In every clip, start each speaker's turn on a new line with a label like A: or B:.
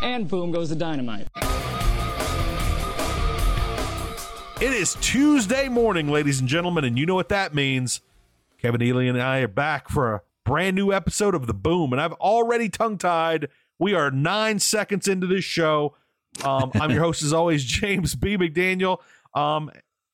A: And boom goes the dynamite.
B: It is Tuesday morning, ladies and gentlemen, and you know what that means. Kevin Ely and I are back for a brand new episode of The Boom, and I've already tongue tied. We are nine seconds into this show. Um, I'm your host, as always, James B. McDaniel. Um,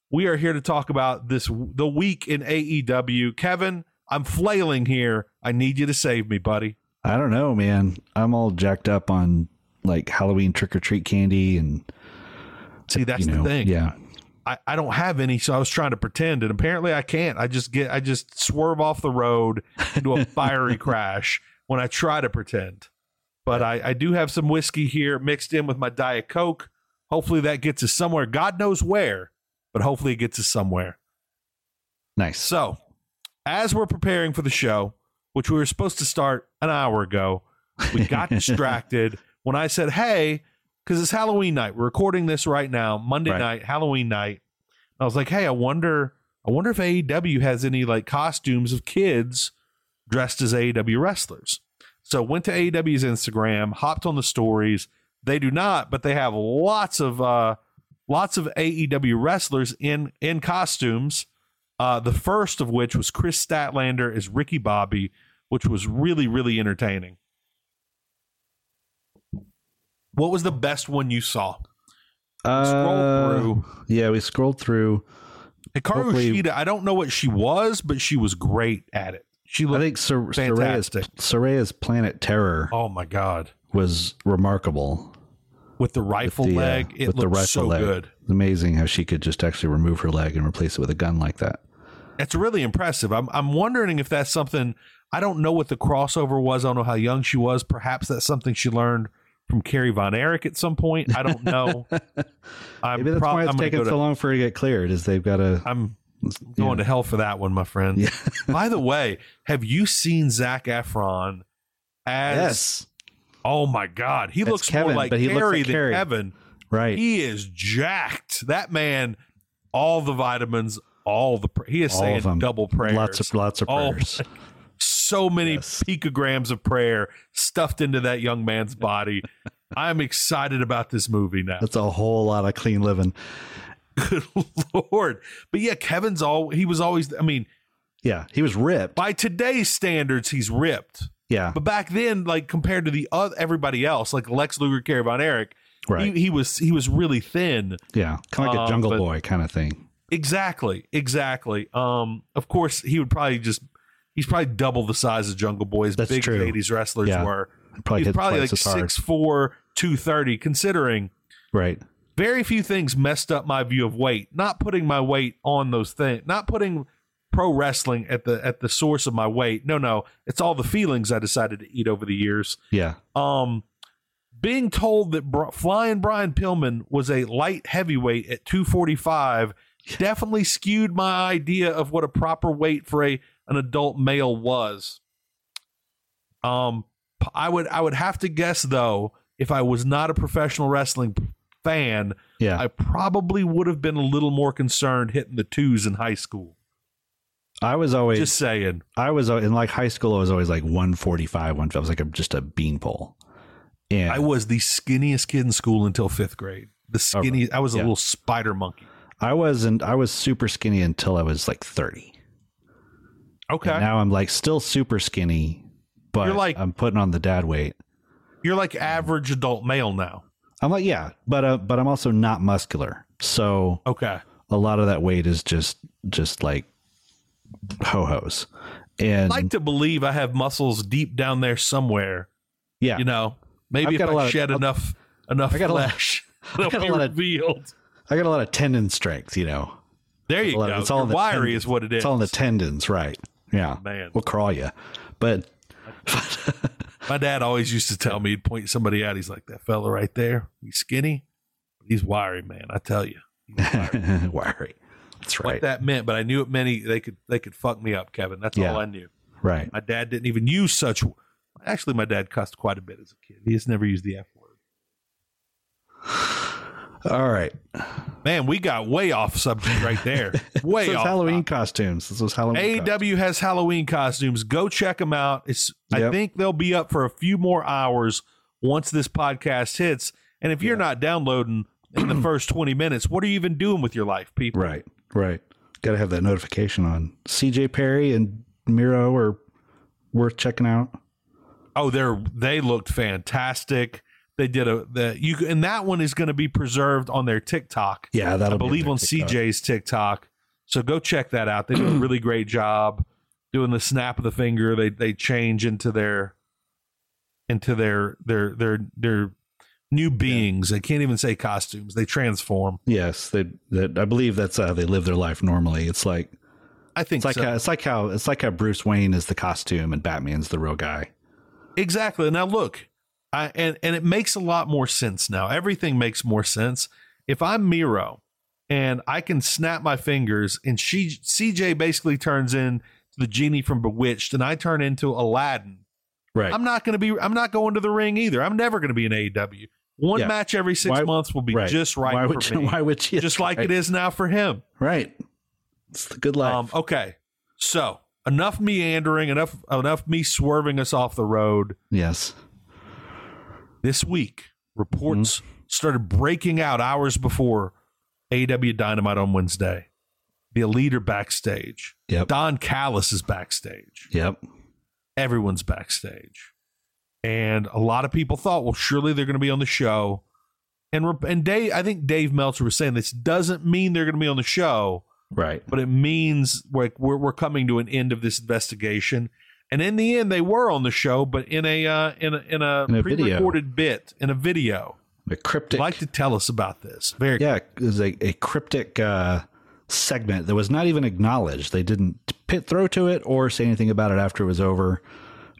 B: we are here to talk about this the week in AEW. Kevin, I'm flailing here. I need you to save me, buddy.
C: I don't know, man. I'm all jacked up on like Halloween trick or treat candy and
B: See, that's
C: you know,
B: the thing.
C: Yeah.
B: I, I don't have any, so I was trying to pretend, and apparently I can't. I just get I just swerve off the road into a fiery crash when I try to pretend. But I, I do have some whiskey here mixed in with my Diet Coke. Hopefully that gets us somewhere. God knows where, but hopefully it gets us somewhere.
C: Nice.
B: So, as we're preparing for the show, which we were supposed to start an hour ago, we got distracted when I said, Hey, because it's Halloween night. We're recording this right now, Monday
C: Right.
B: night, Halloween night. I was like, Hey, I wonder, I wonder if AEW has any like costumes of kids dressed as AEW wrestlers. So went to AEW's Instagram, hopped on the stories. They do not, but they have lots of uh lots of AEW wrestlers in in costumes. Uh, the first of which was Chris Statlander as Ricky Bobby, which was really, really entertaining. What was the best one you saw?
C: Uh,
B: through.
C: Yeah, we scrolled through.
B: Hikaru
C: Hopefully-
B: Shida, I don't know what she was, but she was great at it. She
C: I
B: looked,
C: think Sor- Soraya's,
B: fantastic.
C: Soraya's Planet Terror
B: oh my God,
C: was remarkable.
B: with the
C: With
B: rifle
C: the, uh,
B: leg, it
C: with the
B: looked
C: rifle
B: so
C: leg.
B: good.
C: It's amazing how she could just actually remove her leg and replace it with a gun like that.
B: It's really impressive. I'm I'm wondering if that's something I don't know what the crossover was. I don't know how young she was. Perhaps that's something she learned from Carrie Von Erich at some point. I don't know. I'm
C: Maybe that's
B: prob-
C: why it's
B: I'm gonna
C: taking
B: go
C: so
B: to-
C: long for her to get cleared. Is they've got to
B: I'm going to hell for that one, my friend.
C: Yeah.
B: By the way, have you seen Zach Efron as?
C: yes,
B: Oh my God, he
C: That's
B: looks more
C: Kevin,
B: like
C: but he looks
B: Carrie
C: like
B: than
C: Carrie.
B: Kevin.
C: right.
B: He is jacked. That man, all the vitamins, all the pr- he is
C: All of
B: saying
C: them.
B: double prayers.
C: Lots of lots of
B: Oh,
C: prayers.
B: so many
C: Yes.
B: picograms of prayer stuffed into that young man's body. I'm excited about this movie now.
C: That's a whole lot of clean living.
B: Good lord. But yeah, Kevin's all he was always I mean,
C: Yeah, he was ripped.
B: by today's standards, he's ripped.
C: Yeah,
B: But back then, like compared to the other, everybody else, like Lex Luger, Carrie Von Erich,
C: right.
B: he, he was he was really thin.
C: yeah, kind of like
B: Um,
C: a Jungle
B: but-
C: Boy kind of thing.
B: Exactly, exactly. Um, of course, he would probably just He's probably double the size of Jungle Boy as
C: That's
B: big
C: true.
B: as 80s wrestlers
C: Yeah.
B: were.
C: Probably
B: He's
C: hits
B: probably like
C: twice as hard.
B: 6'4, 230, considering
C: Right.
B: very few things messed up my view of weight. Not putting my weight on those things, not putting pro wrestling at the at the source of my weight. No, no, it's all the feelings I decided to eat over the years.
C: Yeah.
B: Um, being told that Br- flying Brian Pillman was a light heavyweight at 245 definitely skewed my idea of what a proper weight for a an adult male was. Um, p- I would I would have to guess though if I was not a professional wrestling p- fan,
C: Yeah.
B: I probably would have been a little more concerned hitting the twos in high school.
C: I was always
B: Just saying,
C: I was al- in like high school. I was always like 145, one. I was like a, just a beanpole. And
B: I
C: I
B: was the skinniest kid in school until fifth grade. The skinny, I was a
C: Yeah.
B: little spider monkey.
C: wasn't. I was super skinny until I was like 30.
B: Okay,
C: And now I'm like still super skinny, but
B: You're like-
C: I'm putting on the dad weight.
B: You're like average adult male now.
C: I'm like, yeah, but uh, but I'm also not muscular, so
B: Okay.
C: a lot of that weight is just just like ho hos, and
B: like to believe I have muscles deep down there somewhere.
C: yeah,
B: You know, maybe
C: I've
B: if
C: got a
B: I
C: lot of-
B: shed
C: I've-
B: enough enough
C: I got a lot-
B: flesh,
C: I got
B: they'll
C: a
B: be
C: lot of-
B: revealed.
C: I got a lot of tendon strength, you know.
B: There you
C: a lot of-
B: go.
C: it's all in
B: You're
C: the
B: wiry
C: tendons.
B: is what it is.
C: It's all in the tendons, right? Yeah,
B: Man.
C: we'll crawl you, but
B: My dad always used to tell me he'd point somebody out. He's like that fella right there. He's skinny, but he's wiry, man. I tell you.
C: wiry. That's
B: What
C: right.
B: that meant, but I knew it meant he, they could they could fuck me up, Kevin. That's
C: Yeah.
B: all I knew.
C: Right.
B: My dad didn't even use such. Actually, my dad cussed quite a bit as a kid. He has never used the F word.
C: All right.
B: Man, we got way off subject right there. Way
C: This is
B: off.
C: Halloween costumes. This was Halloween. costumes.
B: AEW has Halloween costumes. Go check them out. It's I
C: Yep.
B: think they'll be up for a few more hours once this podcast hits. And if you're not downloading in the first 20 minutes, what are you even doing with your life, people?
C: Right. Right. Got to have that notification on. CJ Perry and Miro are worth checking out.
B: Oh, they're they looked fantastic. They did a the you and that one is going to be preserved on their TikTok.
C: Yeah, that'll
B: I believe on CJ's TikTok. So go check that out. They do a really great job doing the snap of the finger. They they change into their into their their their their new beings. They can't even say costumes. They transform.
C: Yes, they, that I believe that's how they live their life normally. It's like
B: I think
C: it's like
B: so.
C: how, it's like how it's like how Bruce Wayne is the costume and Batman's the real guy.
B: Exactly. Now look, I and and it makes a lot more sense now. Everything makes more sense. If I'm Miro and I can snap my fingers and she CJ basically turns in to the genie from Bewitched and I turn into Aladdin.
C: Right.
B: I'm not going to be I'm not going to the ring either. I'm never going to be an AEW. One
C: Yeah.
B: match every 6
C: Why-
B: months will be just right
C: Why
B: for
C: would
B: me.
C: you? Why would you?
B: just like it is now for him.
C: Right. It's the good life.
B: Um, okay. So, enough meandering, enough enough me swerving us off the road.
C: yes.
B: this week reports
C: Mm-hmm.
B: started breaking out hours before AW Dynamite on Wednesday. The Elite are backstage.
C: Yep.
B: Don Callis is backstage.
C: Yep.
B: Everyone's backstage. And a lot of people thought, well, surely they're going to be on the show. And re- and Dave, I think Dave Meltzer was saying this doesn't mean they're going to be on the show,
C: Right.
B: but it means like we're we're coming to an end of this investigation. And in the end, they were on the show, but in a uh, in a in a,
C: In a video.
B: pre-recorded bit in a video.
C: The cryptic.
B: Like to tell us about this. Very
C: yeah, it was a, a cryptic uh, segment that was not even acknowledged. They didn't pit throw to it or say anything about it after it was over.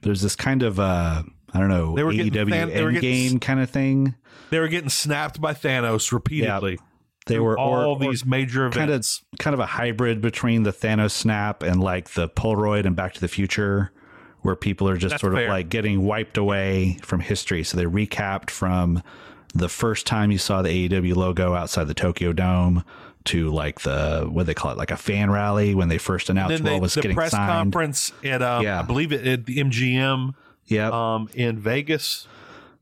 C: There's this kind of uh, I don't know E
B: They were getting
C: AEW
B: fan- they were
C: end
B: getting-
C: game kind of thing.
B: they were getting snapped by Thanos repeatedly.
C: They
B: through
C: were or-
B: all
C: or
B: these major
C: kind of
B: events.
C: kind of a hybrid between the Thanos snap and like the Polaroid and Back to the Future, where people are just
B: That's
C: sort
B: fair.
C: of like getting wiped away from history. So they recapped from the first time you saw the AEW logo outside the Tokyo Dome to like the what do they call it, like a fan rally when they first announced
B: then they,
C: what was
B: the
C: getting
B: press
C: signed.
B: conference at um,
C: Yeah.
B: I believe it at the MGM
C: Yep,
B: um, in Vegas.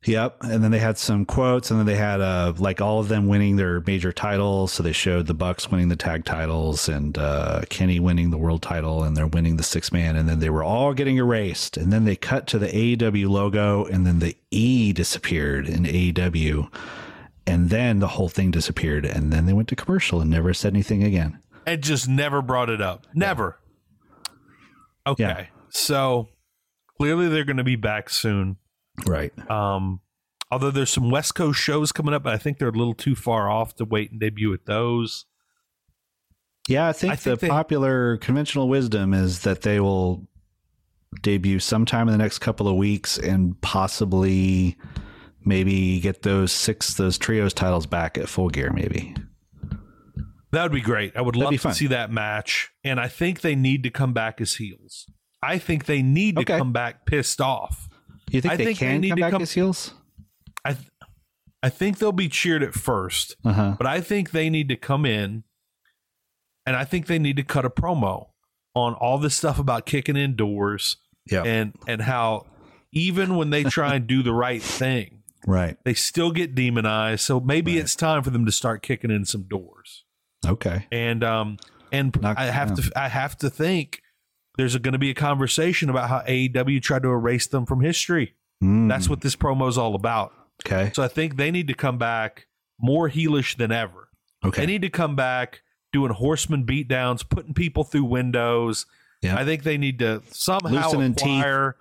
C: yep. And then they had some quotes, and then they had uh like all of them winning their major titles. So they showed the Bucks winning the tag titles, and uh, Kenny winning the world title, and they're winning the six man, and then they were all getting erased, and then they cut to the AEW logo, and then the E disappeared in AEW, and then the whole thing disappeared, and then they went to commercial and never said anything again.
B: And just never brought it up. Never. Okay.
C: Yeah.
B: So clearly they're going to be back soon.
C: Right.
B: Um, although there's some West Coast shows coming up, but I think they're a little too far off to wait and debut at those.
C: Yeah, I think,
B: I think
C: the
B: they-
C: popular conventional wisdom is that they will debut sometime in the next couple of weeks and possibly maybe get those six those trios titles back at full gear maybe.
B: That would be great. I would
C: That'd
B: love
C: be
B: to
C: fun.
B: see that match. And I think they need to come back as heels. I think they need to
C: Okay.
B: come back pissed off.
C: You think
B: I
C: they
B: think they
C: can
B: need
C: come
B: to
C: back
B: come-
C: as heels?
B: I th- I think they'll be cheered at first,
C: Uh-huh.
B: but I think they need to come in and I think they need to cut a promo on all this stuff about kicking in doors
C: Yeah.
B: and and how even when they try and do the right thing,
C: right.
B: they still get demonized. So maybe
C: Right.
B: it's time for them to start kicking in some doors.
C: Okay.
B: And um and
C: Knock-
B: I have
C: yeah.
B: to I have to think there's going to be a conversation about how AEW tried to erase them from history.
C: Mm,
B: That's what this promo is all about.
C: Okay.
B: So I think they need to come back more heelish than ever.
C: Okay.
B: They need to come back doing horseman beatdowns, putting people through windows.
C: Yeah.
B: I think they need to somehow
C: Loosening teeth.
B: acquire.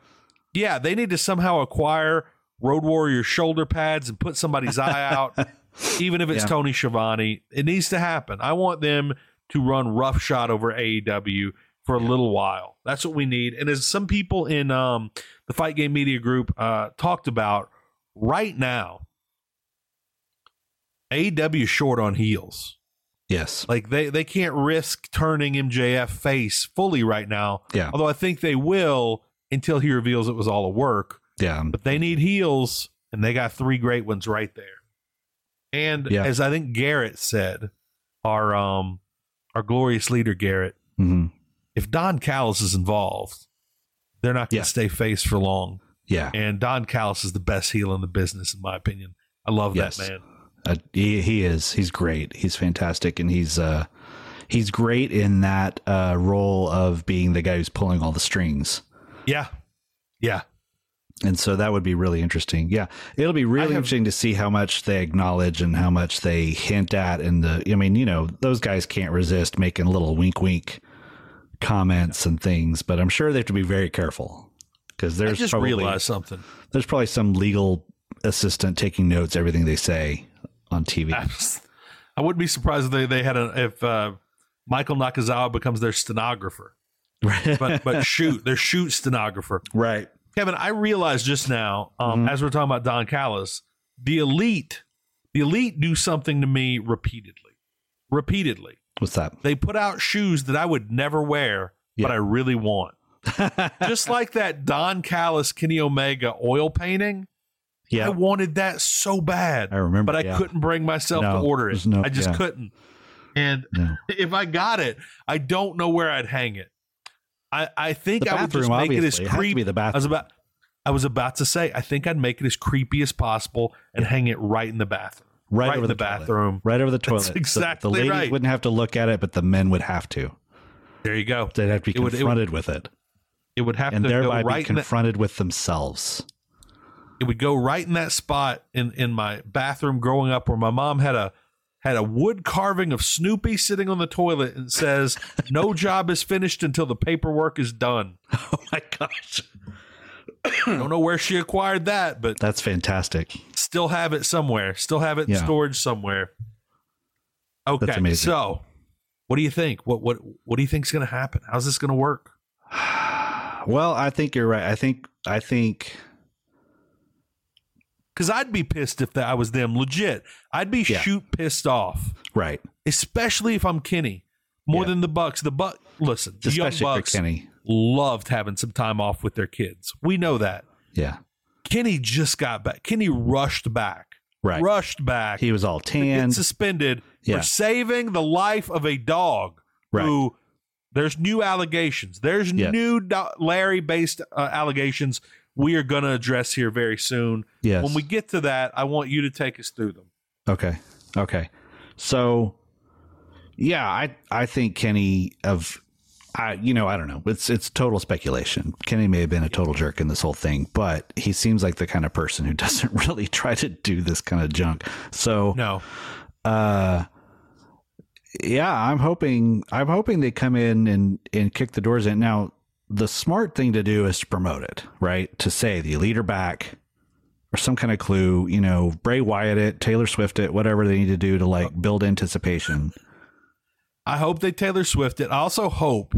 B: Yeah, they need to somehow acquire Road Warrior shoulder pads and put somebody's eye out, even if it's
C: Yeah.
B: Tony Schiavone. It needs to happen. I want them to run roughshod over AEW for a little while. That's what we need. And as some people in um, the Fight Game Media Group uh, talked about, right now, AEW is short on heels.
C: yes.
B: Like they they can't risk turning MJF face fully right now.
C: Yeah.
B: Although I think they will until he reveals it was all a work.
C: Yeah.
B: But they need heels, and they got three great ones right there. And
C: Yeah.
B: as I think Garrett said, our um our glorious leader Garrett,
C: hmm
B: if Don Callis is involved, they're not going to
C: Yeah.
B: stay face for long.
C: Yeah.
B: And Don Callis is the best heel in the business, in my opinion. I love
C: Yes.
B: that man.
C: Uh, he, he is. He's great. He's fantastic, and he's uh, he's great in that uh, role of being the guy who's pulling all the strings.
B: Yeah, yeah.
C: And so that would be really interesting. Yeah, it'll be really
B: have-
C: interesting to see how much they acknowledge and how much they hint at. And the, I mean, you know, those guys can't resist making little wink, wink comments and things. But I'm sure they have to be very careful because
B: I
C: there's
B: just
C: probably
B: realized something.
C: there's probably some legal assistant taking notes everything they say on TV.
B: I was- I wouldn't be surprised if they, they had a if uh, Michael Nakazawa becomes their stenographer, but but shoot, their shoot stenographer.
C: right.
B: Kevin, I realized just now um,
C: Mm-hmm.
B: as we're talking about Don Callis, the elite, the elite do something to me repeatedly, repeatedly.
C: What's that?
B: They put out shoes that I would never wear, but
C: Yeah.
B: I really want. just like that Don Callis Kenny Omega oil painting.
C: Yeah.
B: I wanted that so bad.
C: I remember,
B: but I
C: yeah.
B: couldn't bring myself
C: No,
B: to order it.
C: there's no-
B: I just
C: yeah.
B: couldn't. And
C: No.
B: if I got it, I don't know where I'd hang it. I, I think
C: The
B: I would just
C: bathroom,
B: make it as
C: obviously. It has to
B: creepy.
C: be the bathroom.
B: I was about, I was about to say, I think I'd make it as creepy as possible and hang it right in the bathroom,
C: Right,
B: in
C: over
B: the,
C: the, toilet.
B: bathroom.
C: Right over the toilet.
B: That's
C: So that
B: exactly
C: the ladies
B: right.
C: wouldn't have to look at it, but the men would have to.
B: There you go.
C: They'd have to be
B: It would- it would-
C: confronted with it,
B: It would have
C: and
B: to go
C: thereby
B: right
C: be
B: in that,
C: confronted with themselves.
B: it would go right in that spot in in my bathroom growing up where my mom had a had a wood carving of Snoopy sitting on the toilet and says, "No job is finished until the paperwork is done."
C: Oh my gosh,
B: I don't know where she acquired that, but
C: that's fantastic!
B: still have it somewhere. Still have it in
C: Yeah.
B: storage somewhere. Okay,
C: amazing.
B: so what do you think? What what what do you think's going to happen? How's this going to work?
C: Well, I think you're right. I think I think
B: Because I'd be pissed if that I was them. Legit, I'd be
C: Yeah.
B: shoot pissed off.
C: right,
B: especially if I'm Kenny, more
C: Yeah.
B: than the Bucks. The Buck, listen, the young
C: especially for
B: Bucks
C: Kenny.
B: loved having some time off with their kids. We know that.
C: Yeah,
B: Kenny just got back. Kenny rushed back,
C: right.
B: rushed back.
C: He was all
B: to get
C: tan.
B: suspended
C: Yeah.
B: for saving the life of a dog.
C: Right.
B: Who? There's new allegations. There's
C: Yeah.
B: new do- Larry-based uh, allegations. We are going to address here very soon.
C: Yes.
B: When we get to that, I want you to take us through them.
C: Okay. Okay. So yeah, I I think Kenny of I you know, I don't know. It's it's total speculation. Kenny may have been a total jerk in this whole thing, but he seems like the kind of person who doesn't really try to do this kind of junk. So
B: No,
C: uh yeah, I'm hoping I'm hoping they come in and and kick the doors in. Now, the smart thing to do is to promote it, right? To say the elite are back or some kind of clue, you know, Bray Wyatt it, Taylor Swift it, whatever they need to do to like build anticipation.
B: I hope they Taylor Swift it. I also hope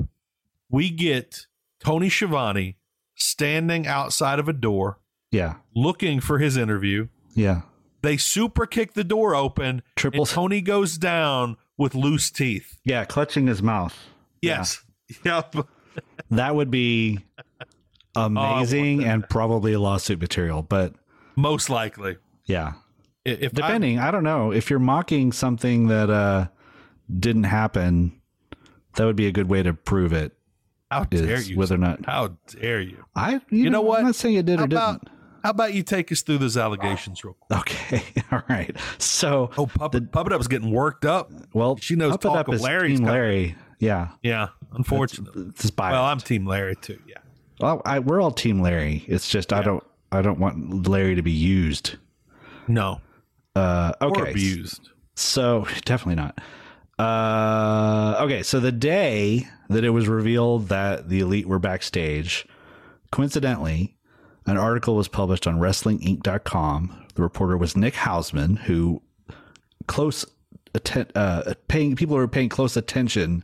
B: we get Tony Schiavone standing outside of a door
C: Yeah.
B: looking for his interview.
C: Yeah.
B: They super kick the door open.
C: Triple-
B: and Tony goes down with loose teeth.
C: Yeah. Clutching his mouth.
B: Yes. Yep.
C: That would be amazing and probably lawsuit material. But
B: Most likely.
C: yeah.
B: I- If I-
C: Depending, I, don't know. If you're mocking something that uh didn't happen, that would be a good way to prove it.
B: how
C: Is
B: dare you?
C: whether or not
B: How dare you?
C: I you,
B: You know what?
C: I'm not saying it did
B: how
C: or didn't.
B: about how about you take us through those allegations real quick?
C: Okay. All right. So,
B: Oh, Puppet, Puppet Up's getting worked up.
C: well,
B: she knows
C: Puppet
B: Talk
C: Up
B: of
C: is
B: Larry's
C: Team
B: coming.
C: Larry. uh, Yeah.
B: Yeah, unfortunately.
C: It's biased.
B: Well, I'm Team Larry too. Yeah.
C: Well, I, we're all Team Larry. It's just I don't I don't want Larry to be used.
B: No.
C: Uh, okay.
B: Or abused.
C: So definitely not. Uh, okay, so the day that it was revealed that the elite were backstage, coincidentally, an article was published on WrestlingInc.com. The reporter was Nick Hausman, who close atten- uh, paying people who are paying close attention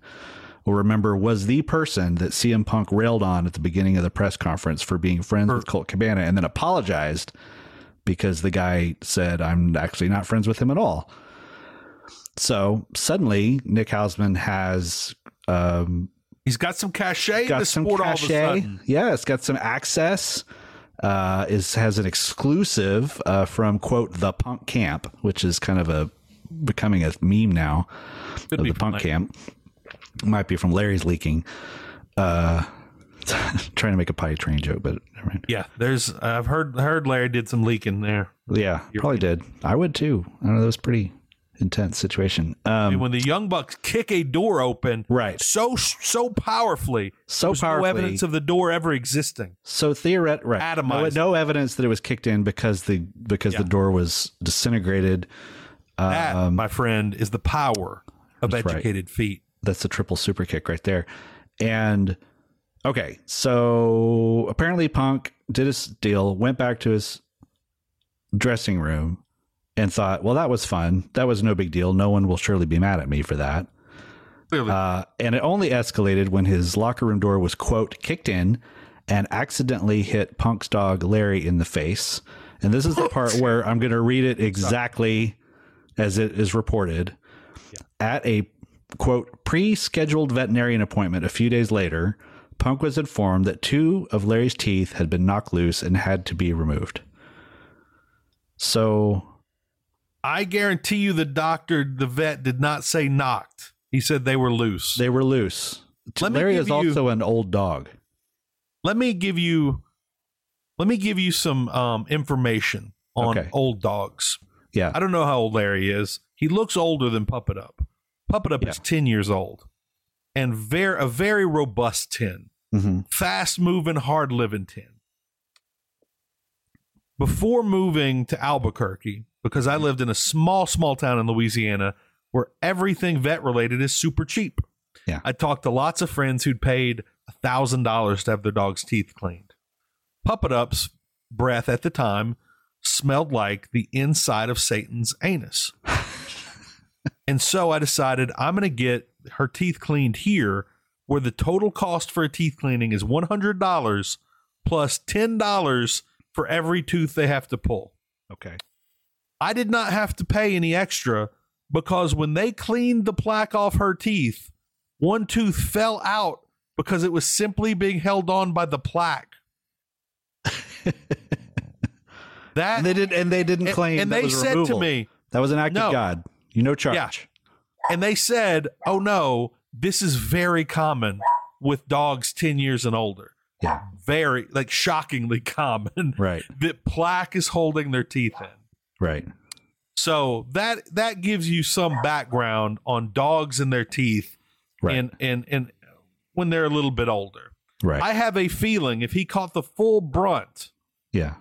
C: will remember was the person that CM Punk railed on at the beginning of the press conference for being friends with Colt Cabana, and then apologized because the guy said, "I'm actually not friends with him at all." So suddenly, Nick Hausman has um,
B: He's got some cachet in
C: got
B: the
C: some
B: sport all of a
C: cachet.
B: sudden.
C: Yeah, it's got some access. Uh, is has an exclusive uh, from quote the Punk Camp, which is kind of a becoming a meme now. of
B: be
C: the Punk
B: from
C: Camp might be from Larry's leaking. Uh, trying to make a potty train joke, but never mind.
B: Yeah, there's. I've heard heard Larry did some leaking there.
C: Yeah, probably did. I would too. I don't know. That was a pretty intense situation.
B: I mean,
C: Um,
B: when the Young Bucks kick a door open,
C: Right.
B: So so powerfully,
C: So
B: there's no
C: powerfully.
B: evidence of the door ever existing.
C: So theoret right. No,
B: Atomized.
C: no evidence that it was kicked in because the because the
B: Yeah.
C: door was disintegrated.
B: That, my friend, is the power of
C: Um, That's right.
B: educated feet.
C: That's a triple super kick right there. And okay, so apparently Punk did his deal, went back to his dressing room and thought, "Well, that was fun. That was no big deal. No one will surely be mad at me for that."
B: Clearly,
C: Uh, and it only escalated when his locker room door was, quote, kicked in and accidentally hit Punk's dog Larry in the face. And this is the part where I'm going to read it exactly as it is reported. At a, quote, pre scheduled veterinarian appointment a few days later, Punk was informed that two of Larry's teeth had been knocked loose and had to be removed. So,
B: I guarantee you, the doctor, the vet, did not say knocked. He said they were loose.
C: they were loose.
B: Let me
C: Larry
B: give
C: is
B: you-
C: also an old dog.
B: let me give you, let me give you some um, information on
C: Okay.
B: old dogs.
C: Yeah.
B: I don't know how old Larry is. He looks older than Puppet Up. Puppet Up is 10 years old and very, a very robust 10,
C: Mhm.
B: fast moving, hard living 10. Before moving to Albuquerque, because I lived in a small, small town in Louisiana where everything vet related is super cheap.
C: Yeah.
B: I talked to lots of friends who'd paid $1,000 to have their dog's teeth cleaned. Puppet Up's breath at the time smelled like the inside of Satan's anus. and so I decided I'm going to get her teeth cleaned here, where the total cost for a teeth cleaning is $100 plus $10 for every tooth they have to pull.
C: Okay.
B: I did not have to pay any extra because when they cleaned the plaque off her teeth, one tooth fell out because it was simply being held on by the plaque. that
C: And they did, and they didn't
B: and-
C: claim.
B: and
C: that
B: they
C: was
B: said to
C: removal.
B: me
C: that was an act
B: No.
C: of God. You know, charge.
B: Yeah. and they said oh no this is very common with dogs 10 years and older
C: Yeah.
B: very like shockingly common
C: Right.
B: that plaque is holding their teeth in
C: Right.
B: so that that gives you some background on dogs and their teeth
C: Right.
B: and and and when they're a little bit older
C: right.
B: i have a feeling if he caught the full brunt
C: yeah.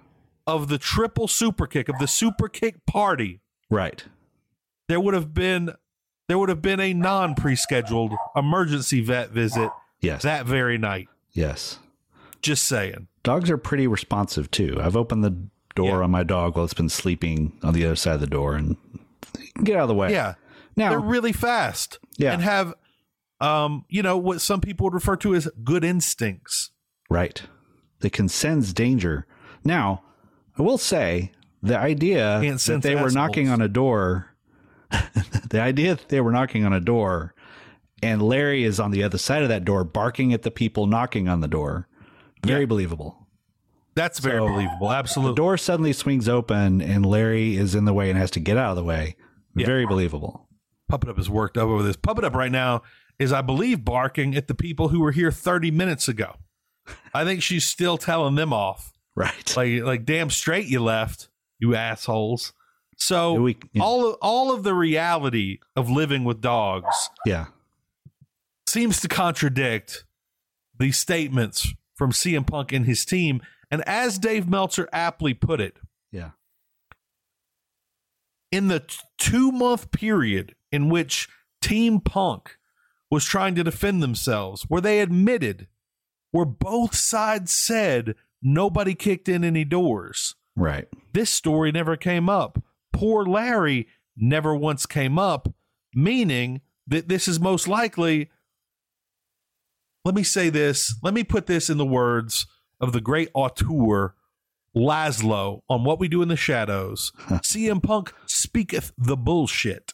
B: of the triple super kick of the super kick party
C: Right.
B: there would have been there would have been a non pre-scheduled emergency vet visit
C: Yes.
B: that very night.
C: Yes.
B: Just saying.
C: Dogs are pretty responsive too. I've opened the door
B: Yeah.
C: on my dog while it's been sleeping on the other side of the door and he can get out of the way.
B: Yeah. They're
C: Now,
B: really fast.
C: Yeah.
B: And have um, you know, what some people would refer to as good instincts.
C: right. They can sense danger. Now, I will say the idea
B: Can't
C: that
B: sense
C: they were knocking
B: assholes.
C: on a door, the idea that they were knocking on a door and Larry is on the other side of that door barking at the people knocking on the door, very believable.
B: That's very
C: So-
B: believable.
C: The
B: Absolutely.
C: door suddenly swings open and Larry is in the way and has to get out of the way.
B: Yeah.
C: Very believable.
B: Puppet Up is worked up over this. Puppet Up right now is, I believe, barking at the people who were here 30 minutes ago. I think she's still telling them off.
C: Right.
B: Like, like damn straight you left, you assholes. So
C: Yeah, we- yeah.
B: all of, all of the reality of living with dogs
C: yeah.
B: seems to contradict these statements from CM Punk and his team. And as Dave Meltzer aptly put it,
C: Yeah.
B: in the two month period in which Team Punk was trying to defend themselves, where they admitted, where both sides said nobody kicked in any doors,
C: Right.
B: this story never came up. Poor Larry never once came up, meaning that this is most likely. Let me say this. Let me put this in the words of the great auteur Laszlo on What We Do in the Shadows. CM Punk speaketh the bullshit.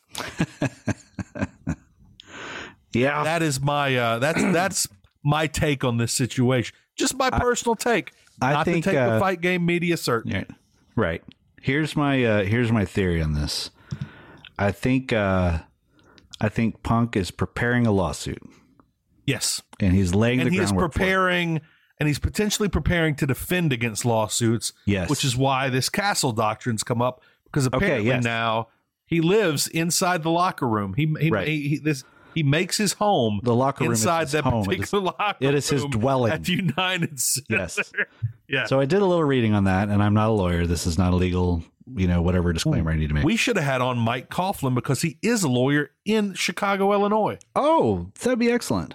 C: Yeah.
B: That is my uh, that's that's my take on this situation. Just my personal take.
C: I
B: Not
C: think,
B: the take
C: uh,
B: the fight game media certain.
C: right. Right. Here's my uh here's my theory on this. I think uh I think Punk is preparing a lawsuit
B: Yes.
C: and he's laying
B: and
C: the
B: he is
C: groundwork for it.
B: preparing and he's potentially preparing to defend against lawsuits
C: Yes.
B: which is why this castle doctrine's come up because apparently
C: yes.
B: now he lives inside the locker room he he,
C: Right.
B: he, he- this he makes his home
C: The locker room is
B: inside
C: his
B: that
C: home. It is-
B: particular locker
C: it is his
B: room
C: dwelling.
B: at the united center.
C: Yes.
B: yeah
C: So I did a little reading on that and I'm not a lawyer. This is not a legal, you know, whatever disclaimer I need to make.
B: we should have had on mike coughlin because he is a lawyer in chicago illinois
C: oh, that'd be excellent.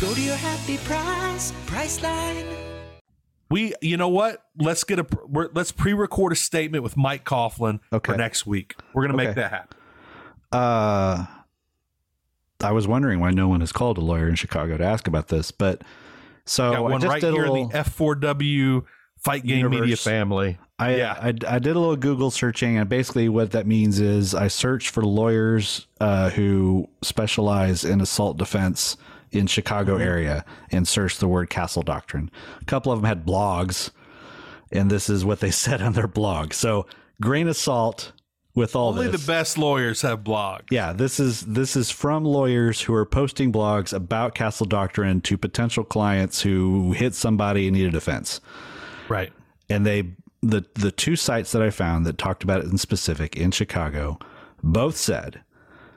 D: Go to your happy price, Priceline.
B: we you know what let's get a we're, let's pre-record a statement with mike coughlin
C: Okay.
B: for next week we're gonna make
C: Okay.
B: that happen
C: uh I was wondering why no one has called a lawyer in Chicago to ask about this, but so
B: Got
C: I
B: one
C: Oh, just
B: right
C: did a
B: here
C: little,
B: in the F4W Fight Game
C: Universe.
B: Media family.
C: I,
B: yeah.
C: I, I did a little Google searching, and basically what that means is I searched for lawyers uh, who specialize in assault defense in Chicago
B: Mm-hmm.
C: area and searched the word Castle Doctrine. A couple of them had blogs, and this is what they said on their blog. So grain of salt with all
B: Only
C: this.
B: the best lawyers have blogs.
C: Yeah, this is this is from lawyers who are posting blogs about castle doctrine to potential clients who hit somebody and need a defense.
B: Right.
C: And they the the two sites that I found that talked about it in specific in Chicago both said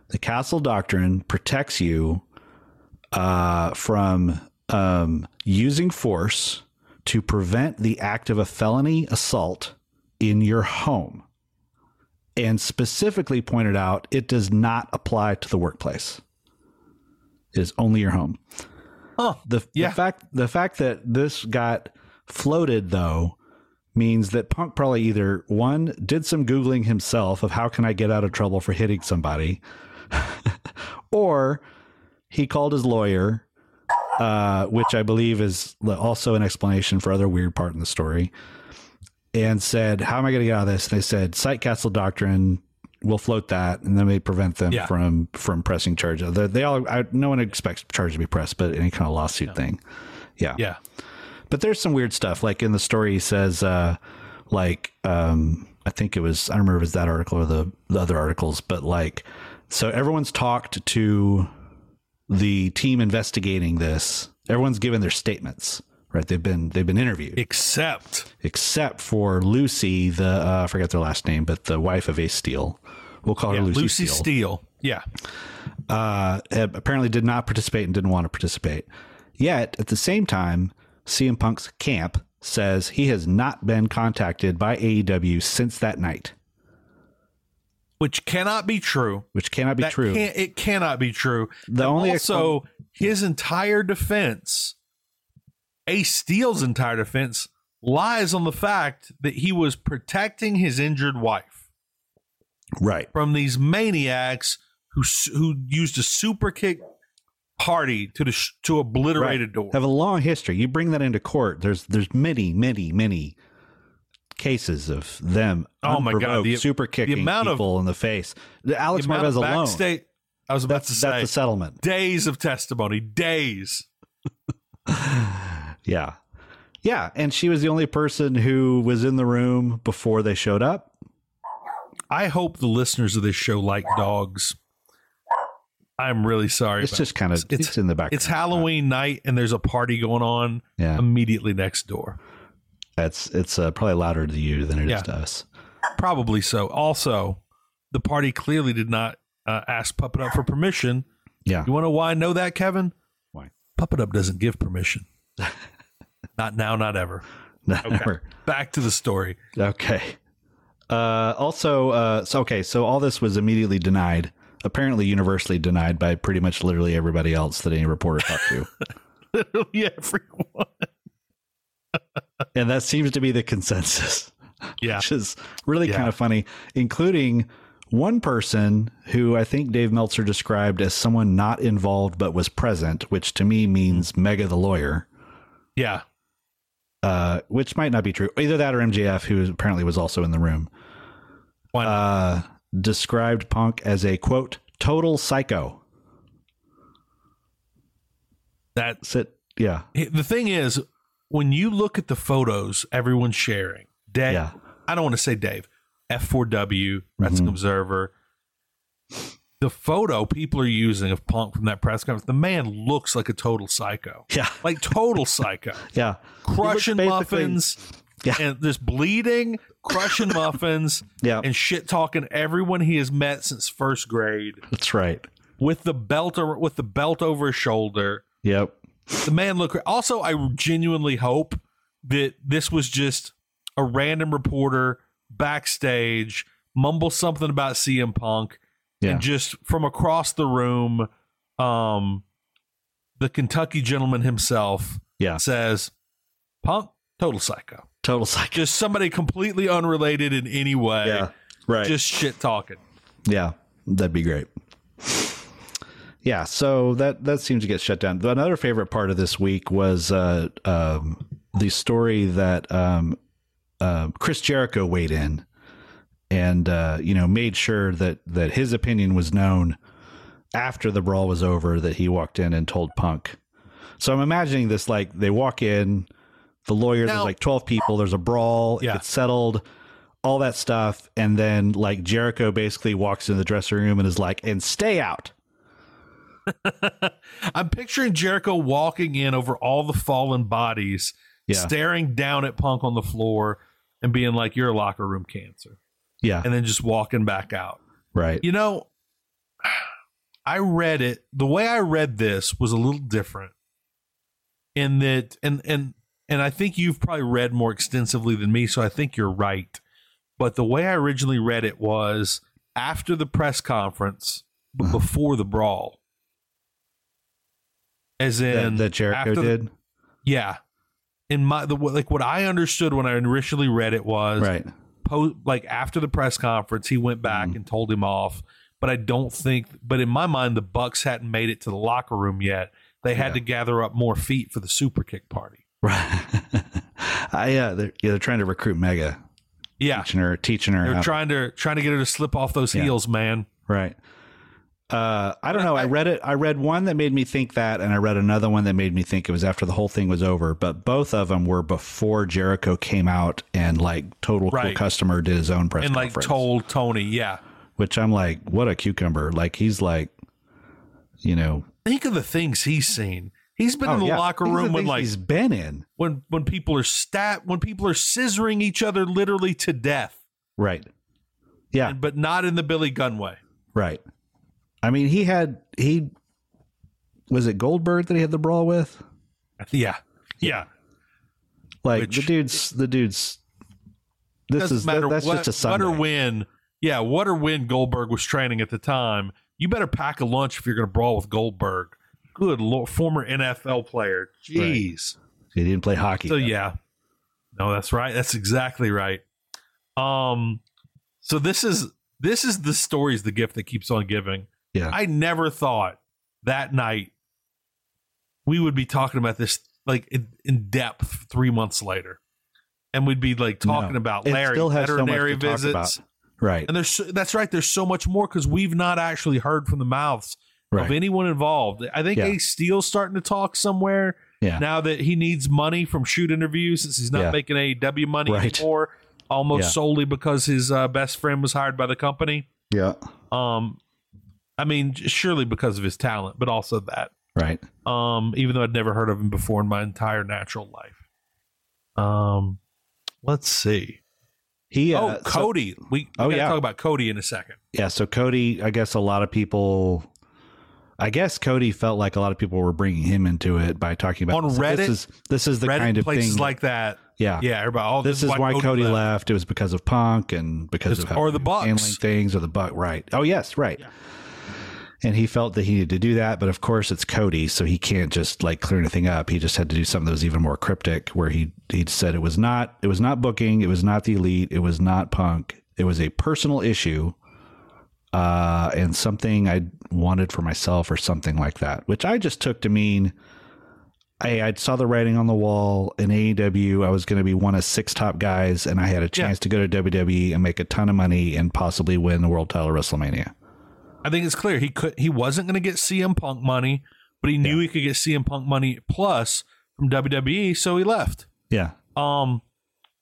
C: the castle doctrine protects you uh, from um, using force to prevent the act of a felony assault in your home and specifically pointed out it does not apply to the workplace. It is only your home.
B: Huh.
C: The,
B: Yeah.
C: the fact the fact that this got floated though means that Punk probably either one did some googling himself of how can I get out of trouble for hitting somebody, or he called his lawyer, uh, which I believe is also an explanation for other weird part in the story. and said, How am I going to get out of this? And they said, Site Castle Doctrine, we'll float that. And then we prevent them
B: Yeah.
C: from from pressing charges. They, they all, I, no one expects charges to be pressed, but any kind of lawsuit thing. Yeah.
B: Yeah.
C: But there's some weird stuff. Like in the story, he says, uh, like, um, I think it was, I don't remember if it was that article or the, the other articles, but like, so everyone's talked to the team investigating this. Everyone's given their statements, right? They've been, they've been interviewed
B: Except
C: except for Lucy, the uh, I forget their last name, but the wife of Ace Steel. We'll call
B: yeah,
C: her Lucy,
B: Lucy
C: Steele.
B: Steele. Yeah.
C: Uh, apparently, did not participate and didn't want to participate. Yet, at the same time, CM Punk's camp says he has not been contacted by AEW since that night,
B: Which cannot be true.
C: which cannot be
B: That
C: true.
B: can't- it cannot be true.
C: The
B: And
C: only
B: also his entire defense, Ace Steele's entire defense, lies on the fact that he was protecting his injured wife
C: right.
B: from these maniacs who s- who used a super kick party to the, to obliterate a door.
C: Have a long history. You bring that into court. There's there's many, many, many cases of them.
B: Oh my God,
C: unprovoked
B: the-
C: super
B: the
C: kicking
B: amount of-
C: people in the face. The
B: The
C: Alex
B: amount
C: Marvez
B: of
C: alone.
B: backsta- I was about
C: That's
B: to
C: that's
B: say
C: the settlement.
B: days of testimony, days.
C: Yeah. Yeah. And she was the only person who was in the room before they showed up.
B: I hope the listeners of this show like dogs. I'm really sorry.
C: It's
B: about
C: just kind of
B: this.
C: it's, in the background.
B: It's Halloween night and there's a party going on
C: Yeah.
B: immediately next door.
C: That's it's uh, probably louder to you than it is
B: Yeah.
C: to us.
B: Probably so. Also, the party clearly did not uh, ask Puppet Up for permission.
C: Yeah.
B: You want to know why I know that, Kevin?
C: Why?
B: Puppet Up doesn't give permission. not now, not ever.
C: Never.
B: Back to the story.
C: Okay. Uh, also, uh, so okay, so all this was immediately denied. Apparently, universally denied by pretty much literally everybody else that any reporter talked to,
B: yeah, everyone.
C: and that seems to be the consensus.
B: Yeah.
C: which is really
B: Yeah.
C: kind of funny, including one person who I think Dave Meltzer described as someone not involved but was present, which to me
B: Mm-hmm.
C: means Mega the lawyer,
B: Yeah.
C: uh, which might not be true. Either that or MJF, who apparently was also in the room,
B: Why not?
C: uh, described Punk as a quote total psycho.
B: that
C: Sit, yeah,
B: the thing is when you look at the photos everyone's sharing dave
C: Yeah.
B: i don't want to say dave f4w wrestling
C: Mm-hmm.
B: observer the photo people are using of punk from that press conference the man looks like a total psycho
C: Yeah.
B: like total psycho
C: yeah, He looks
B: crushing
C: basically-
B: muffins
C: Yeah.
B: and just bleeding crushing muffins
C: Yeah.
B: and shit talking everyone he has met since first grade
C: That's right.
B: with the belt or with the belt over his shoulder
C: Yep.
B: the man look also i genuinely hope that this was just a random reporter backstage mumble something about cm punk
C: Yeah.
B: and just from across the room um the kentucky gentleman himself
C: Yeah.
B: says punk total psycho
C: Total psycho.
B: just somebody completely unrelated in any way
C: Yeah. Right.
B: just shit talking
C: Yeah, that'd be great. Yeah, so that that seems to get shut down. Another favorite part of this week was uh, um, the story that um, uh, Chris Jericho weighed in and uh, you know made sure that that his opinion was known after the brawl was over. That he walked in and told Punk. So I'm imagining this like they walk in, the lawyer,
B: Now-
C: there's like 12 people, there's a brawl,
B: Yeah.
C: it gets settled, all that stuff. And then like Jericho basically walks into the dressing room and is like, and stay out.
B: i'm picturing jericho walking in over all the fallen bodies
C: Yeah.
B: staring down at Punk on the floor and being like, "You're a locker room cancer,"
C: yeah.
B: and then just walking back out.
C: right.
B: You know, I read it the way I read this was a little different in that, and and and I think you've probably read more extensively than me, so I think you're right. But the way I originally read it was after the press conference, but before the brawl. As in
C: that, that Jericho
B: after the-
C: did.
B: yeah. In my the like what I understood when I initially read it was
C: right.
B: po- like after the press conference he went back
C: Mm-hmm.
B: and told him off, but I don't think but in my mind the Bucks hadn't made it to the locker room yet. They had to gather up more feet for the super kick party.
C: Right. I, uh, they're, yeah, they're trying to recruit Mega.
B: Yeah.
C: teaching her, teaching her.
B: They're
C: how-
B: trying to trying to get her to slip off those heels, man.
C: Right. Uh, I don't know. I read it. I read one that made me think that, and I read another one that made me think it was after the whole thing was over. But both of them were before Jericho came out and like total cool
B: Right.
C: customer did his own press
B: and like
C: conference.
B: told Tony, yeah.
C: which I'm like, what a cucumber! Like he's like, you know,
B: Think of the things he's seen. He's been in the
C: Oh, yeah,
B: locker
C: these are
B: room when
C: things
B: like
C: he's been in
B: when when people are stat when people are scissoring each other literally to death,
C: right. Yeah,
B: and, but not in the Billy Gunn way.
C: right. I mean, he had he was it Goldberg that he had the brawl with.
B: Yeah, yeah.
C: Like
B: Which-
C: the dudes, the dudes. This
B: Doesn't
C: is
B: matter
C: that, that's
B: what,
C: just a
B: what
C: Sunday.
B: or when. Yeah, what or when Goldberg was training at the time. You better pack a lunch if you're going to brawl with Goldberg. Good lord, former NFL player. Jeez.
C: He didn't play hockey.
B: So yeah. No, that's right. That's exactly right. Um so this is this is the stories the gift that keeps on giving.
C: Yeah.
B: I never thought that night we would be talking about this like in, in depth 3 months later. And we'd be like talking
C: No.
B: about
C: It
B: Larry
C: still has so much
B: veterinary
C: to talk
B: visits.
C: about. right.
B: And there's so- that's right. There's so much more because we've not actually heard from the mouths
C: Right.
B: of anyone involved. I think
C: Yeah.
B: Ace Steele's starting to talk somewhere
C: Yeah.
B: now that he needs money from shoot interviews since he's not
C: Yeah.
B: making AEW money
C: Right.
B: anymore, almost
C: Yeah.
B: solely because his uh, best friend was hired by the company.
C: yeah.
B: Um, I mean, surely because of his talent, but also that.
C: Right.
B: Um, even though I'd never heard of him before in my entire natural life. Um, let's see.
C: He. Uh,
B: oh, Cody. we
C: Oh,
B: oh yeah.
C: yeah.
B: Talk about Cody in a second.
C: So, yeah. So Cody, I guess a lot of people. I guess Cody felt like a lot of people were bringing him into it by talking about
B: On
C: so
B: Reddit-
C: This is this is the
B: Reddit
C: kind of
B: places
C: thing.
B: like that.
C: yeah.
B: Yeah, everybody. Oh,
C: This, is why, Cody, left. It was because of Punk and because
B: It's-
C: of how
B: or the
C: he was handling
B: Bucks.
C: things or the buck. Right. Oh yes. Right. And he felt that he needed to do that, but of course it's Cody, so he can't just like clear anything up. He just had to do something that was even more cryptic, where he he said it was not it was not booking, it was not the elite, it was not Punk, it was a personal issue, uh, and something I wanted for myself or something like that, which I just took to mean. I, I saw the writing on the wall in AEW. I was going to be one of six top guys, and I had a chance to go to WWE and make a ton of money and possibly win the world title at WrestleMania.
B: I think it's clear he could. He wasn't going to get CM Punk money, but he knew he could get CM Punk money plus from WWE, so he left.
C: Yeah.
B: Um,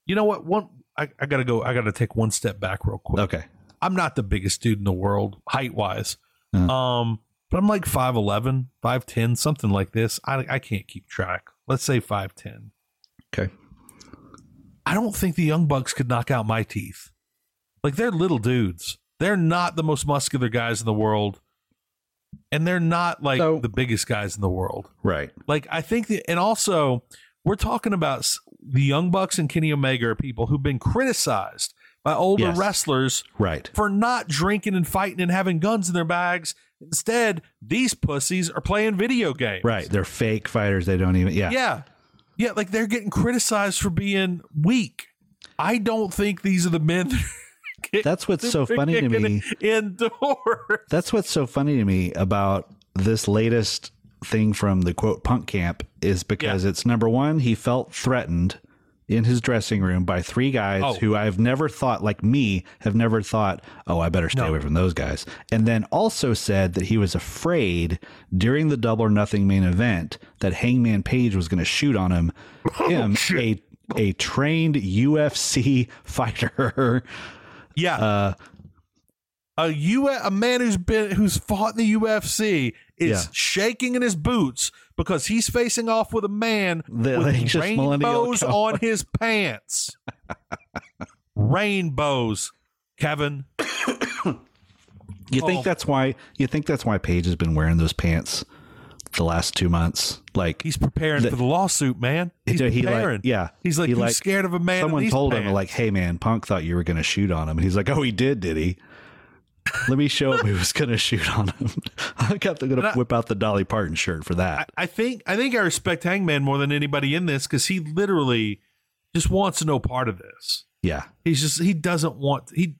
B: you know what? One, I, I gotta go. I gotta take one step back real quick.
C: Okay.
B: I'm not the biggest dude in the world height wise. Um, but I'm like 5'11, 5'10, something like this. I, I can't keep track. Let's say 5'10.
C: Okay.
B: I don't think the Young Bucks could knock out my teeth. Like they're little dudes. They're not the most muscular guys in the world. And they're not like
C: So-
B: the biggest guys in the world.
C: Right.
B: Like I think that, and also we're talking about s- the Young Bucks and Kenny Omega are people who've been criticized by older
C: Yes.
B: wrestlers
C: Right.
B: for not drinking and fighting and having guns in their bags. Instead, these pussies are playing video games.
C: Right. They're fake fighters. They don't even. Yeah.
B: Yeah. Yeah, like they're getting criticized for being weak. I don't think these are the men that are kick-
C: That's what's so
B: super
C: funny to
B: kicking
C: me.
B: Indoor.
C: That's what's so funny to me about this latest thing from the quote punk camp is because it's number one, he felt threatened in his dressing room by three guys
B: Oh.
C: who I've never thought, like me, have never thought, oh, I better stay away from those guys. And then also said that he was afraid during the double or nothing main event that Hangman Page was going to shoot on him, him a, a trained UFC fighter.
B: Yeah.
C: Uh,
B: a U a man who's been who's fought in the UFC is
C: Yeah.
B: shaking in his boots because he's facing off with a man
C: The-
B: with
C: like, just millennial
B: rainbows
C: cowboy.
B: on his pants. rainbows, Kevin.
C: You think
B: Oh.
C: that's why you think that's why Paige has been wearing those pants the last two months? Like
B: He's preparing
C: The-
B: for the lawsuit, man. He's
C: he, like-
B: preparing.
C: yeah.
B: He's like,
C: he
B: he's scared of a man. in
C: Someone
B: these
C: told him,
B: pants."
C: like, hey man, Punk thought you were gonna shoot on him. And he's like, Oh, he did, did he? Let me show him who was gonna shoot on him. I got to gonna
B: I-
C: whip out the Dolly Parton shirt for that.
B: I think I think I respect Hangman more than anybody in this because he literally just wants no part of this.
C: yeah.
B: He's just he doesn't want he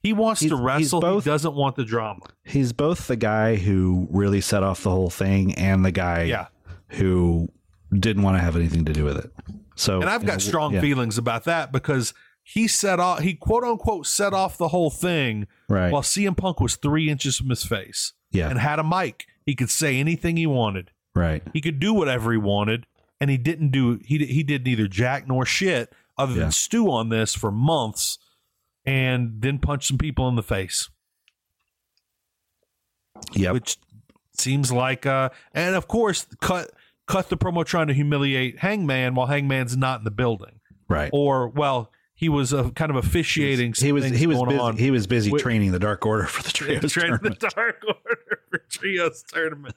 B: he wants
C: He's-
B: to
C: he's
B: wrestle.
C: both-
B: he doesn't want the drama.
C: He's both the guy who really set off the whole thing and the guy
B: Yeah.
C: who didn't want to have anything to do with it. So
B: And I've
C: in a
B: got
C: w-
B: strong
C: yeah.
B: feelings about that because he set off he quote unquote set off the whole thing
C: Right.
B: while CM Punk was three inches from his face.
C: Yeah.
B: And had a mic. He could say anything he wanted.
C: Right.
B: He could do whatever he wanted. And he didn't do he he did neither jack nor shit other
C: Yeah.
B: than stew on this for months and then punch some people in the face.
C: Yep.
B: Which seems like uh and of course cut cut the promo trying to humiliate Hangman while Hangman's not in the building.
C: right.
B: Or well, he was uh kind of officiating
C: He was
B: some
C: he
B: things
C: was
B: going
C: busy,
B: on.
C: he was busy
B: Wi-
C: training the Dark Order for the
B: Train
C: trios
B: the
C: tournament.
B: Dark Order for Trios tournament.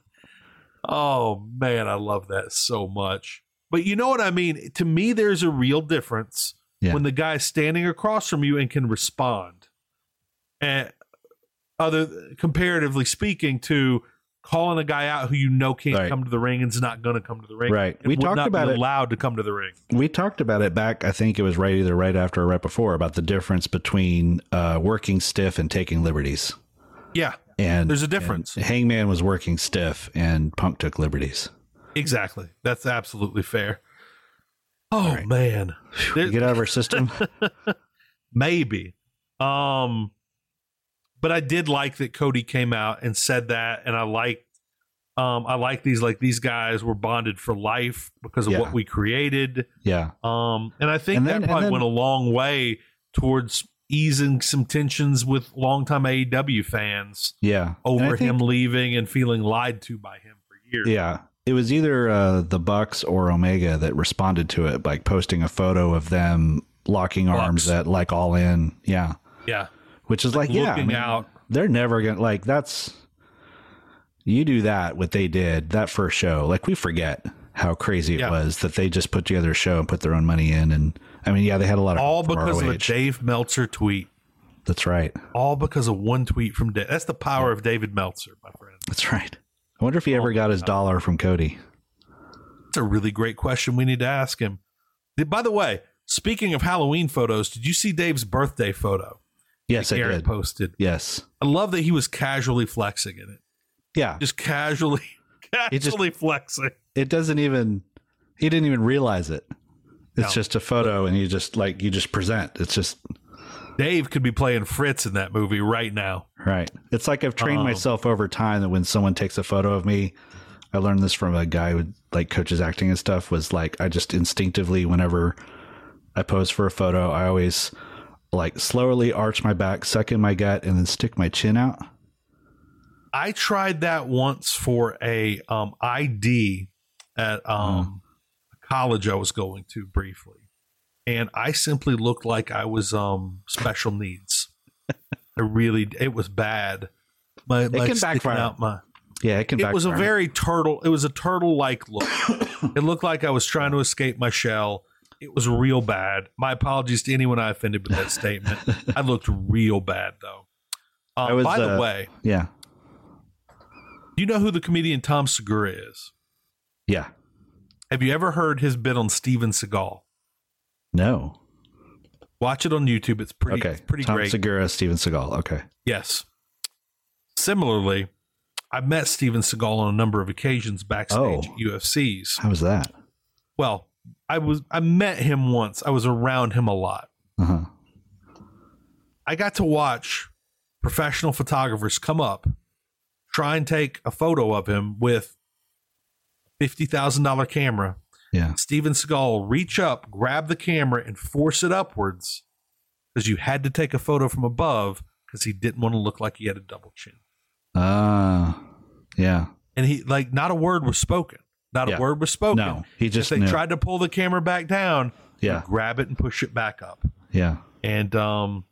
B: Oh man, I love that so much. But you know what I mean? To me, there's a real difference
C: Yeah.
B: when the guy's standing across from you and can respond. And other comparatively speaking to calling a guy out who you know can't
C: Right.
B: come to the ring and's not gonna come to the ring.
C: Right.
B: and
C: We
B: would
C: talked
B: not
C: about
B: be
C: it.
B: allowed to come to the ring.
C: we talked about it back. I think it was right either right after or right before about the difference between uh, working stiff and taking liberties.
B: Yeah.
C: And
B: There's a difference.
C: and Hangman was working stiff, and Punk took liberties.
B: Exactly. That's absolutely fair. Oh man. There-
C: Get out of our system.
B: maybe um but i did like that cody came out and said that and i liked um i like these like these guys were bonded for life because of
C: Yeah.
B: what we created
C: yeah.
B: um and i think
C: And
B: that
C: then- and
B: probably
C: then-
B: went a long way towards easing some tensions with longtime aew fans
C: Yeah. And I
B: over
C: think-
B: him leaving and feeling lied to by him for years
C: Yeah. It was either uh, the Bucks or Omega that responded to it, like posting a photo of them locking arms
B: Bucks.
C: at like all in. Yeah.
B: yeah
C: Which is like, yeah. I
B: looking
C: mean,
B: out
C: they're never gonna like that's you do that what they did that first show like we forget how crazy it
B: Yeah.
C: was that they just put together a show and put their own money in and i mean yeah they had a lot of
B: all
C: from
B: because of a
C: ROH.
B: dave meltzer tweet
C: that's right
B: all because of one tweet from Dave. That's the power of David Meltzer, my friend.
C: that's right i wonder if
B: Oh,
C: he ever got his dollar from cody
B: That's a really great question we need to ask him. Did- By the way, speaking of Halloween photos, did you see Dave's birthday photo
C: yes i
B: Garrett
C: did
B: posted?
C: yes
B: I love that he was casually flexing in it.
C: yeah
B: Just casually,
C: It just-
B: casually flexing.
C: it doesn't even he didn't even realize it it's
B: No.
C: just a photo and you just like you just present it's just
B: Dave could be playing Fritz in that movie right now.
C: Right. It's like I've trained
B: Um,
C: myself over time that when someone takes a photo of me, I learned this from a guy who like coaches acting and stuff was like I just instinctively whenever I pose for a photo, I always like slowly arch my back, suck in my gut, and then stick my chin out.
B: I tried that once for a um, ID at
C: Mm.
B: um, a college I was going to briefly, and I simply looked like I was um, special needs. I really, it was bad. My, it
C: can backfire.
B: Out my,
C: Yeah, it can.
B: it was a
C: backfire.
B: very turtle. It was a turtle-like look. it looked like I was trying to escape my shell. It was real bad. My apologies to anyone I offended with that statement. I looked real bad though.
C: I
B: Um,
C: was,
B: by the
C: uh,
B: way,
C: yeah,
B: do you know who the comedian Tom Segura is?
C: yeah.
B: Have you ever heard his bit on Steven Seagal?
C: No,
B: Watch it on YouTube. It's pretty,
C: okay.
B: it's pretty
C: Tom
B: great.
C: Segura, Steven Seagal. Okay,
B: yes. Similarly, I've met Steven Seagal on a number of occasions backstage
C: Oh.
B: at UFCs.
C: how was that?
B: Well, I was I met him once. I was around him a lot.
C: Uh huh.
B: I got to watch professional photographers come up, try and take a photo of him with fifty thousand dollar camera.
C: Yeah.
B: Steven Seagal reach up, grab the camera, and force it upwards because you had to take a photo from above because he didn't want to look like he had a double chin.
C: Uh yeah.
B: And he like not a word was spoken. Not
C: Yeah.
B: a word was spoken.
C: No, he just
B: if they
C: knew.
B: tried to pull the camera back down, you
C: Yeah.
B: grab it and push it back up.
C: Yeah.
B: And um,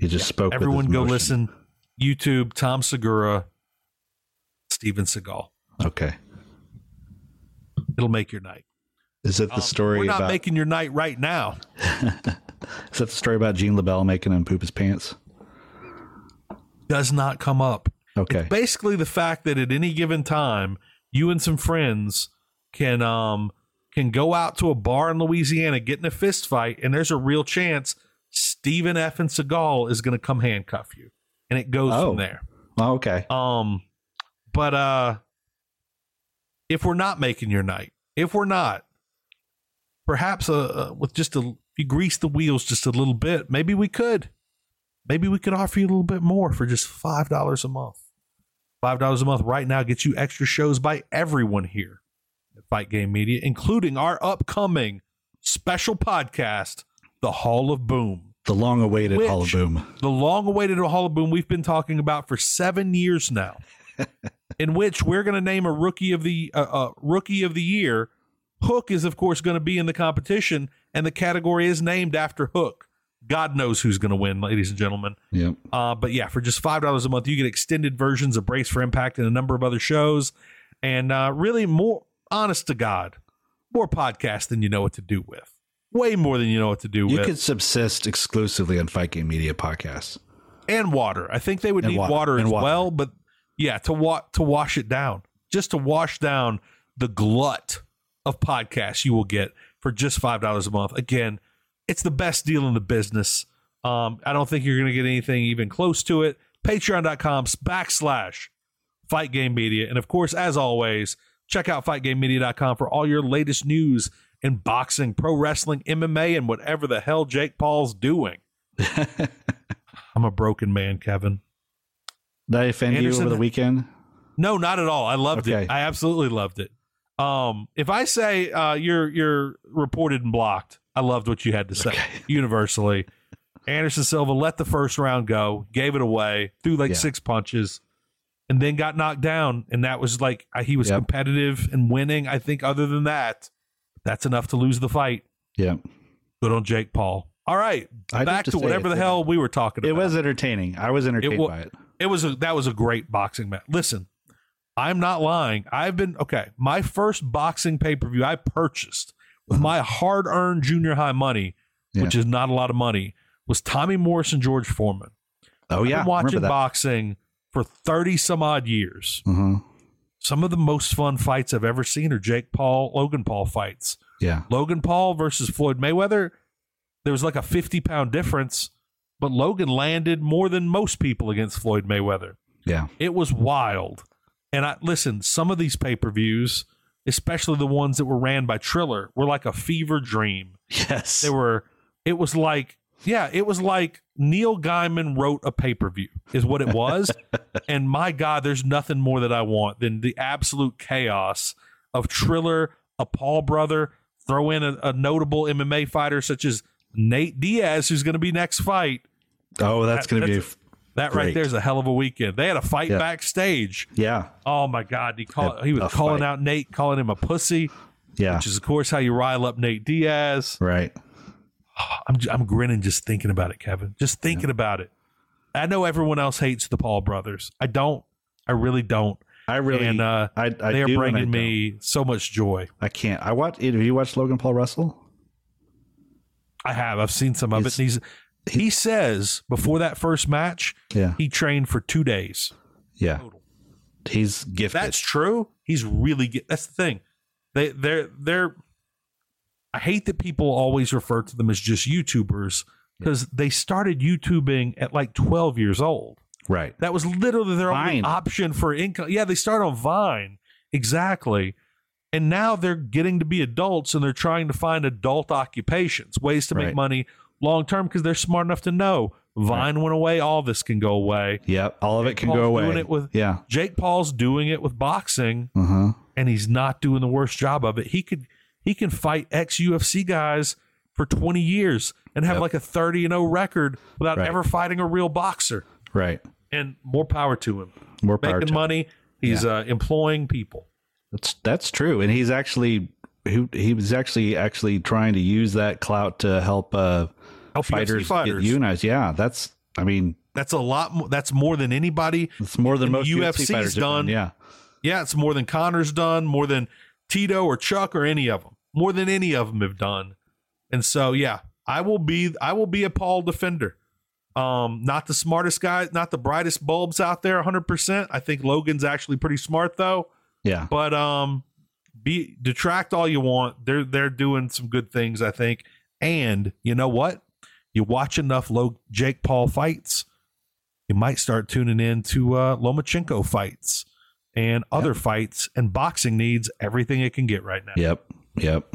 C: He just spoke. with his
B: everyone go
C: motion.
B: listen. YouTube, Tom Segura, Steven Seagal.
C: Okay.
B: It'll make your night.
C: Is it the
B: Um,
C: story
B: We're not
C: about?
B: making your night right now.
C: Is that the story about Gene LaBelle making him poop his pants?
B: Does not come up.
C: Okay.
B: It's basically the fact that at any given time, you and some friends can um can go out to a bar in Louisiana, get in a fist fight, and there's a real chance Stephen F. and Seagal is going to come handcuff you, and it goes
C: Oh.
B: from there.
C: Oh, okay.
B: Um, but uh, if we're not making your night, if we're not, perhaps uh, uh, with just a If you grease the wheels just a little bit, maybe we could. Maybe we could offer you a little bit more for just $5 a month. $5 a month right now gets you extra shows by everyone here at Fight Game Media, including our upcoming special podcast, The Hall of Boom.
C: The long awaited
B: Which-
C: Hall of Boom.
B: The long awaited Hall of Boom we've been talking about for seven years now, in which we're going to name a rookie of the uh, uh, rookie of the year. Hook is of course going to be in the competition, and the category is named after Hook. God knows who's going to win, ladies and gentlemen.
C: Yep.
B: Uh, but yeah, for just five dollars a month, you get extended versions of Brace for Impact and a number of other shows, and uh, really more honest to God, more podcasts than you know what to do with. Way more than you know what to do
C: You
B: with.
C: could subsist exclusively on Fight Game Media podcasts.
B: and water. I think they would
C: And
B: need
C: water.
B: water,
C: And
B: as
C: water.
B: well, but yeah, to wa- to wash it down, just to wash down the glut of podcasts you will get for just five dollars a month. Again, it's the best deal in the business. Um, I don't think you're going to get anything even close to it. Patreon.com backslash Fight Game Media, and of course, as always, check out FightGameMedia.com for all your latest news in boxing, pro wrestling, MMA, and whatever the hell Jake Paul's doing. I'm a broken man, Kevin.
C: Did I offend
B: Anderson-
C: you over the weekend?
B: No, not at all. I loved
C: Okay.
B: it. I absolutely loved it. Um, if I say uh, you're you're reported and blocked, I loved what you had to say universally. Anderson Silva let the first round go, gave it away, threw like
C: Yeah.
B: six punches, and then got knocked down. And that was like uh, he was
C: Yep.
B: competitive and winning. I think other than that, that's enough to lose the fight.
C: Yeah.
B: Good on Jake Paul. All right,
C: I'd have
B: back
C: to
B: to,
C: say
B: whatever
C: it
B: the
C: did-
B: hell we were talking about.
C: It was entertaining. I was entertained
B: wa-
C: by it.
B: It was a, that was a great boxing match. Listen, I'm not lying. I've been okay. My first boxing pay per view I purchased with my hard earned junior high money, which
C: Yeah.
B: is not a lot of money, was Tommy Morris and George Foreman.
C: Oh yeah,
B: I've been
C: remember
B: watching
C: that.
B: boxing for thirty some odd years.
C: Mhm.
B: Some of the most fun fights I've ever seen are Jake Paul, Logan Paul fights.
C: Yeah,
B: Logan Paul versus Floyd Mayweather, there was like a 50 pound difference, but Logan landed more than most people against Floyd Mayweather.
C: yeah,
B: It was wild. And I listen, some of these pay per views, especially the ones that were ran by Triller, were like a fever dream.
C: yes.
B: They were, it was like, yeah, it was like Neil Gaiman wrote a pay per view, is what it was. and my God, there's nothing more that I want than the absolute chaos of Triller, a Paul brother, throw in a, a notable MMA fighter such as Nate Diaz, who's going to be next fight.
C: oh, that's
B: That-
C: gonna be,
B: that's- That right
C: Great.
B: there is a hell of a weekend. They had a fight
C: Yeah.
B: backstage.
C: yeah,
B: Oh my God! He called.
C: A-
B: he
C: a
B: was calling
C: fight.
B: out Nate, calling him a pussy,
C: yeah,
B: which is of course how you rile up Nate Diaz.
C: right.
B: I'm j- I'm grinning just thinking about it, Kevin. Just thinking about it. I know everyone else hates the Paul brothers. I don't. I really don't.
C: I really,
B: and uh,
C: I, I
B: they are
C: do and I
B: bringing
C: don't.
B: me so much joy.
C: I can't. I watch. Have you watched Logan Paul Russell?
B: I have. I've seen some of
C: He's-
B: it. And he's he says before that first match,
C: Yeah,
B: he trained for two days.
C: yeah. He's gifted.
B: that's true. He's really good. That's the thing. They they're they're. I hate that people always refer to them as just YouTubers because they started YouTubing at like 12 years old.
C: right.
B: That was literally their
C: Vine.
B: only option for income. Yeah, they start on Vine exactly, and now they're getting to be adults and they're trying to find adult occupations, ways to
C: Right.
B: make money long term because they're smart enough to know Vine went away, all this can go away.
C: Yep. All of it can
B: Paul's
C: go away.
B: doing it with-
C: yeah.
B: Jake Paul's doing it with boxing
C: Uh huh.
B: and he's not doing the worst job of it. He could he can fight ex UFC guys for 20 years and have
C: Yep.
B: like a 30 and 0 record without
C: Right.
B: ever fighting a real boxer.
C: Right.
B: And more power to him.
C: More power.
B: Making
C: to him.
B: money, he's uh, employing people.
C: That's that's true, and he's actually he, he was actually actually trying to use that clout to help uh
B: Help UFC
C: fighters,
B: fighters.
C: get unionized. Yeah, that's I mean
B: That's a lot more, that's more than anybody.
C: it's more than
B: And
C: most UFC
B: UFC's
C: fighters have
B: done.
C: Yeah,
B: Yeah, it's more than Connor's done, more than Tito or Chuck or any of them. More than any of them have done. And so yeah, I will be I will be a Paul defender. Um, not the smartest guy, not the brightest bulbs out there 100%. I think Logan's actually pretty smart though,
C: yeah,
B: but um be detract all you want. They're they're doing some good things, I think. And you know what? You watch enough low Jake Paul fights, you might start tuning in to uh, Lomachenko fights and other fights and boxing needs everything it can get right now.
C: yep, yep,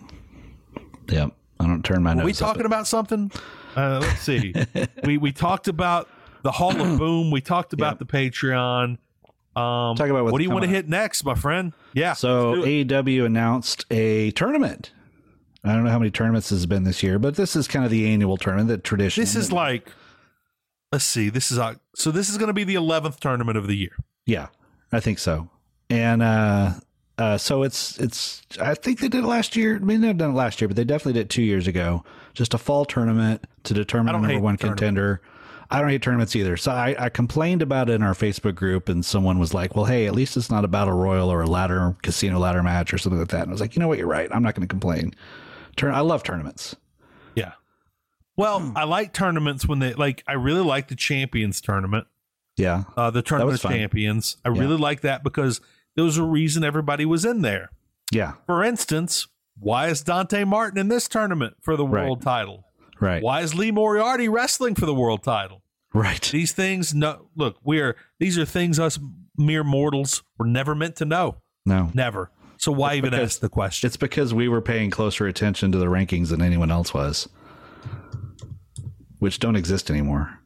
C: yep. I don't turn my
B: Were
C: nose.
B: we
C: up
B: talking
C: at-
B: about something? Uh, let's see. we we talked about the Hall of Boom. We talked about the Patreon. Um,
C: Talk about what's
B: what do you want to
C: coming
B: hit next, my friend? Yeah.
C: So
B: let's do it.
C: AEW announced a tournament. I don't know how many tournaments this has been this year, but this is kind of the annual tournament, the tradition.
B: this is like, let's see. This is Oc- so. This is going to be the eleventh tournament of the year.
C: yeah, I think so. And uh, uh, so it's it's. I think they did it last year. They may not have done it last year, but they definitely did it two years ago. Just a fall tournament to
B: I
C: determine the
B: don't
C: number
B: hate
C: one
B: tournaments.
C: contender. I don't hate tournaments either. So I, I complained about it in our Facebook group, and someone was like, "Well, hey, at least it's not a battle royal or a ladder casino ladder match or something like that." And I was like, "You know what? You're right. I'm not going to complain. Turn. I love tournaments.
B: Yeah. Well,
C: Hmm.
B: I like tournaments when they like. I really like the champions tournament.
C: Yeah,
B: uh, the tournament
C: was
B: of
C: fun.
B: champions. I
C: Yeah.
B: really like that because there was a reason everybody was in there.
C: yeah,
B: For instance, why is Dante Martin in this tournament for the
C: Right.
B: world title?
C: right,
B: Why is Lee Moriarty wrestling for the world title?
C: right,
B: These things, no, look, we are these are things us mere mortals were never meant to know,
C: no."
B: never. So why even
C: because-
B: ask the question?
C: It's because we were paying closer attention to the rankings than anyone else was, which don't exist anymore.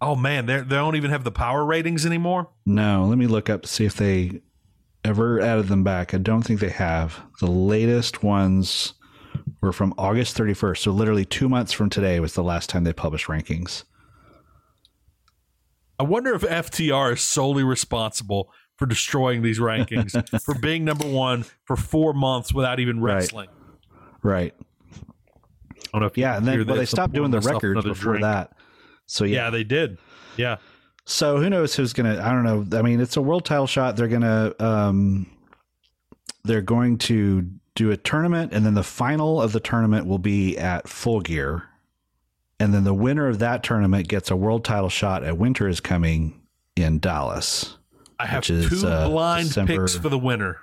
B: oh man, they they don't even have the power ratings anymore.
C: No, let me look up to see if they ever added them back. I don't think they have. The latest ones were from August 31st, so literally two months from today was the last time they published rankings.
B: I wonder if FTR is solely responsible for destroying these rankings, for being number one for four months without even
C: Right.
B: wrestling.
C: Right.
B: I don't know if you
C: Yeah,
B: can
C: and
B: hear
C: then well,
B: this.
C: they
B: I'm
C: stopped
B: pouring
C: doing the
B: myself
C: records
B: another
C: before
B: drink.
C: that. So
B: Yeah. they did. Yeah,
C: So who knows who's gonna? I don't know. I mean, it's a world title shot. They're gonna, um, they're going to do a tournament, and then the final of the tournament will be at Full Gear, and then the winner of that tournament gets a world title shot at Winter is Coming in Dallas.
B: I have
C: Which is,
B: two
C: uh,
B: blind
C: December-
B: picks for the winner.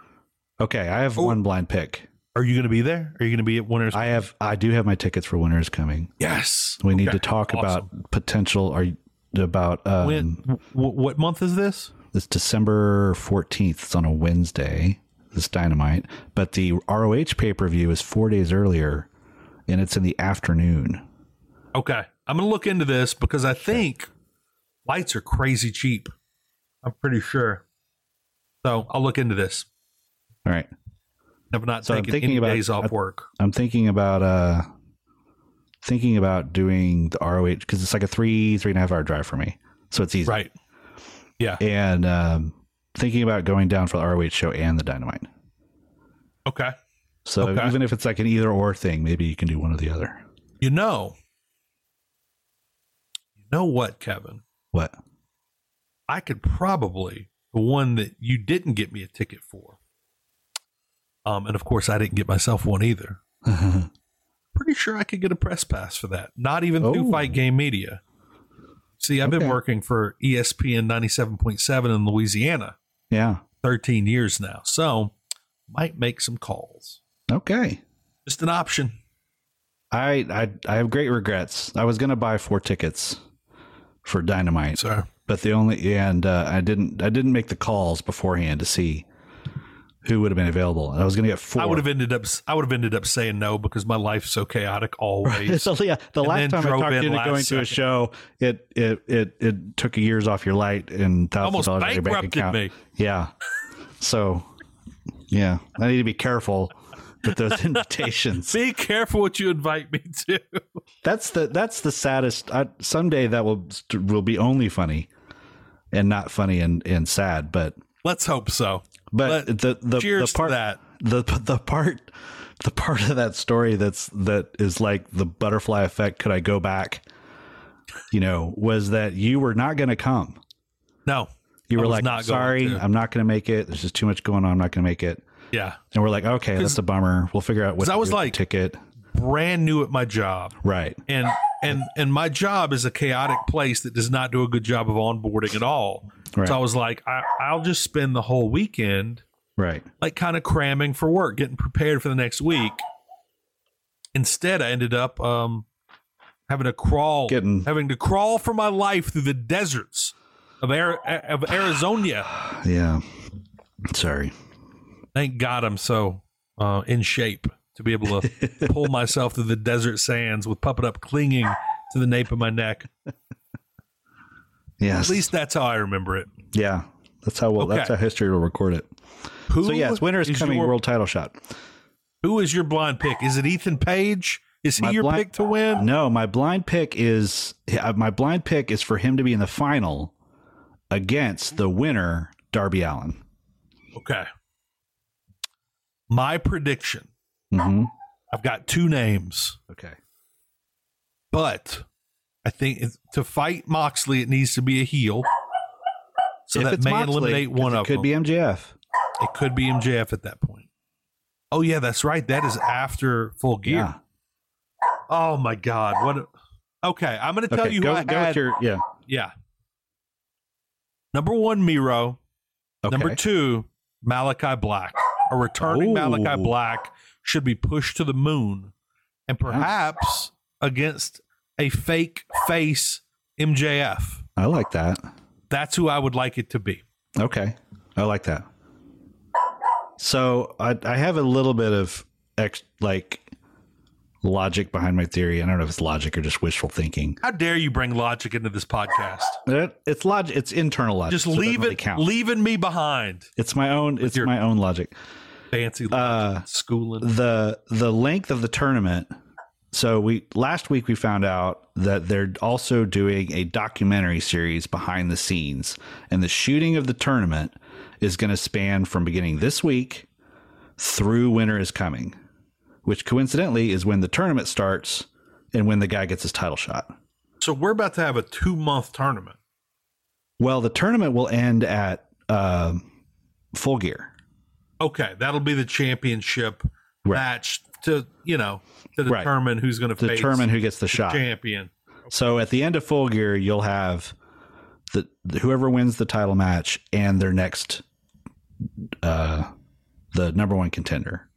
C: Okay, I have one blind pick.
B: Are you going to be there? Are you going to be at winners?
C: I have, I do have my tickets for Winter is Coming.
B: yes.
C: We need
B: Okay.
C: to talk
B: Awesome.
C: about potential. Are you about um,
B: when. W- what month is this?
C: It's December 14th. It's on a Wednesday. It's Dynamite. But the ROH pay per view is four days earlier and it's in the afternoon.
B: Okay, I'm going to look into this because I think lights are crazy cheap. I'm pretty sure. So I'll look into this.
C: All right.
B: I've not
C: So I'm
B: taken
C: thinking
B: any
C: about-
B: days off
C: I-
B: work.
C: I'm thinking about, uh, thinking about doing the ROH because it's like a three, three and a half hour drive for me. So it's easy.
B: Right. Yeah.
C: And, um, thinking about going down for the ROH show and the Dynamite.
B: Okay.
C: So
B: Okay.
C: even if it's like an either or thing, maybe you can do one or the other.
B: You know, you know what, Kevin?
C: What?
B: I could probably the one that you didn't get me a ticket for. Um, and of course, I didn't get myself one either. Pretty sure I could get a press pass for that. Not even through
C: Oh.
B: Fight Game Media. See, I've been
C: Okay.
B: working for E ESPN ninety seven point seven in Louisiana
C: Yeah.
B: thirteen years now, so might make some calls.
C: Okay.
B: Just an option.
C: I I I have great regrets. I was gonna buy four tickets for Dynamite,
B: So
C: but the only and uh, I didn't I didn't make the calls beforehand to see who would have been available, and I was gonna get four.
B: I would have ended up. I would have ended up saying no because my life's so chaotic always.
C: so yeah, the
B: And then
C: last time I
B: drove
C: talked
B: in
C: you into
B: last
C: going to
B: second.
C: a show, it it it it took years off your light and
B: Almost
C: thousands of dollars out of your bank
B: bankrupted
C: account.
B: me.
C: Yeah, so yeah, I need to be careful with those invitations.
B: Be careful what you invite me to.
C: That's the that's the saddest. I, someday that will will be only funny, and not funny and and sad. But
B: Let's hope so.
C: but
B: Let-
C: the the,
B: cheers
C: the part
B: to that.
C: the the part the part of that story that's that is like the butterfly effect. Could I go back? You know, was that you were not going to come?
B: No,
C: You
B: I
C: were
B: was
C: like,
B: not going
C: sorry,
B: to."
C: I'm not going to make it. There's just too much going on. I'm not going to make it.
B: yeah,
C: And we're like, okay, that's a bummer. We'll figure out what
B: 'Cause I was
C: to do with the
B: like-
C: ticket.
B: brand new at my job,
C: Right.
B: and and and my job is a chaotic place that does not do a good job of onboarding at all.
C: Right.
B: So I was like, I, I'll just spend the whole weekend
C: Right.
B: like kind of cramming for work, getting prepared for the next week. Instead, I ended up um, having to crawl,
C: Getting-
B: having to crawl for my life through the deserts of Ari- of Arizona.
C: Yeah. Sorry.
B: Thank God I'm so uh, in shape. to be able to pull myself through the desert sands with Puppet Up clinging to the nape of my neck. At
C: Yes.
B: least that's how I remember it.
C: yeah. That's how we'll, that's
B: Okay.
C: how history will record it.
B: Who
C: so yes, winner's
B: is
C: coming
B: your-
C: world title shot.
B: Who is your blind pick? Is it Ethan Page? Is he your
C: blind-
B: pick to win?
C: No, my blind pick is yeah, my blind pick is for him to be in the final against the winner, Darby Allen.
B: Okay. My prediction.
C: hmm
B: I've got two names,
C: Okay.
B: but I think it- to fight Moxley, it needs to be a heel. So
C: If
B: that
C: it's
B: may
C: Moxley,
B: eliminate one
C: 'cause it
B: of
C: could
B: them.
C: be MJF.
B: It could be MJF at that point. Oh yeah, that's right. That is after Full Gear.
C: Yeah.
B: Oh my God! What? A, okay, I'm going to tell
C: okay.
B: you who
C: go,
B: I
C: go
B: had.
C: with your yeah.
B: yeah. Number one, Miro.
C: Okay.
B: Number two, Malachi Black. A returning
C: Ooh.
B: Malachi Black should be pushed to the moon, and perhaps against a fake face MJF.
C: I like that.
B: That's who I would like it to be.
C: Okay. I like that. So I, I have a little bit of ex, like logic behind my theory. I don't know if it's logic or just wishful thinking.
B: How dare you bring logic into this podcast?
C: It- it's logic. It's internal logic.
B: Just
C: so doesn't
B: leave
C: really
B: it,
C: count.
B: leaving me behind.
C: it's my own. It's
B: your-
C: my own logic.
B: Fancy
C: Uh,
B: schooling.
C: the the length of the tournament. So we last week we found out that they're also doing a documentary series behind the scenes, and the shooting of the tournament is going to span from beginning this week through winter is coming, which coincidentally is when the tournament starts and when the guy gets his title shot.
B: So we're about to have a two month tournament.
C: Well, the tournament will end at um full gear.
B: Okay, that'll be the championship
C: Right.
B: match to you know to
C: Right.
B: determine who's going to face
C: Determine who gets the shot.
B: champion.
C: So at the end of Full Gear, you'll have the whoever wins the title match and their next, uh, the number one contender.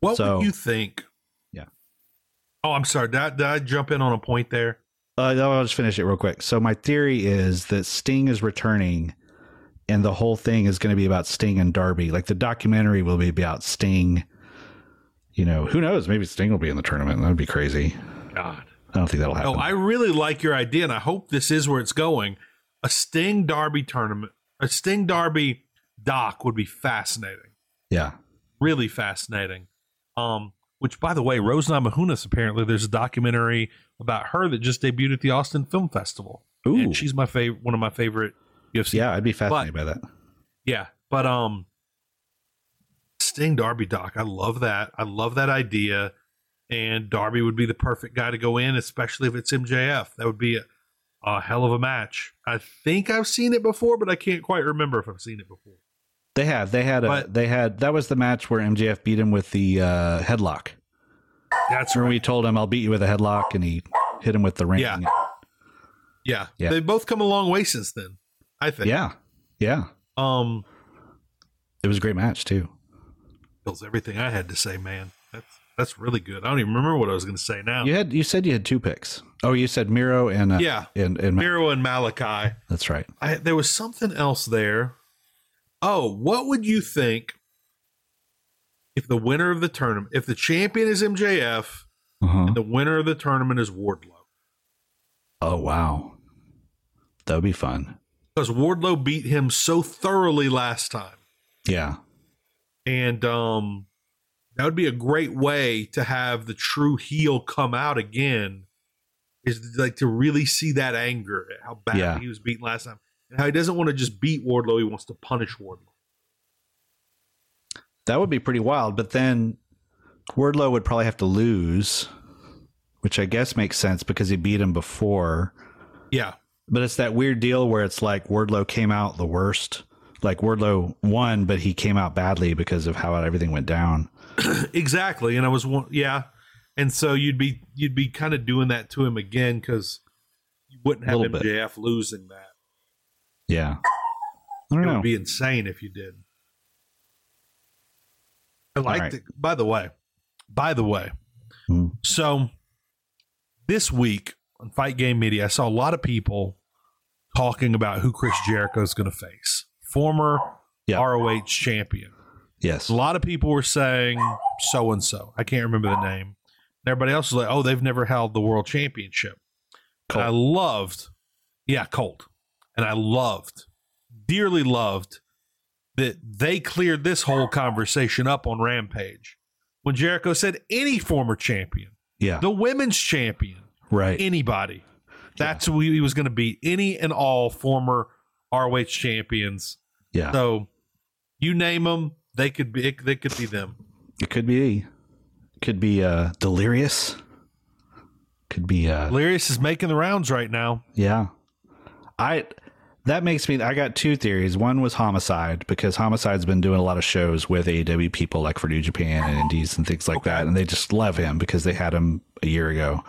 B: What
C: So-
B: would you think?
C: Yeah.
B: Oh, I'm sorry. Did I, did I jump in on a point there?
C: Uh, I'll just finish it real quick. So my theory is that Sting is returning, and the whole thing is going to be about Sting and Darby. Like the documentary will be about Sting. You know, who knows? Maybe Sting will be in the tournament. That would be crazy.
B: God.
C: I don't think that'll happen.
B: Oh, I really like your idea, and I hope this is where it's going. A Sting Derby tournament, a Sting Derby doc would be fascinating.
C: yeah.
B: really fascinating. Um, which by the way, Rose Namajunas apparently there's a documentary about her that just debuted at the Austin Film Festival.
C: Ooh.
B: And she's my favorite, one of my favorite UFC.
C: Yeah, I'd be fascinated
B: But-
C: by that.
B: yeah. But um, Sting Darby Doc, I love that. I love that idea. And Darby would be the perfect guy to go in, especially if it's MJF. That would be a, a hell of a match. I think I've seen it before, but I can't quite remember if I've seen it before.
C: They have. They had a.
B: But-
C: they had. That was the match where MJF beat him with the uh, headlock.
B: That's
C: Where we told him, "I'll beat you with a headlock," and he hit him with the ring.
B: Yeah. Yeah.
C: Yeah.
B: They've both come a long way since then, I think.
C: yeah, yeah.
B: Um,
C: It was a great match too.
B: fills everything I had to say, man. That's that's really good. I don't even remember what I was going to say now.
C: You had. You said you had two picks. Oh, you said Miro and uh,
B: Um, Yeah.
C: and and
B: Miro and Malachi.
C: that's right.
B: I there was something else there. Oh, what would you think if the winner of the tournament, if the champion is MJF,
C: Uh-huh.
B: the winner of the tournament is Wardlow?
C: Oh wow, that would be fun.
B: Because Wardlow beat him so thoroughly last time,
C: Yeah,
B: and um, that would be a great way to have the true heel come out again. Is like to really see that anger at how bad
C: Yeah.
B: he was beaten last time, and how he doesn't want to just beat Wardlow; he wants to punish Wardlow.
C: that would be pretty wild. But then Wordlow would probably have to lose, which I guess makes sense because he beat him before.
B: Yeah,
C: But it's that weird deal where it's like Wordlow came out the worst. Like Wordlow won, but he came out badly because of how everything went down.
B: exactly. And I was one, yeah, and so you'd be you'd be kind of doing that to him again because you wouldn't have
C: Little bit.
B: MJF losing that.
C: Yeah. I don't
B: It
C: know.
B: would be insane if you did. I like
C: right.
B: the, by the way, by the way.
C: Hmm.
B: So this week on Fight Game Media, I saw a lot of people talking about who Chris Jericho is going to face. Former
C: Yeah.
B: ROH champion.
C: yes.
B: A lot of people were saying so and so. I can't remember the name. And everybody else was like, oh, they've never held the world championship. And I loved, yeah, Colt. And I loved, dearly loved, that they cleared this whole conversation up on Rampage when Jericho said any former champion,
C: Yeah.
B: the women's champion,
C: right.
B: anybody. That's who he was going to beat. Any and all former ROH champions.
C: yeah.
B: So you name them, they could be. They could be them.
C: it could be. Could be uh delirious. Could be uh
B: Larius is making the rounds right now.
C: Yeah. I that makes me I got two theories. One was homicide, because homicide's been doing a lot of shows with AEW people like for New Japan and Indies and things like that, and they just love him because they had him a year ago.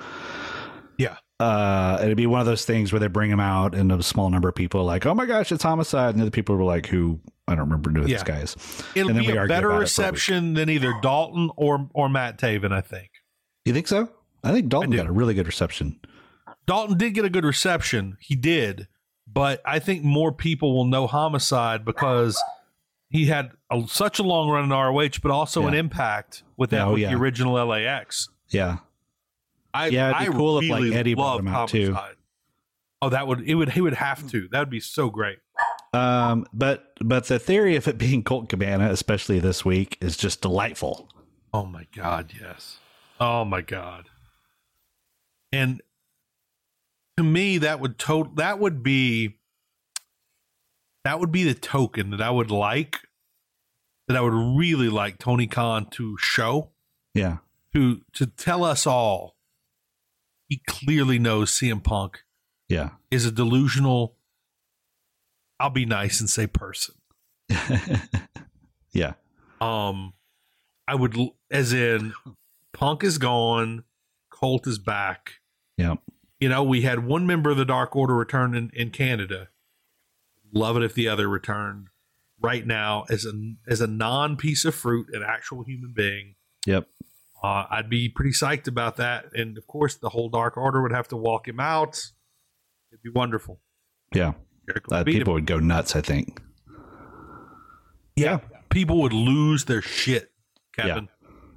B: Yeah.
C: Uh it'd be one of those things where they bring him out and a small number of people are like, Oh my gosh, it's homicide and the other people were like, Who I don't remember who
B: Yeah.
C: this guy is.
B: It'll
C: And then
B: be
C: we
B: a
C: argue
B: better
C: about it for a
B: reception than either Dalton or or Matt Taven. I think
C: You think so? I think Dalton
B: do.
C: got a really good reception.
B: Dalton did get a good reception. He did, but I think more people will know Homicide because he had a, such a long run in ROH, but also an
C: Yeah.
B: impact with that
C: Oh,
B: with
C: yeah.
B: the original LAX.
C: Yeah.
B: I
C: Yeah, it'd be
B: I
C: cool if, like,
B: really
C: Eddie brought
B: love
C: him out, too.
B: Homicide. Oh, that would it would he would have to. That would be so great.
C: Um, but but the theory of it being Colt Cabana, especially this week, is just delightful.
B: Oh my god, yes. Oh my god. And to me that would total that would be that would be the token that I would like that I would really like Tony Khan to show
C: Yeah,
B: to to tell us all he clearly knows CM Punk
C: yeah,
B: is a delusional I'll be nice and say person.
C: yeah,
B: Um, I would l- as in Punk is gone, Colt is back.
C: yeah,
B: You know, we had one member of the Dark Order return in, in Canada. Love it if the other returned right now as a as a non piece of fruit, an actual human being.
C: yep,
B: Uh, I'd be pretty psyched about that, and of course, the whole Dark Order would have to walk him out. It'd be wonderful.
C: yeah.
B: Jericho
C: Uh,
B: would beat him.
C: people would go nuts. I think. Yeah,
B: people would lose their shit, Kevin.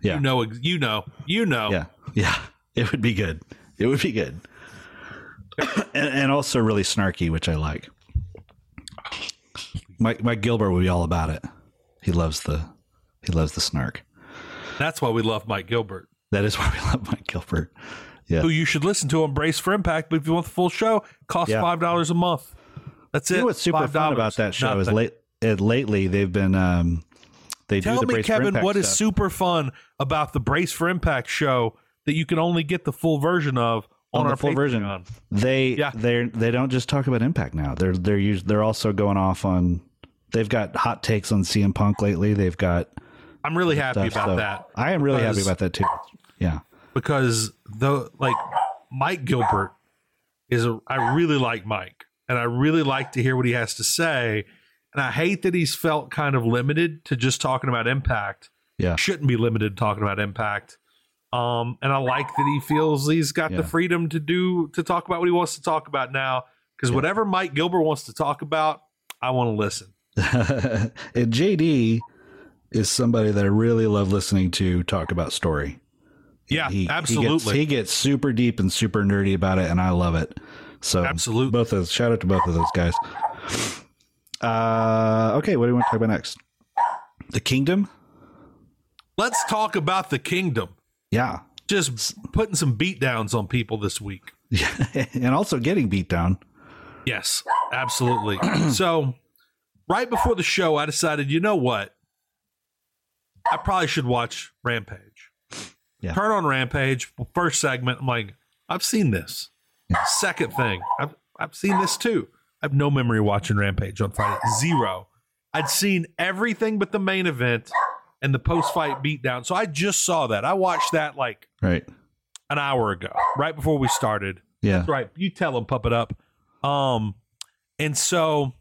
C: yeah,
B: You know, ex- you know, you know.
C: yeah, yeah. It would be good. It would be good, and, and also really snarky, which I like. Mike Mike Gilbert would be all about it. He loves the he loves the snark.
B: That's why we love Mike Gilbert.
C: That is why we love Mike Gilbert. Yeah.
B: who you should listen to on Brace for Impact. But if you want the full show, cost
C: Yeah.
B: five dollars a month. That's
C: You
B: it.
C: know what's super
B: $5.
C: fun about that show is
B: Nothing.
C: late it, lately they've been um they
B: Tell
C: do the
B: me,
C: Brace for
B: Kevin,
C: Impact
B: what is
C: stuff.
B: super fun about the Brace for Impact show that you can only get the full version of on,
C: on,
B: our
C: the full
B: Patreon.
C: version. They
B: Yeah.
C: they they don't just talk about Impact now. They're they're us- they're also going off on they've got hot takes on CM Punk lately. They've got
B: I'm really happy
C: stuff,
B: about
C: so
B: that
C: I am really happy
B: because-
C: about that too. Yeah.
B: because though, like Mike Gilbert is, a, I really like Mike, and I really like to hear what he has to say. And I hate that he's felt kind of limited to just talking about Impact.
C: Yeah.
B: shouldn't be limited to talking about impact. Um, and I like that he feels he's got
C: Yeah.
B: the freedom to do to talk about what he wants to talk about now. Because whatever Mike Gilbert wants to talk about, I want to listen.
C: and JD is somebody that I really love listening to talk about story.
B: Yeah,
C: He- he gets-
B: absolutely.
C: He gets, super deep and super nerdy about it, and I love it. So
B: Absolutely.
C: both those. Shout out to both of those guys. Uh, okay, what do we want to talk about next? The Kingdom.
B: Let's talk about the kingdom.
C: Yeah,
B: Just putting some beatdowns on people this week.
C: and also getting beat down.
B: Yes, absolutely. so, right before the show, I decided, you know what? I probably should watch Rampage.
C: Yeah.
B: Turn on Rampage, first segment. I'm like, I've seen this. Second thing, I've, I've seen this too. I have no memory of watching Rampage on Friday. Zero. I'd seen everything but the main event and the post fight beatdown. So I just saw that. I watched that like
C: Right.
B: an hour ago, right before we started.
C: Yeah.
B: That's right. You tell him, pup it up. Um, and so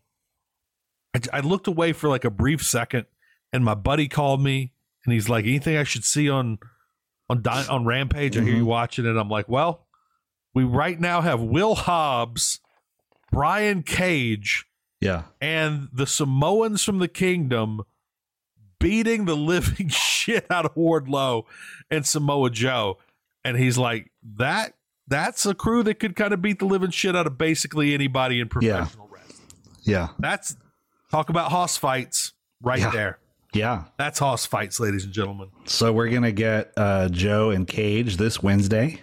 B: I, I looked away for like a brief second, and my buddy called me, and he's like, "Anything I should see on on Di- on Rampage? I hear you watching it." I'm like, "Well, we right now have Will Hobbs, Brian Cage,
C: Yeah.
B: and the Samoans from the Kingdom beating the living shit out of Wardlow and Samoa Joe. And he's like, that that's a crew that could kind of beat the living shit out of basically anybody in
C: Yeah.
B: professional wrestling.
C: Yeah.
B: That's talk about hoss fights right
C: Yeah.
B: there.
C: Yeah.
B: That's hoss fights, ladies and gentlemen.
C: So we're gonna get uh, Joe and Cage this Wednesday.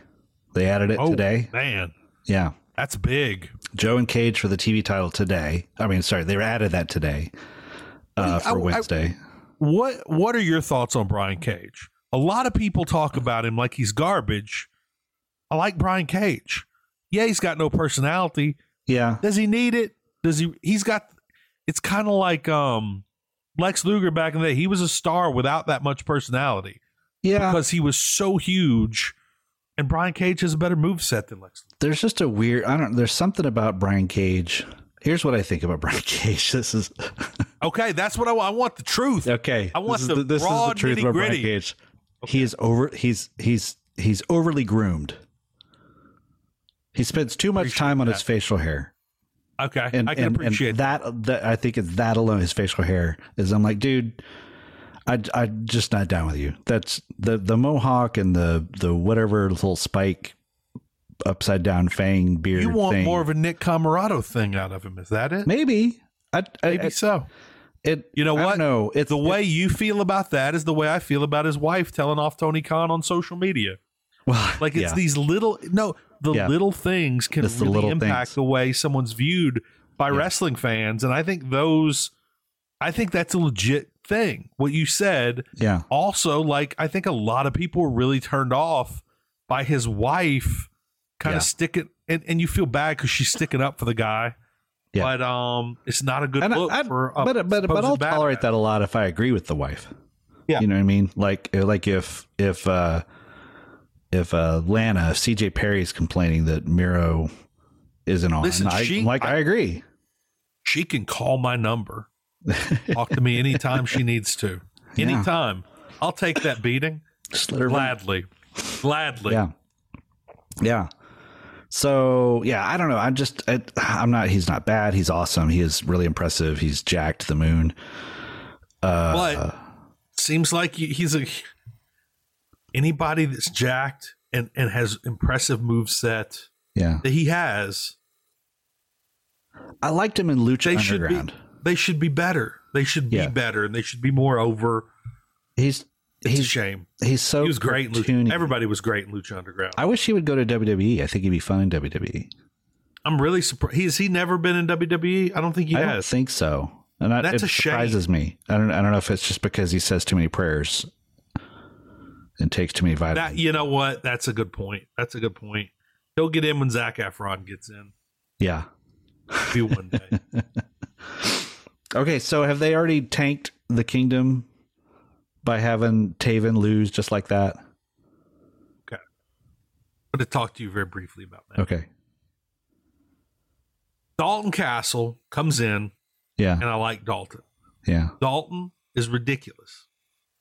C: They added
B: Oh.
C: it today.
B: man,
C: Yeah,
B: that's big.
C: Joe and Cage for the TV title today. I mean, sorry, they added that today uh,
B: I-
C: for
B: I-
C: Wednesday.
B: What what are your thoughts on Brian Cage? A lot of people talk about him like he's garbage. I like Brian Cage. Yeah, he's got no personality.
C: yeah,
B: Does he need it? Does he? He's got. It's kind of like um, Lex Luger back in the day. He was a star without that much personality
C: yeah.
B: because he was so huge. And Brian Cage has a better move set than Lex.
C: there's just a weird. I don't. There's something about Brian Cage. Here's what I think about Brian Cage. This is
B: Luger. Okay, that's what I want. I want the truth.
C: okay.
B: I want
C: this
B: the
C: is this
B: raw
C: is the truth about Brian
B: nitty-gritty.
C: Cage. He is over. He's he's he's overly groomed. He spends too much time on his facial hair.
B: Okay,
C: and,
B: I can
C: and- and
B: appreciate that.
C: that. That I think it's that alone. His facial hair is. I'm like, dude, I I just not down with you. That's the the mohawk and the the whatever little spike upside down fang beard.
B: You want
C: thing.
B: more of a Nick Camarado thing out of him? Is that it?
C: maybe. I, I,
B: Maybe
C: I-
B: so.
C: it.
B: You know
C: I
B: what?
C: No, it's
B: The way you feel about that is the way I feel about his wife telling off Tony Khan on social media.
C: well,
B: Like it's
C: yeah.
B: these little no, the
C: Yeah.
B: little things can
C: It's the
B: really
C: little
B: impact
C: things.
B: the way someone's viewed by wrestling fans, and I think those, I think that's a legit thing. What you said,
C: yeah.
B: also like I think a lot of people were really turned off by his wife kind
C: Yeah.
B: of sticking, and and you feel bad because she's sticking up for the guy.
C: Yeah.
B: But um, it's not a good
C: And I,
B: look
C: I,
B: for a
C: but but but
B: supposed
C: I'll
B: bad
C: tolerate
B: guy.
C: that a lot if I agree with the wife.
B: Yeah.
C: you know what I mean. Like uh, like if if uh if uh Lana if CJ Perry's complaining that Miro isn't on,
B: Listen,
C: I,
B: she-
C: like I, agree.
B: she can call my number, talk to me anytime she needs to.
C: Yeah.
B: Anytime. I'll take that beating
C: Just let her run.
B: gladly. Gladly.
C: Yeah, yeah. So yeah, I don't know. I'm just I, I'm not. He's not bad. He's awesome. He is really impressive. He's jacked to the moon.
B: but seems like he- he's a anybody that's jacked and and has impressive move set
C: Yeah,
B: that he has,
C: I liked him in
B: they
C: Lucha
B: should be
C: Underground.
B: they should be better. They should be
C: Yeah.
B: better and they should be more over.
C: He's
B: It's a
C: he's
B: shame.
C: he's so
B: He was great in
C: cartoony.
B: Lucha. Everybody was great in Lucha Underground.
C: I wish he would go to WWE. I think he'd be fun in E. WWE.
B: I'm really surprised. Has he never been in WWE? I don't think he
C: I don't
B: has.
C: think so, and I,
B: That's
C: it
B: a shame.
C: surprises me. I don't. I don't know if it's just because he says too many prayers and takes too many vitamins.
B: That you know what? That's a good point. That's a good point. He'll get in when Zach Efron gets in.
C: yeah.
B: Maybe one day.
C: Okay. So have they already tanked the kingdom by having Taven lose just like that?
B: I'm going to talk to you very briefly about that.
C: Okay.
B: Dalton Castle comes in,
C: Yeah.
B: and I like Dalton.
C: Yeah.
B: Dalton is ridiculous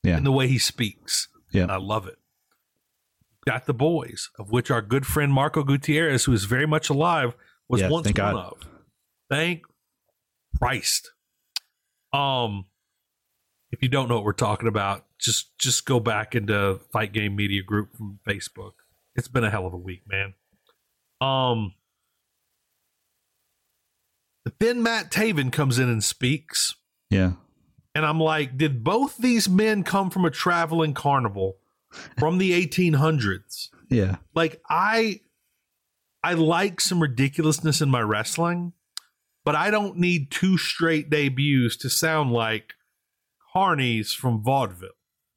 C: Yeah.
B: in the Uh, way he speaks. and I
C: Yeah.
B: love it. Got the boys, of which our good friend Marco Gutierrez, who is very much alive, was
C: Yeah,
B: once one
C: thank God.
B: of. Thank Christ. Um, if you don't know what we're talking about, just just go back into Fight Game Media Group from Facebook. It's been a hell of a week, man. Um, then Matt Taven comes in and speaks.
C: Yeah.
B: And I'm like, did both these men come from a traveling carnival from the 1800s?
C: Yeah.
B: Like I I like some ridiculousness in my wrestling, but I don't need two straight debuts to sound like carnies from vaudeville.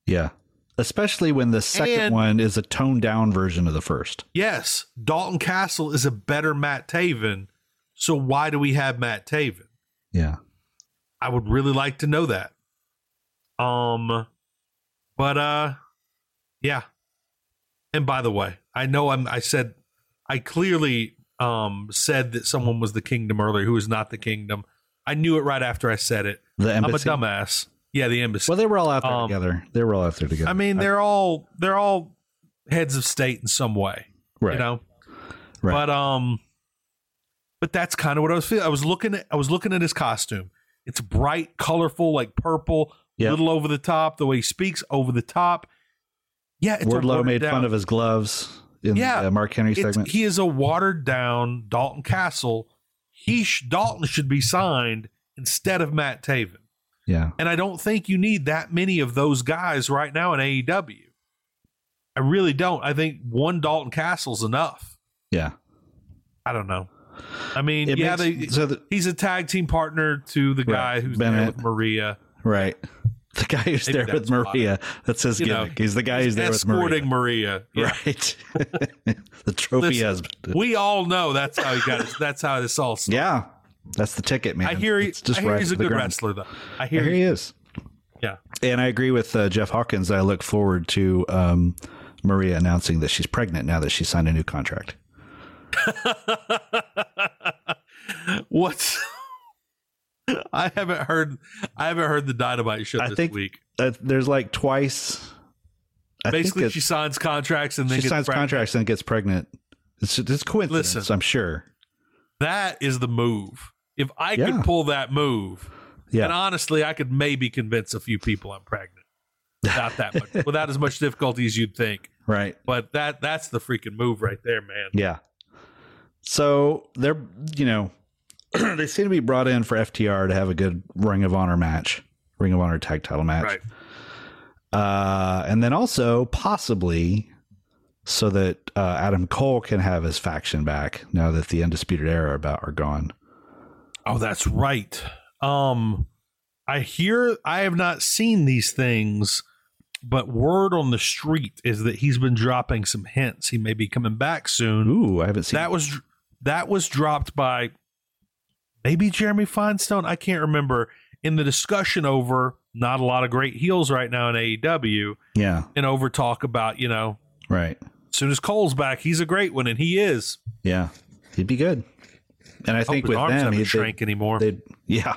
C: Yeah. Especially when the second
B: And-
C: one is a toned down version of the first.
B: Yes, Dalton Castle is a better Matt Taven. So why do we have Matt Taven?
C: Yeah.
B: I would really like to know that. Um, but uh, yeah. And by the way, I know I'm. I said, I clearly um said that someone was the kingdom earlier who is not the kingdom. I knew it right after I said it.
C: The
B: I'm a
C: embassy.
B: dumbass. Yeah, the embassy.
C: Well, they were all out there
B: Um,
C: together. They were all out there together.
B: I mean, they're all they're all heads of state in some way.
C: right.
B: You know.
C: Right.
B: But um, but that's kind of what I was feeling. I was looking at I was looking at his costume. It's bright, colorful, like purple,
C: Yeah.
B: little over the top. The way he speaks, over the top. Yeah, it's a
C: Wardlow
B: watered
C: made
B: down-
C: fun of his gloves in
B: Yeah,
C: the uh, Mark Henry
B: it's-
C: segment.
B: He is a watered down Dalton Castle. He sh- Dalton should be signed instead of Matt Taven.
C: yeah.
B: And I don't think you need that many of those guys right now in AEW. I really don't. I think one Dalton Castle's enough.
C: Yeah.
B: I don't know. I mean,
C: It
B: yeah,
C: makes-
B: they,
C: so the-
B: he's a tag team partner to the guy
C: Right,
B: who's there
C: Bennett.
B: with Maria.
C: Right. The guy who's
B: Maybe
C: there with
B: that's why.
C: Maria. That's his
B: You know,
C: gimmick. he's the guy who's there with Maria.
B: escorting Maria. Yeah.
C: Right. the trophy
B: Listen,
C: husband.
B: We all know that's how he got. It. That's how this all. Started.
C: yeah. That's the ticket, man.
B: I hear. He,
C: It's just
B: I hear
C: right
B: he's
C: to
B: a
C: the
B: good
C: ground.
B: wrestler, though. I
C: I
B: hear.
C: hear he is.
B: Yeah.
C: And I agree with uh, Jeff Hawkins. I look forward to um, Maria announcing that she's pregnant now that she signed a new contract.
B: What's I haven't heard I haven't heard the dynamite show
C: I
B: this
C: think-
B: week.
C: Uh, there's like twice. I think
B: Basically
C: it's-
B: she signs contracts and then
C: she
B: gets
C: signs
B: pregnant.
C: contracts and gets pregnant. It's, it's coincidence,
B: Listen.
C: I'm sure.
B: That is the move. If I
C: Yeah.
B: could pull that move,
C: Yeah.
B: and honestly I could maybe convince a few people I'm pregnant. Without that much without as much difficulty as you'd think.
C: right.
B: But that that's the freaking move right there, man.
C: Yeah. So they're, you know, they seem to be brought in for FTR to have a good Ring of Honor match, Ring of Honor tag title match.
B: Right.
C: Uh, and then also possibly so that uh, Adam Cole can have his faction back now that the Undisputed Era about are gone.
B: Oh, that's right. Um, I hear I have not seen these things, but word on the street is that he's been dropping some hints. He may be coming back soon.
C: Ooh, I haven't seen
B: That was that was dropped by maybe Jeremy Feinstein. I can't remember in the discussion over not a lot of great heels right now in AEW
C: Yeah,
B: and over talk about you know
C: right.
B: as soon as Cole's back he's a great one and he is.
C: Yeah, he'd be good. And I
B: Hope
C: think
B: his
C: with
B: arms
C: them,
B: haven't
C: he'd,
B: shrank anymore.
C: they'd, yeah,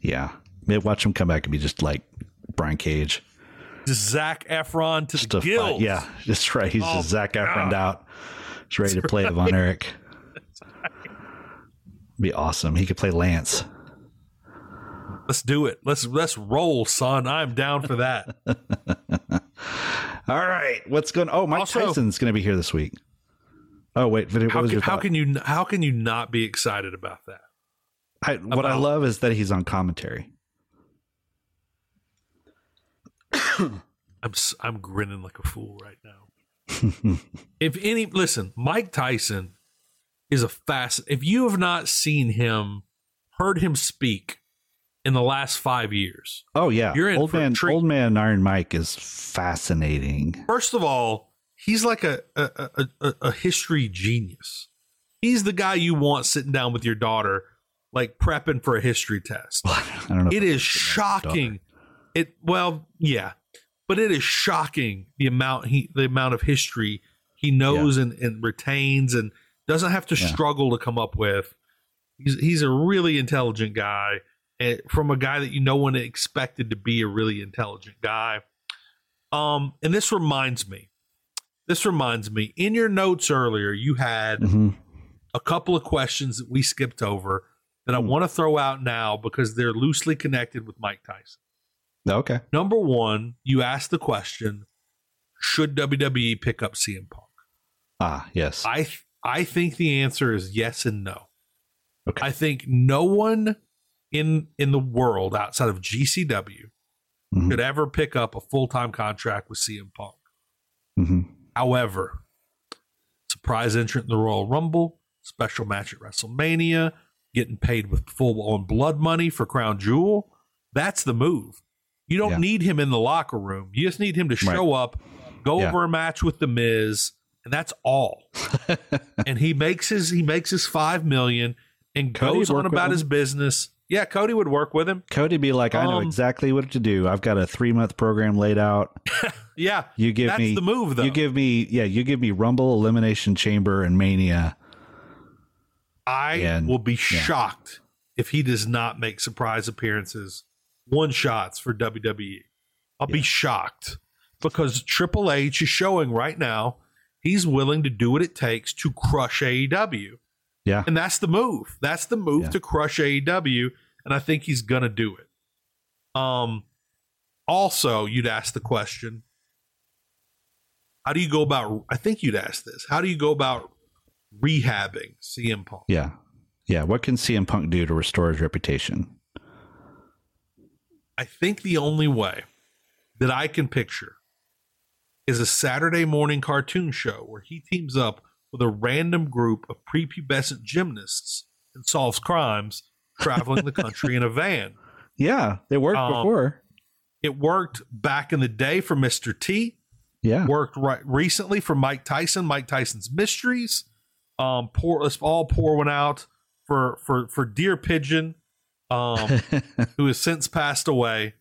C: yeah. They'd watch him come back and be just like Brian Cage.
B: Just Zach Efron to
C: Just
B: the
C: a fight.
B: gills.
C: Yeah, that's right. He's
B: Oh,
C: just Zach Efron out. He's ready to play Von Eric. Be awesome. He could play Lance.
B: Let's do it. Let's let's roll, son. I'm down for that.
C: All right, what's going? Oh, Mike
B: Also-
C: Tyson's going to be here this week. Oh wait, Vin- what
B: how
C: was
B: can,
C: your
B: how
C: thought?
B: can you how can you not be excited about that?
C: I, what I
B: about-
C: love is that he's on commentary.
B: I'm s- I'm grinning like a fool right now. if any listen, Mike Tyson is a fast. If you have not seen him, heard him speak in the last five years,
C: Oh yeah,
B: You're in
C: old
B: for a
C: man.
B: treat.
C: Old man Iron Mike is fascinating.
B: first of all, he's like a a, a, a a history genius. He's the guy you want sitting down with your daughter, like prepping for a history test.
C: I don't know. if
B: it
C: I
B: is
C: should know his
B: shocking it well yeah but it is shocking the amount he the amount of history he knows and, and retains and doesn't have to
C: Yeah.
B: struggle to come up with he's, he's a really intelligent guy and from a guy that you no one expected to be a really intelligent guy um and this reminds me this reminds me in your notes earlier you had
C: daughter. Mhm.
B: a couple of questions that we skipped over that I want to throw out now because they're loosely connected with Mike Tyson.
C: Okay.
B: Number one, you asked the question, should WWE pick up CM Punk?
C: Ah, yes.
B: I th- I think the answer is yes and no.
C: Okay.
B: I think no one in in the world outside of GCW
C: Mhm.
B: could ever pick up a full-time contract with CM Punk.
C: Mhm.
B: However, surprise entrant in the Royal Rumble, special match at WrestleMania, getting paid with full on blood money for Crown Jewel. That's the move. You don't
C: Yeah.
B: need him in the locker room. You just need him to
C: Right.
B: show up, go
C: Yeah.
B: over a match with the Miz, and that's all. and he makes his he makes his five million and
C: Cody
B: goes
C: would
B: on
C: work with
B: about
C: him.
B: his business. Yeah, Cody would work with him.
C: Cody be like, I know
B: Um,
C: exactly what to do. I've got a three month program laid out.
B: Yeah,
C: You give
B: that's
C: me
B: the move though.
C: You give me yeah. You give me Rumble, Elimination Chamber, and Mania.
B: I
C: And-
B: will be shocked if he does not make surprise appearances, one shots for WWE. I'll be shocked because Triple H is showing right now he's willing to do what it takes to crush AEW.
C: Yeah.
B: And that's the move. That's the move
C: Yeah.
B: to crush AEW. And I think he's gonna do it. Um also, you'd ask the question how do you go about, I think you'd ask this, how do you go about rehabbing CM Punk?
C: Yeah. Yeah. What can CM Punk do to restore his reputation?
B: I think the only way that I can picture is a Saturday morning cartoon show where he teams up with a random group of prepubescent gymnasts and solves crimes traveling the country in a van.
C: Yeah. They worked
B: Um,
C: before.
B: It worked back in the day for Mr. T.
C: Yeah.
B: Worked right recently for Mike Tyson, Mike Tyson's Mysteries. Um, pour let's all pour one out for for for Deer Pigeon, um, who has since passed away.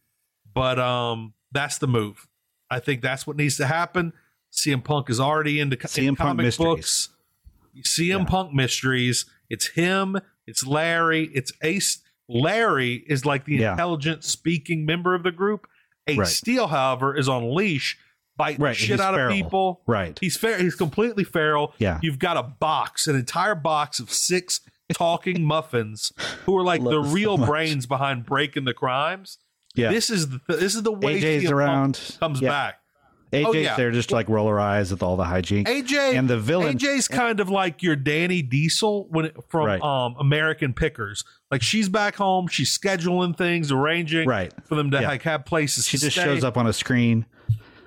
B: But um, that's the move. I think that's what needs to happen. CM Punk is already into co- in
C: CM Punk
B: comic
C: Mysteries.
B: books. CM
C: Yeah.
B: Punk Mysteries. It's him. It's Larry. It's Ace. Larry is like the
C: Yeah.
B: intelligent speaking member of the group. Ace
C: Right.
B: Steel, however, is on a leash, biting the
C: Right, and
B: shit
C: he's
B: out
C: feral.
B: of people.
C: Right.
B: He's fair. He's completely feral.
C: Yeah.
B: You've got a box, an entire box of six talking muffins who are like
C: Love
B: the
C: it so
B: real
C: much.
B: brains behind breaking the crimes.
C: Yeah.
B: This is the this is the way CM
C: AJ's
B: Punk
C: around.
B: comes
C: Yeah.
B: back.
C: AJ's
B: oh, yeah.
C: there just to, like roll her eyes with all the hijinks.
B: AJ
C: and the villain.
B: AJ's kind of like your Danny Diesel when it, from
C: Right.
B: um, American Pickers. Like she's back home, she's scheduling things, arranging
C: Right.
B: for them to
C: Yeah.
B: like have places.
C: she
B: to
C: just
B: stay.
C: shows up on a screen.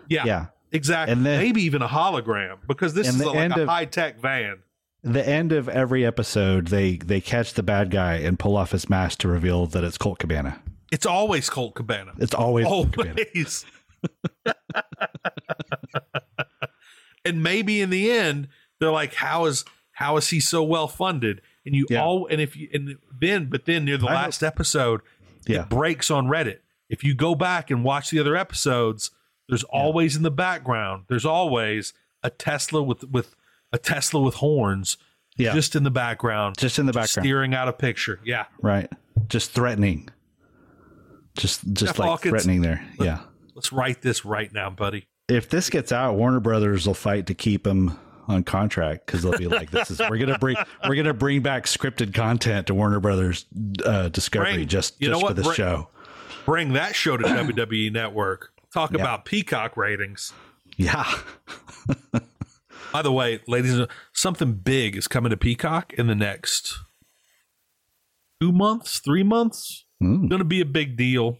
B: Yeah,
C: Yeah.
B: exactly.
C: And then-
B: Maybe even a hologram because this
C: And
B: is
C: the
B: a, like
C: end
B: a
C: of-
B: high tech van.
C: The end of every episode, they they catch the bad guy and pull off his mask to reveal that it's Colt Cabana.
B: It's always Colt Cabana.
C: It's always Colt Cabana.
B: always. and maybe in the end, they're like, "How is how is he so well funded?" And you
C: Yeah.
B: all and if you and then but then near the
C: I
B: last episode,
C: Yeah.
B: it breaks on Reddit. If you go back and watch the other episodes, there's always in the background. There's always a Tesla with with a Tesla with horns,
C: Yeah.
B: just in the background,
C: Just in the background.
B: steering out a picture. Yeah,
C: Right. Just threatening. Just just
B: Jeff
C: like
B: Hawkins.
C: threatening there. Yeah.
B: let's write this right now, buddy.
C: If this gets out, Warner Brothers will fight to keep him on contract because they'll be like, "This is we're gonna bring we're gonna bring back scripted content to Warner Brothers uh, Discovery
B: Bring-
C: just
B: you know
C: just for
B: what?
C: this
B: Bring-
C: show."
B: bring that show to WWE Network. Talk about peacock ratings.
C: Yeah,
B: By the way, ladies, and something big is coming to Peacock in the next two months, three months.
C: Mm.
B: Going to be a big deal.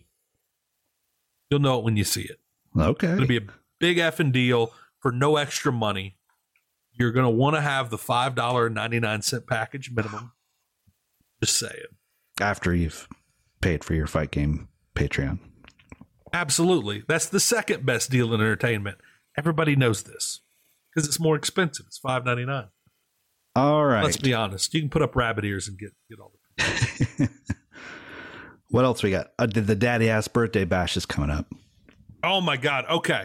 B: You'll know it when you see it.
C: okay.
B: Going to be a big effing deal for no extra money. You're going to want to have the five dollar ninety nine cent package minimum. Just saying.
C: After you've paid for your fight game Patreon,
B: Absolutely. That's the second best deal in entertainment. Everybody knows this because it's more expensive. It's five ninety nine.
C: all right.
B: Let's be honest. You can put up rabbit ears and get get all the.
C: what else we got? Uh, the, the daddy ass birthday bash is coming up.
B: Oh my god. Okay.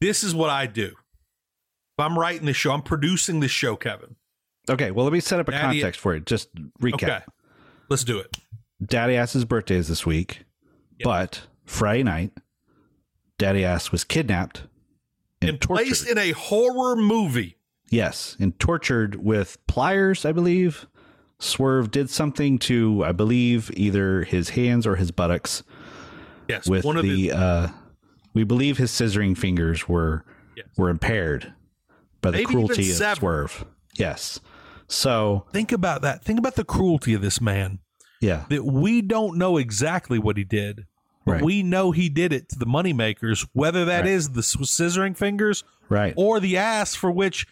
B: This is what I do. If I'm writing the show, I'm producing this show, Kevin.
C: Okay, well let me set up a
B: Daddy-
C: context for you. Just recap.
B: Okay. Let's do it.
C: Daddy Ass's birthday is this week, but Friday night, Daddy Ass was kidnapped and,
B: And
C: tortured.
B: placed in a horror movie.
C: yes, and tortured with pliers, I believe. Swerve did something to, I believe, either his hands or his buttocks
B: Yes.
C: with
B: one
C: the.
B: of the
C: uh, we believe his scissoring fingers were
B: Yes.
C: were impaired by the
B: Maybe even
C: cruelty of
B: severed.
C: Swerve. Yes. So
B: think about that. Think about the cruelty of this man.
C: yeah,
B: That we don't know exactly what he did. But
C: Right.
B: we know he did it to the moneymakers, whether that
C: Right.
B: is the sw- scissoring fingers
C: right,
B: or the ass for which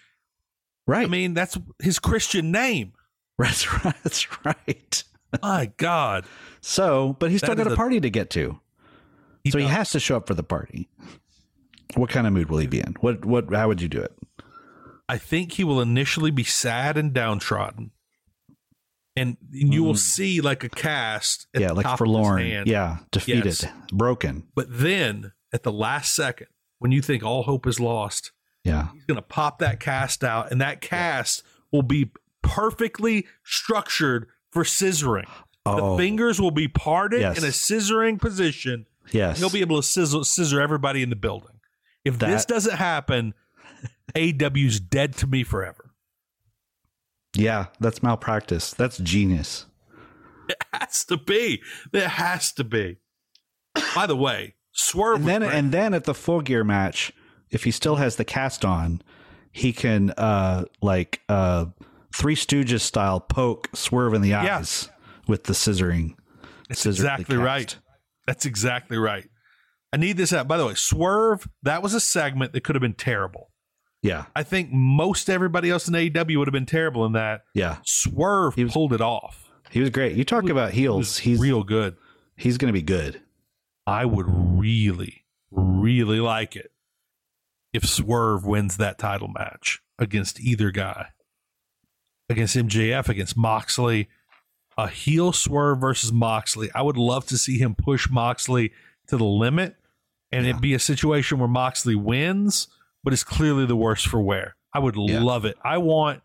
C: right.
B: I mean that's his Christian name.
C: that's right. That's right.
B: My God.
C: So, but he's
B: That
C: still got
B: is
C: a
B: a-
C: party to get to. so he
B: does.
C: has to show up for the party. What kind of mood will he be in? What what how would you do it?
B: I think he will initially be sad and downtrodden. And you will see like a cast at
C: Mm. yeah,
B: the top
C: like
B: of his
C: forlorn.
B: hand.
C: Yeah, defeated,
B: Yes.
C: broken.
B: But then at the last second, when you think all hope is lost,
C: Yeah.
B: he's going to pop that cast out and that cast will be perfectly structured for scissoring.
C: Oh.
B: The fingers will be parted
C: Yes.
B: in a scissoring position.
C: Yes.
B: He'll be able to sizzle, scissor everybody in the building. If this
C: That-
B: doesn't happen, AW's dead to me forever.
C: yeah, that's malpractice. That's genius.
B: has to be. There has to be. By the way, Swerve
C: and
B: was
C: then
B: great.
C: and then at the full gear match, if he still has the cast on, he can uh like uh Three Stooges style poke Swerve in the eyes
B: Yeah.
C: with the scissoring.
B: That's
C: scissor the
B: exactly
C: cast.
B: right. That's exactly right. I need this out. By the way, Swerve, that was a segment that could have been terrible.
C: Yeah,
B: I think most everybody else in AEW would have been terrible in that.
C: yeah.
B: Swerve
C: He was-
B: pulled it off.
C: He was great. You talk about
B: It
C: heels.
B: was
C: He's
B: real good.
C: He's gonna be good.
B: I would really, really like it if Swerve wins that title match against either guy, against MJF, against Moxley, a heel Swerve versus Moxley. I would love to see him push Moxley to the limit and it be a situation where Moxley wins, but is clearly the worse for wear. I would
C: Yeah.
B: love it. I want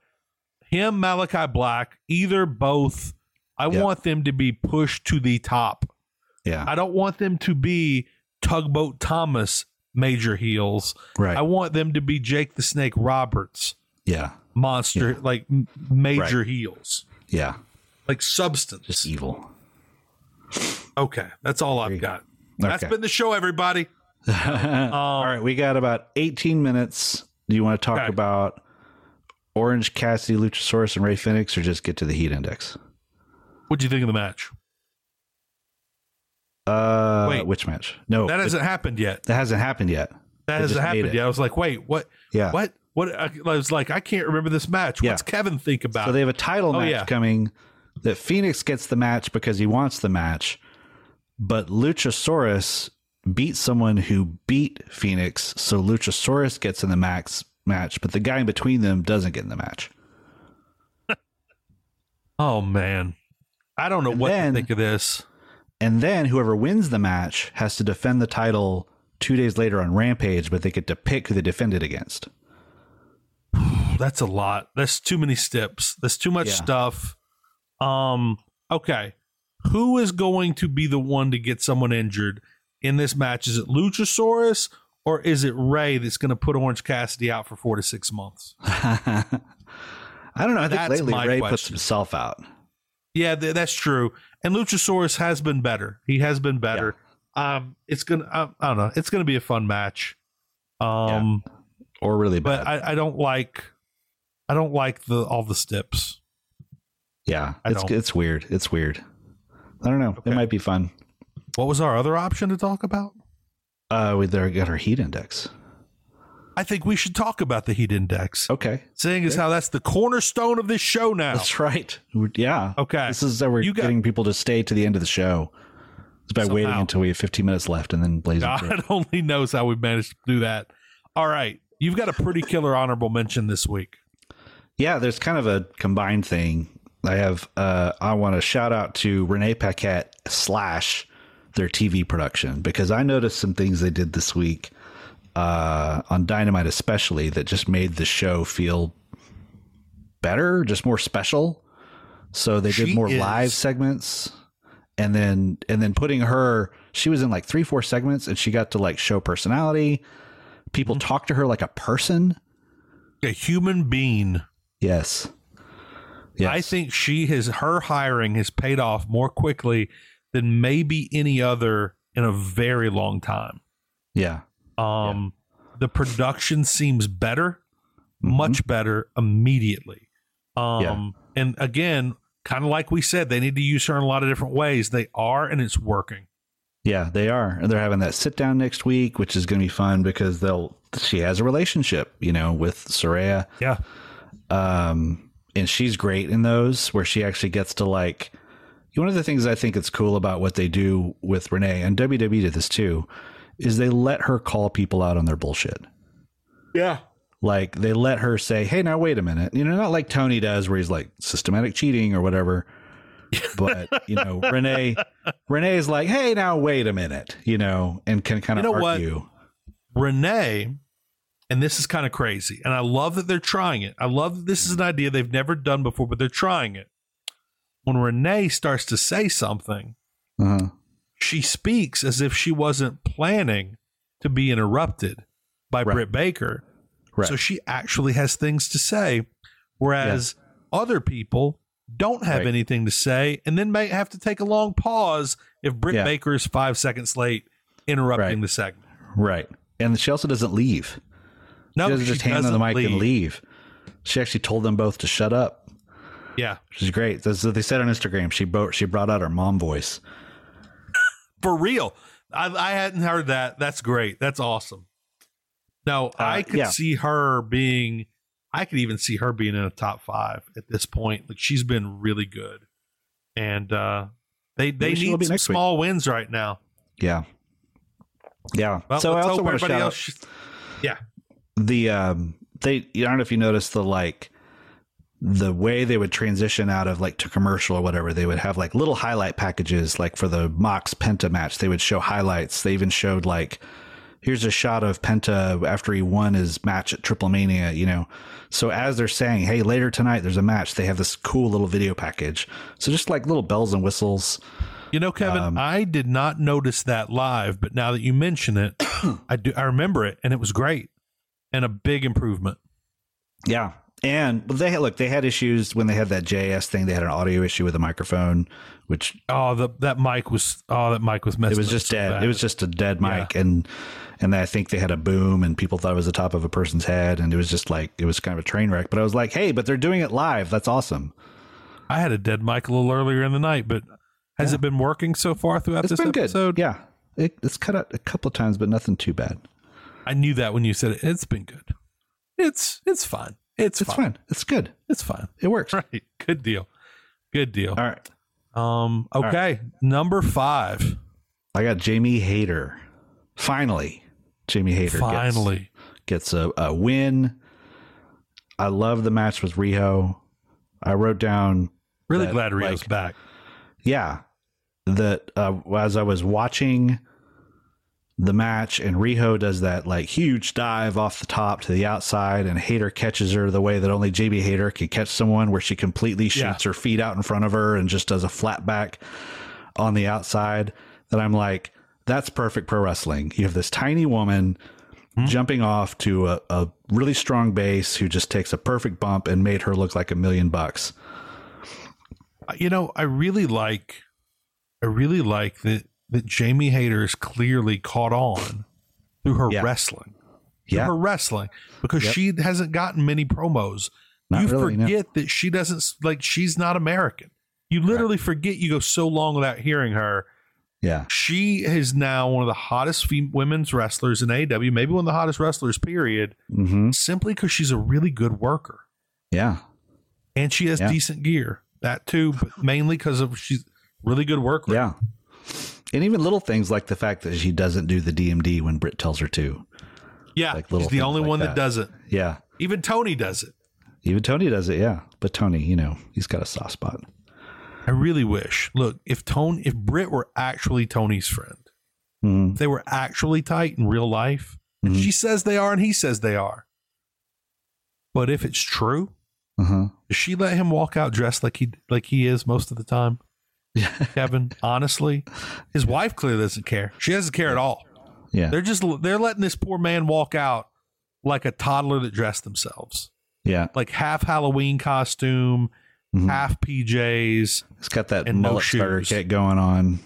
B: him, Malachi Black, either, both. I
C: Yeah.
B: want them to be pushed to the top.
C: Yeah,
B: I don't want them to be Tugboat Thomas major heels.
C: right.
B: I want them to be Jake the Snake Roberts
C: yeah,
B: monster, like m- major
C: Right.
B: heels,
C: yeah.
B: like substance.
C: Just evil.
B: okay, that's all I've got. That's
C: Okay.
B: been the show, everybody. Um,
C: All right, we got about 18 minutes. Do you want to talk
B: Okay.
C: about Orange Cassidy, Luchasaurus, and Ray Phoenix, or just get to the heat index?
B: What do you think of the match?
C: Uh,
B: Wait.
C: which match? No,
B: That
C: it-
B: hasn't happened yet.
C: that hasn't happened yet.
B: That
C: They
B: hasn't
C: just made
B: happened
C: it.
B: yet. I was like, wait, what?
C: Yeah.
B: What? What? I, I was like, I can't remember this match.
C: Yeah.
B: What's Kevin think about?
C: So they have a title
B: Oh,
C: match
B: yeah.
C: coming that Phoenix gets the match because he wants the match, but Luchasaurus beat someone who beat Phoenix, so Luchasaurus gets in the max match, but the guy in between them doesn't get in the match.
B: oh man, I don't know
C: And
B: what
C: then-
B: to think of this.
C: And then whoever wins the match has to defend the title two days later on Rampage, but they get to pick who they defend it against.
B: that's a lot. That's too many steps. That's too much
C: Yeah.
B: stuff. Um, okay. Who is going to be the one to get someone injured in this match? Is it Luchasaurus or is it Ray that's going to put Orange Cassidy out for four to six months?
C: I don't know. I think
B: That's
C: lately
B: my
C: Ray puts
B: question.
C: himself out.
B: Yeah, th- that's true. And Luchasaurus has been better. He has been better. Um, it's gonna. I, I don't know. It's gonna be a fun match. Um,
C: Or really bad.
B: but I, I don't like. I don't like the all the steps.
C: yeah.
B: I
C: it's
B: don't.
C: it's weird. It's weird. I don't know.
B: Okay.
C: It might be fun.
B: What was our other option to talk about?
C: Uh we there got our heat index.
B: I think we should talk about the heat index.
C: Okay.
B: Seeing as how that's the cornerstone of this show now.
C: That's right. We're- yeah.
B: Okay.
C: This is how we're
B: You got-
C: getting people to stay to the end of the show. It's by waiting
B: Somehow. Ah.
C: until we have 15 minutes left and then blazing through.
B: God only knows how we managed to do that. All right. You've got a pretty killer honorable mention this week.
C: Yeah, there's kind of a combined thing. I have uh I want to shout out to Renee Paquette slash their TV production because I noticed some things they did this week uh on Dynamite especially that just made the show feel better, just more special. So they
B: She
C: did more
B: is-
C: live segments and then and then putting her she was in like 3 4 segments and she got to like show personality. People
B: Mm-hmm.
C: talk to her like a person.
B: A human being.
C: Yes. Yes.
B: I think she has her hiring has paid off more quickly than maybe any other in a very long time.
C: Yeah.
B: Um the production seems better. much better immediately. Um, and again, kind of like we said, they need to use her in a lot of different ways. They are, and it's working.
C: Yeah, they are. And they're having that sit down next week, which is going to be fun because they'll she has a relationship, you know, with Soraya.
B: Yeah.
C: Um and she's great in those where she actually gets to like one of the things I think it's cool about what they do with Renee and WWE did this too is they let her call people out on their bullshit.
B: Yeah.
C: Like they let her say, "Hey, now wait a minute," you know, not like Tony does, where he's like systematic cheating or whatever. But you know, Renee, Renee is like, "Hey, now wait a minute," you know, and can kind of
B: You know what?
C: argue.
B: Renee, and this is kind of crazy, and I love that they're trying it. I love that this is an idea they've never done before, but they're trying it. When Renee starts to say something,
C: Uh-huh.
B: she speaks as if she wasn't planning to be interrupted by
C: Right.
B: Britt Baker.
C: Right.
B: So she actually has things to say, whereas other people don't have
C: Right.
B: anything to say, and then may have to take a long pause if Britt
C: Yeah.
B: Baker is five seconds late, interrupting
C: Right.
B: the segment.
C: Right. And she also doesn't leave.
B: No,
C: she doesn't just hand them the mic and leave. She actually told them both to shut up,
B: Yeah,
C: which is great. That's what they said on Instagram. She bo- she brought out her mom voice.
B: for real. I, I hadn't heard that. That's great. That's awesome. No, I could
C: Uh, yeah.
B: see her being. I could even see her being in a top five at this point. Like she's been really good, and uh, they they
C: Maybe she will
B: need
C: be
B: some
C: next week.
B: small wins right now.
C: Yeah. Yeah.
B: Well,
C: so I
B: let's
C: also
B: hope
C: want to shout
B: everybody
C: out
B: else. yeah,
C: the um they I don't know if you noticed the like the way they would transition out of like to commercial or whatever, they would have like little highlight packages like for the Mox Penta match. They would show highlights. They even showed like here's a shot of Penta after he won his match at Triple Mania, you know. So as they're saying, hey, later tonight there's a match, they have this cool little video package. So just like little bells and whistles.
B: You know, Kevin,
C: Um,
B: I did not notice that live, but now that you mention it, I do. I remember it, and it was great and a big improvement.
C: Yeah. And well, they had look, they had issues when they had that JS thing, they had an audio issue with the microphone, which
B: Oh, the that mic was oh that mic was messed.
C: it was
B: up
C: just
B: so
C: dead.
B: bad.
C: It was just a dead mic, and and I think they had a boom, and people thought it was the top of a person's head, and it was just like it was kind of a train wreck. But I was like, hey, but they're doing it live. That's awesome.
B: I had a dead mic a little earlier in the night, but has it been working so far throughout
C: It's
B: this
C: been
B: episode?
C: good. Yeah, it, it's cut out a couple of times, but nothing too bad.
B: I knew that when you said it. It's been good. It's it's fine. It's,
C: It's
B: fine.
C: fine. It's good.
B: It's fine.
C: It works.
B: Right. Good deal. Good deal.
C: All right.
B: Um. Okay. Number five.
C: I got Jamie Hader. Finally, Jamie Hader. Gets,
B: Finally.
C: gets a, a win. I love the match with Riho. I wrote down
B: Really
C: that,
B: glad Rio's
C: like,
B: back.
C: yeah that uh, as i was watching the match and riho does that like huge dive off the top to the outside and hater catches her the way that only jb hater can catch someone where she completely
B: Yeah.
C: shoots her feet out in front of her and just does a flat back on the outside that i'm like that's perfect pro wrestling you have this tiny woman jumping off to a, a really strong base who just takes a perfect bump and made her look like a million bucks
B: you know, I really like, I really like that that Jamie Hayter is clearly caught on through her
C: Yeah.
B: wrestling, through
C: yeah
B: her wrestling, because
C: Yep.
B: she hasn't gotten many promos.
C: Not
B: you
C: really, no.
B: forget that she doesn't s- like she's not American. You literally forget you go so long without hearing her.
C: yeah
B: She is now one of the hottest fem- women's wrestlers in AW, maybe one of the hottest wrestlers. Period.
C: hmm
B: Simply because she's a really good worker
C: yeah
B: and she has
C: Yeah.
B: decent gear. That too, but mainly because of she's really good worker.
C: Yeah. And even little things like the fact that she doesn't do the DMD when Britt tells her to.
B: Yeah,
C: like little
B: he's the
C: things
B: only
C: like
B: one that.
C: that.
B: does it.
C: Yeah.
B: Even Tony does it.
C: Even Tony does it. Yeah. But Tony, you know, he's got a soft spot.
B: I really wish. Look, if Tony, if Britt were actually Tony's friend,
C: Mhm.
B: if they were actually tight in real life,
C: Mm-hmm.
B: and she says they are, and he says they are. But if it's true,
C: Uh-huh.
B: does she let him walk out dressed like he like he is most of the time? Kevin, honestly, his wife clearly doesn't care. She doesn't care at all.
C: Yeah.
B: They're just they're letting this poor man walk out like a toddler that dressed themselves.
C: yeah.
B: like half Halloween costume,
C: Mm-hmm.
B: half PJs.
C: He's got that
B: And no
C: mullet starter
B: shoes.
C: kit going on.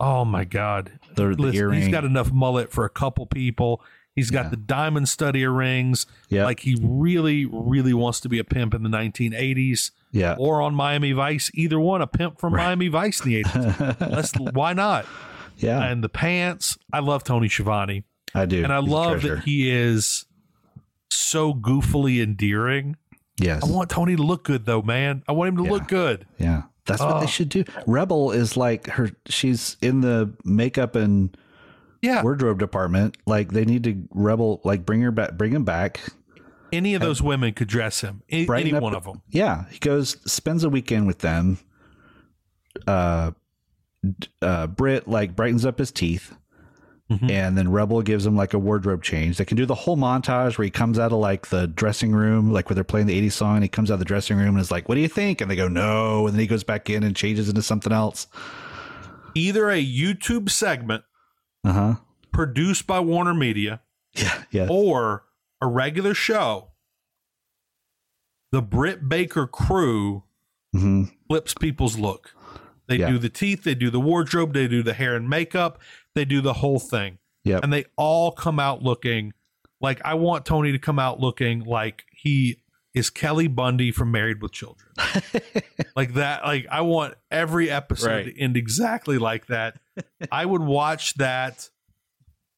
B: Oh my God.
C: The, the
B: Listen,
C: earring.
B: he's got enough mullet for a couple people. He's got the diamond stud earrings.
C: Yep.
B: Like he really, really wants to be a pimp in the 1980s
C: yeah.
B: or on Miami Vice. Either one, a pimp from Miami Vice in the 80s. Let's, why not?
C: yeah.
B: And the pants. I love Tony Schiavone.
C: I do.
B: And I
C: He's a
B: love
C: treasure.
B: that he is so goofily endearing.
C: Yes.
B: I want Tony to look good, though, man. I want him to look good.
C: Yeah. That's what
B: Ah.
C: they should do. Rebel is like her she's in the makeup and
B: Yeah.
C: wardrobe department. Like they need to rebel like bring her back bring him back.
B: Any of those women could dress him. A-
C: Brighten
B: any
C: up-
B: one of them.
C: Yeah, he goes spends a weekend with them. Uh, d- uh, Britt like brightens up his teeth, and then Rebel gives him like a wardrobe change. They can do the whole montage where he comes out of like the dressing room, like where they're playing the '80s song. And he comes out of the dressing room and is like, "What do you think?" And they go, "No," and then he goes back in and changes into something else.
B: Either a YouTube segment
C: Uh huh.
B: produced by Warner Media
C: Yeah. Yeah.
B: or a regular show. The Britt Baker crew
C: Mhm.
B: flips people's look. They
C: Yeah.
B: do the teeth, they do the wardrobe, they do the hair and makeup, they do the whole thing.
C: Yep.
B: And they all come out looking like I want Tony to come out looking like he is Kelly Bundy from Married with Children. like that, like I want every episode
C: Right.
B: to end exactly like that. I would watch that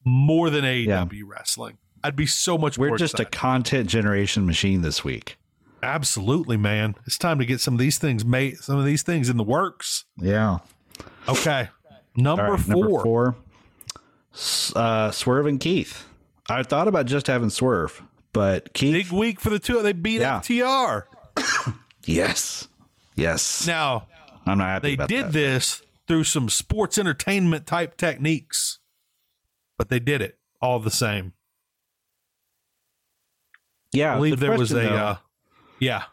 B: more than AEW wrestling. I'd be so much
C: We're
B: more
C: just a
B: excited.
C: content generation machine this week.
B: Absolutely, man. It's time to get some of these things made, some of these things in the works.
C: Yeah.
B: Okay. Number,
C: All right,
B: four.
C: Number four. S- Uh, Swerve and Keith. I thought about just having Swerve, but Keith.
B: Big week for the two. They beat
C: Yeah.
B: FTR.
C: yes. Yes.
B: Now,
C: I'm not happy
B: they
C: about
B: did
C: that.
B: this through some sports entertainment type techniques, but they did it all the same.
C: Yeah.
B: I believe
C: the
B: there was a.
C: question, though-
B: Uh, yeah.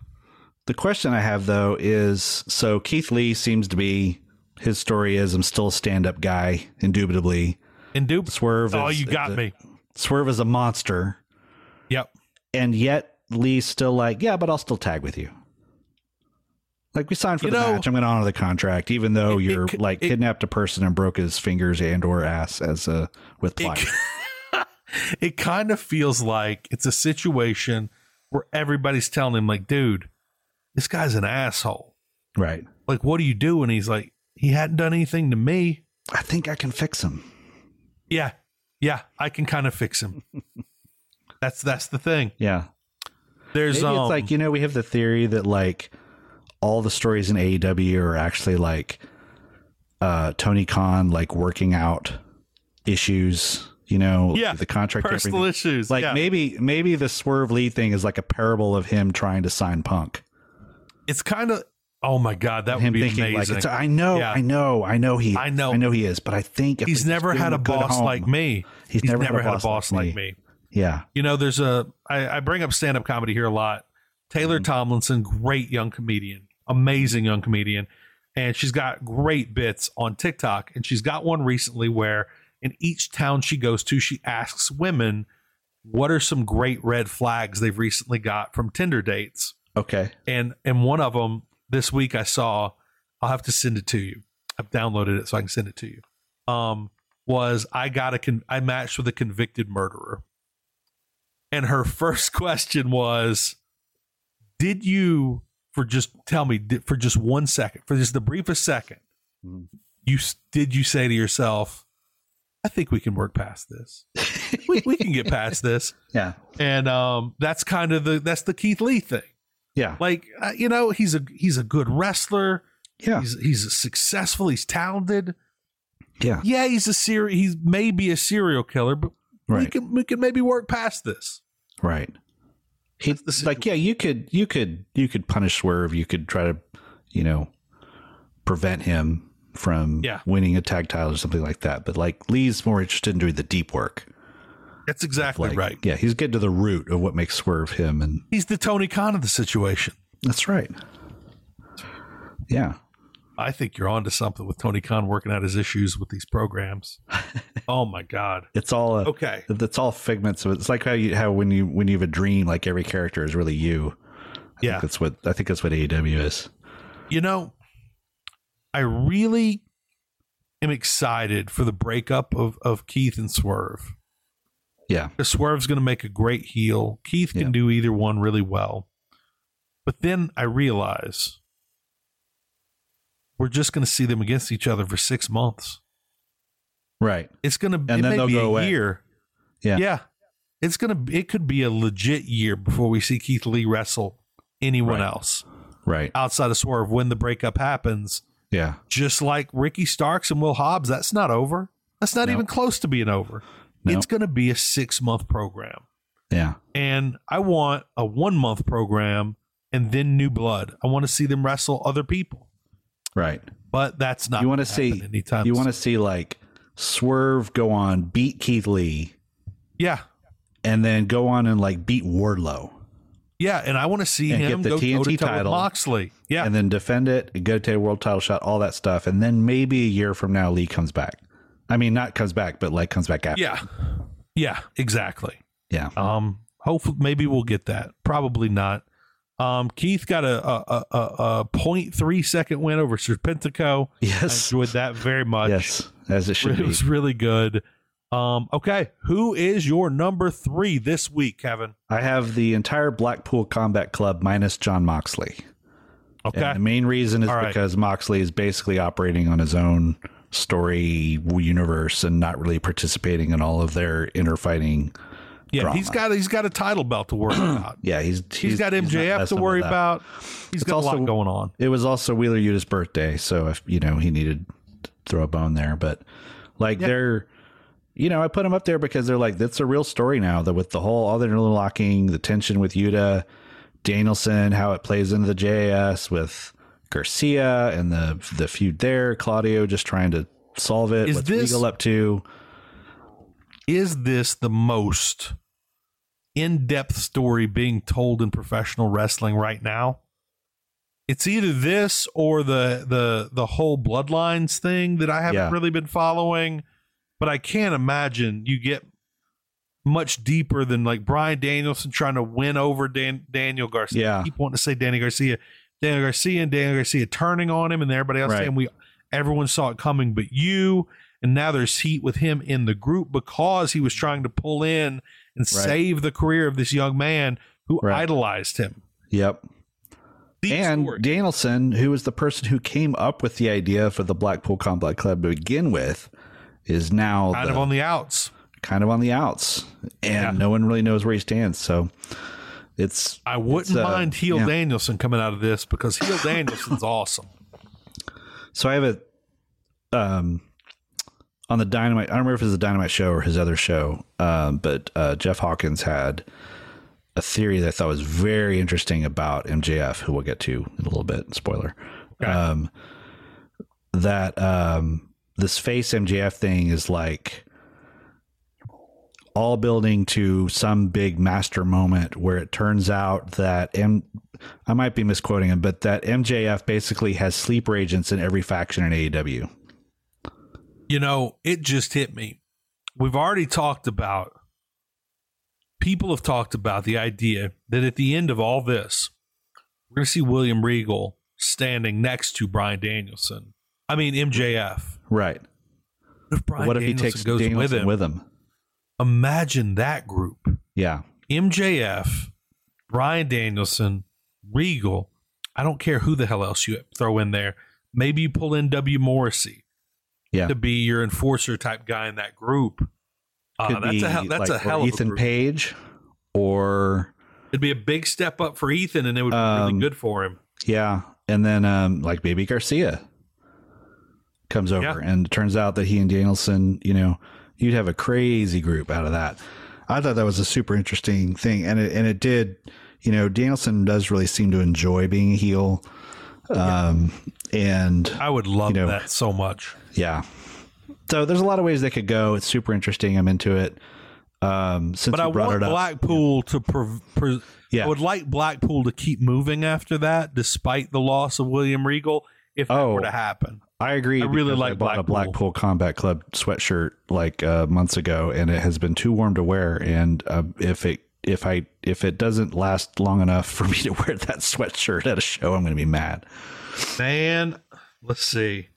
C: The question I have though is so Keith Lee seems to be his story is I'm still a stand up guy, indubitably.
B: And Dupe.
C: Swerve
B: Oh,
C: is-
B: you got
C: is-
B: me.
C: Swerve is a monster,
B: Yep.
C: and yet Lee's still like, Yeah, but I'll still tag with you. Like we signed for
B: You
C: the
B: know-
C: match. I'm gonna honor the contract, even though
B: It- it
C: you're
B: could-
C: like
B: it-
C: kidnapped a person and broke his fingers and or ass as a with
B: It-
C: pliers.
B: It kind of feels like it's a situation where everybody's telling him, like, dude, this guy's an asshole.
C: right.
B: Like, what do you do? And he's like, he hadn't done anything to me.
C: I think I can fix him.
B: Yeah. Yeah, I can kind of fix him. that's that's the thing.
C: Yeah.
B: There's
C: Maybe
B: um,
C: it's like you know we have the theory that like all the stories in AEW are actually like uh Tony Khan like working out issues, you know,
B: yeah,
C: the contract and
B: personal
C: everything.
B: issues.
C: Like
B: yeah.
C: maybe maybe the Swerve Lee thing is like a parable of him trying to sign Punk.
B: it's kind of oh my god, that would
C: him
B: be
C: thinking
B: amazing.
C: like it's, I know,
B: Yeah.
C: I know, I know he
B: I know.
C: I know he is, but I think if
B: he's
C: we
B: never
C: give
B: had
C: him
B: a
C: good
B: boss
C: home-
B: like me.
C: He's never had a boss like
B: like
C: me.
B: me.
C: Yeah.
B: You know, there's a I, I bring up stand up comedy here a lot. Taylor
C: Mm-hmm.
B: Tomlinson, great young comedian, amazing young comedian, and she's got great bits on TikTok. And she's got one recently where in each town she goes to, she asks women what are some great red flags they've recently got from Tinder dates.
C: Okay.
B: and and one of them this week I saw. I'll have to send it to you. I've downloaded it so I can send it to you. Um, was I got a con- I matched with a convicted murderer, and her first question was, "Did you for just tell me did, for just one second for just the briefest 2nd
C: Mhm.
B: you s- did you say to yourself, I think we can work past this. we, we can get past this."
C: Yeah.
B: And um, that's kind of the that's the Keith Lee thing
C: Yeah.
B: like uh, you know he's a he's a good wrestler
C: Yeah.
B: he's he's successful he's talented
C: Yeah.
B: yeah he's a serial he's maybe a serial killer but we
C: Right.
B: can we can maybe work past this
C: Right. He,
B: the
C: like yeah, you could you could you could punish Swerve. You could try to you know prevent him from
B: Yeah.
C: winning a tag title or something like that. But like Lee's more interested in doing the deep work.
B: that's exactly
C: Like
B: right
C: yeah, he's getting to the root of what makes Swerve him, and
B: he's the tony khan of the situation
C: that's right. Yeah,
B: i think you're onto something with tony khan working out his issues with these programs oh my god
C: it's all a,
B: Okay.
C: That's all figments of it. It's like how you how when you when you have a dream, like every character is really you. I
B: yeah
C: think that's what I think that's what AEW is.
B: you know, I really am excited for the breakup of, of Keith and Swerve.
C: Yeah.
B: 'Cause Swerve's going to make a great heel. Keith can
C: Yeah.
B: do either one really well. But then I realize we're just going to see them against each other for six months.
C: Right.
B: It's going to
C: then
B: it may
C: they'll
B: be
C: go
B: a
C: away.
B: year.
C: Yeah.
B: Yeah. It's going to it could be a legit year before we see Keith Lee wrestle anyone
C: Right.
B: else
C: Right.
B: outside of Swerve when the breakup happens
C: Yeah.
B: just like Ricky Starks and Will Hobbs, that's not over. That's not
C: No.
B: even close to being over.
C: No.
B: It's going to be a six month program.
C: Yeah.
B: And I want a one month program and then new blood. I want to see them wrestle other people,
C: Right.
B: but that's not
C: you want to
B: gonna happen
C: see
B: anytime.
C: you want
B: to,
C: to see like swerve go on beat keith lee
B: yeah,
C: and then go on and like beat wardlow
B: yeah. And I want to see
C: And
B: him
C: get the
B: go toe to
C: TNT
B: toe with
C: title.
B: Moxley. Yeah,
C: and then defend it and go to a world title shot all that stuff and then maybe a year from now lee comes back i mean not comes back but like comes back after
B: yeah, yeah. Exactly.
C: yeah
B: Um, hopefully, maybe we'll get that. Probably not. Um, Keith got a a, a, a 0.3 second win over Serpentico.
C: Yes.
B: I enjoyed that very much.
C: Yes, as it should
B: it
C: be.
B: was really good. Um, okay, who is your number three this week, Kevin?
C: I have the entire Blackpool Combat Club minus John Moxley.
B: Okay,
C: And the main reason is
B: All right.
C: because Moxley is basically operating on his own story universe and not really participating in all of their inner fighting.
B: yeah, he's got he's got a title belt to worry about.
C: Yeah, he's
B: he's got
C: not
B: MJF to
C: messing
B: worry
C: with that.
B: about. He's
C: It's
B: got a
C: also-
B: lot going on.
C: It was also Wheeler Yuta's birthday, so if you know he needed to throw a bone there, but like they're, you know, I put him up there because they're like that's a real story now that with the whole all the interlocking, the tension with Yuta, Danielson, how it plays into the JAS with Garcia and the the feud there, Claudio just trying to solve it.
B: Is
C: what's
B: this-
C: legal up to?
B: Is this the most in depth story being told in professional wrestling right now? It's either this or the the the whole bloodlines thing that I haven't
C: Yeah.
B: really been following, but I can't imagine you get much deeper than like Brian Danielson trying to win over Dan, Daniel Garcia.
C: Yeah.
B: I keep wanting to say Danny Garcia, Daniel Garcia, and Daniel Garcia turning on him, and everybody else
C: Right.
B: saying we everyone saw it coming, but you. And now there's heat with him in the group because he was trying to pull in and save the career of this young man who
C: Right.
B: idolized him.
C: Yep.
B: Deep
C: and
B: story.
C: Danielson, who was the person who came up with the idea for the Blackpool Combat Club to begin with, is now
B: kind
C: the-
B: of on the outs.
C: kind of on the outs, and
B: Yeah.
C: no one really knows where he stands. So it's
B: I wouldn't
C: it's, uh,
B: mind heel
C: yeah.
B: Danielson coming out of this because heel Danielson's awesome.
C: So I have a um on the dynamite. I don't remember if it was the dynamite show or his other show, um, but uh, Jeff Hawkins had a theory that I thought was very interesting about MJF, who we'll get to in a little bit. Spoiler. Um, that um, this face MJF thing is like all building to some big master moment where it turns out that M I might be misquoting him, but that MJF basically has sleeper agents in every faction in E AEW.
B: You know, it just hit me. We've already talked about, people have talked about the idea that at the end of all this, we're going to see William Regal standing next to Brian Danielson. I mean, MJF.
C: Right.
B: What if Brian
C: what if
B: Danielson
C: he takes
B: goes
C: Danielson
B: with him? Imagine that group.
C: Yeah.
B: MJF, Brian Danielson, Regal. I don't care who the hell else you throw in there. Maybe you pull in W. Morrissey
C: Yeah.
B: to be your enforcer type guy in that group. Uh,
C: Could
B: that's
C: be
B: a hell, that's
C: like-
B: a
C: or
B: hell of
C: Ethan
B: a group.
C: Page or
B: It'd be a big step up for Ethan, and it would be
C: Um,
B: really good for him.
C: yeah, and then um like Baby Garcia comes over
B: Yeah.
C: and it turns out that he and Danielson, you know, you'd have a crazy group out of that. I thought that was a super interesting thing and it and it did, you know, Danielson does really seem to enjoy being a heel. Um and
B: I would love
C: you know-
B: that so much.
C: Yeah. So there's a lot of ways they could go. It's super interesting. I'm into it. Um, since
B: But
C: you
B: I
C: brought
B: want
C: it up,
B: Blackpool to. Pre- pre-
C: Yeah.
B: I would like Blackpool to keep moving after that, despite the loss of William Regal, if that
C: Oh.
B: were to happen.
C: I agree.
B: I really
C: because
B: like
C: I bought
B: Blackpool.
C: a Blackpool Combat Club sweatshirt like uh, months ago, and it has been too warm to wear. And uh, if it if I if it doesn't last long enough for me to wear that sweatshirt at a show, I'm going to be mad.
B: Man, let's see.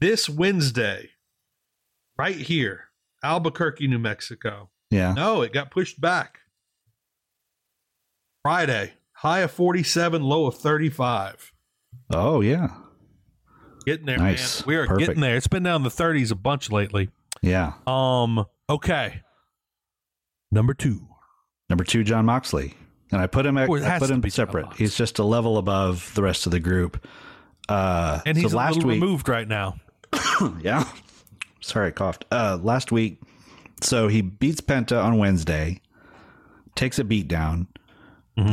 B: This Wednesday, right here, Albuquerque, New Mexico.
C: Yeah.
B: No, it got pushed back. Friday, high of 47, low of 35.
C: Oh yeah.
B: Getting there,
C: Nice.
B: man. We are
C: Perfect.
B: getting there. It's been down in the 30s a bunch lately.
C: Yeah.
B: Um, okay. Number two.
C: Number two, John Moxley, and I put him.
B: Oh, it
C: I
B: has
C: put
B: to
C: him
B: be Jon
C: separate.
B: Moxley.
C: He's just a level above the rest of the group. Uh,
B: And he's
C: so last
B: a little
C: week,
B: removed right now.
C: Yeah. Sorry, I coughed. Uh, last week, so he beats Penta on Wednesday, takes a beat down.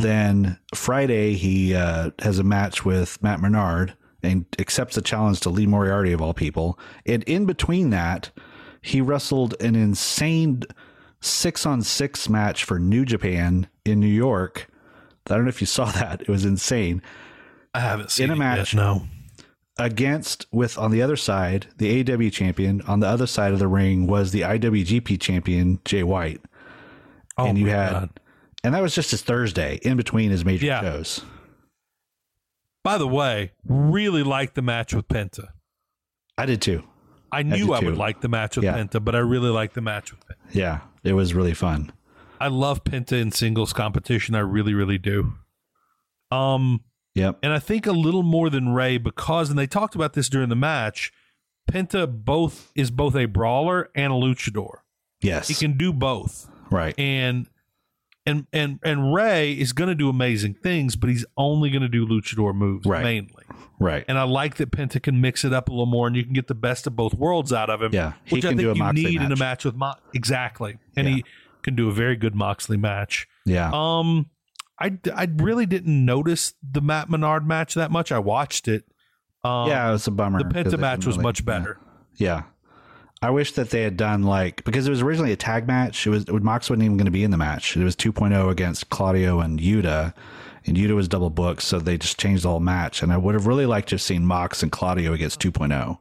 C: Then Friday, he uh, has a match with Matt Menard and accepts a challenge to Lee Moriarty, of all people. And in between that, he wrestled an insane six on six match for New Japan in New York. I don't know if you saw that. It was insane
B: I haven't seen
C: a
B: it
C: match.
B: Yet, no.
C: against with on the other side the AW champion. On the other side of the ring was the IWGP champion Jay White,
B: Oh,
C: and you
B: my
C: had
B: God.
C: And that was just his Thursday in between his major
B: Yeah.
C: shows.
B: By the way, really liked the match with Penta.
C: I did too.
B: I knew
C: did
B: I,
C: too.
B: would like the match with
C: Yeah.
B: Penta, but I really liked the match with Penta.
C: Yeah, it was really fun.
B: I love Penta in singles competition. I really, really do. Um,
C: Yep.
B: and I think a little more than Ray because, and they talked about this during the match. Penta both is both a brawler and a luchador.
C: Yes.
B: He can do both,
C: right.
B: and and and and Ray is going to do amazing things, but he's only going to do luchador moves
C: Right.
B: mainly.
C: right.
B: And I like that Penta can mix it up a little more, and you can get the best of both worlds out of him.
C: Yeah, he
B: which I
C: can
B: think
C: do a
B: you
C: Moxley
B: need in a
C: match.
B: match with Mox. Exactly, and
C: Yeah.
B: he can do a very good Moxley match.
C: yeah.
B: Um, I, I really didn't notice the Matt Menard match that much. I watched it. Um,
C: yeah, it was a bummer.
B: the
C: 'cause
B: Penta
C: it
B: match
C: didn't
B: was
C: really-
B: much
C: yeah.
B: better.
C: Yeah. I wish that they had done like because it was originally a tag match. It was Mox wasn't even going to be in the match. It was 2.0 against Claudio and Yuta, and Yuta was double booked, so they just changed the whole match. And I would have really liked to have seen Mox and Claudio against 2.0.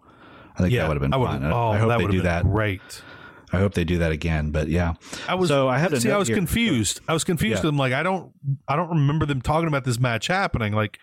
C: I think that would have been
B: I
C: fun. I-
B: Oh,
C: I hope
B: that
C: they
B: would've
C: do
B: been
C: that.
B: Great.
C: I hope they do that again. But yeah,
B: I was
C: so I had a
B: see. I
C: note
B: was
C: here-
B: confused. I was confused.
C: Yeah.
B: I'm like, I don't, I don't remember them talking about this match happening. Like,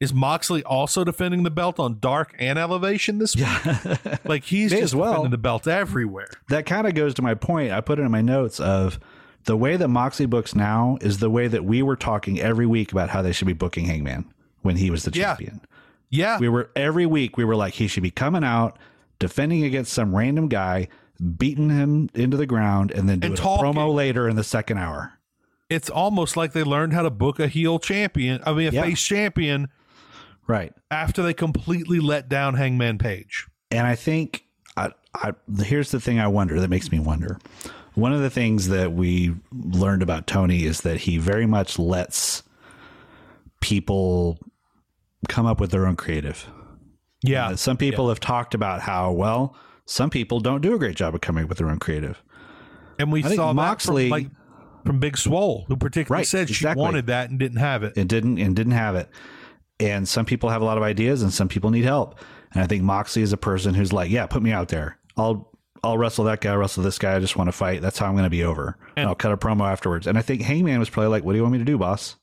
B: is Moxley also defending the belt on Dark and Elevation this week?
C: Yeah.
B: Like he's
C: May
B: just
C: as well.
B: defending the belt everywhere.
C: that kind of goes to my point. I put it in my notes of the way that Moxley books now is the way that we were talking every week about how they should be booking Hangman when he was the
B: Yeah.
C: champion.
B: Yeah,
C: We were every week we were like he should be coming out defending against some random guy, beating him into the ground, and then doing
B: And
C: a
B: talking.
C: promo later in the second hour.
B: it's almost like they learned how to book a heel champion. I mean, a
C: Yeah.
B: face champion
C: Right.
B: after they completely let down Hangman Page.
C: And I think I, I here's the thing I wonder that makes me wonder. One of the things that we learned about Tony is that he very much lets people come up with their own creative.
B: Yeah,
C: Uh, some people have talked about how well some people don't do a great job of coming up with their own creative.
B: and we
C: I think
B: saw
C: Moxley-
B: that from, like, from Big Swole, who particularly
C: Right,
B: said she
C: exactly.
B: wanted that and didn't have it.
C: It didn't and didn't have it. And some people have a lot of ideas and some people need help. And I think Moxley is a person who's like, yeah, put me out there. I'll I'll wrestle that guy, wrestle this guy. I just want to fight. That's how I'm going to be over. And I'll cut a promo afterwards. And I think Hangman was probably like, what do you want me to do, boss?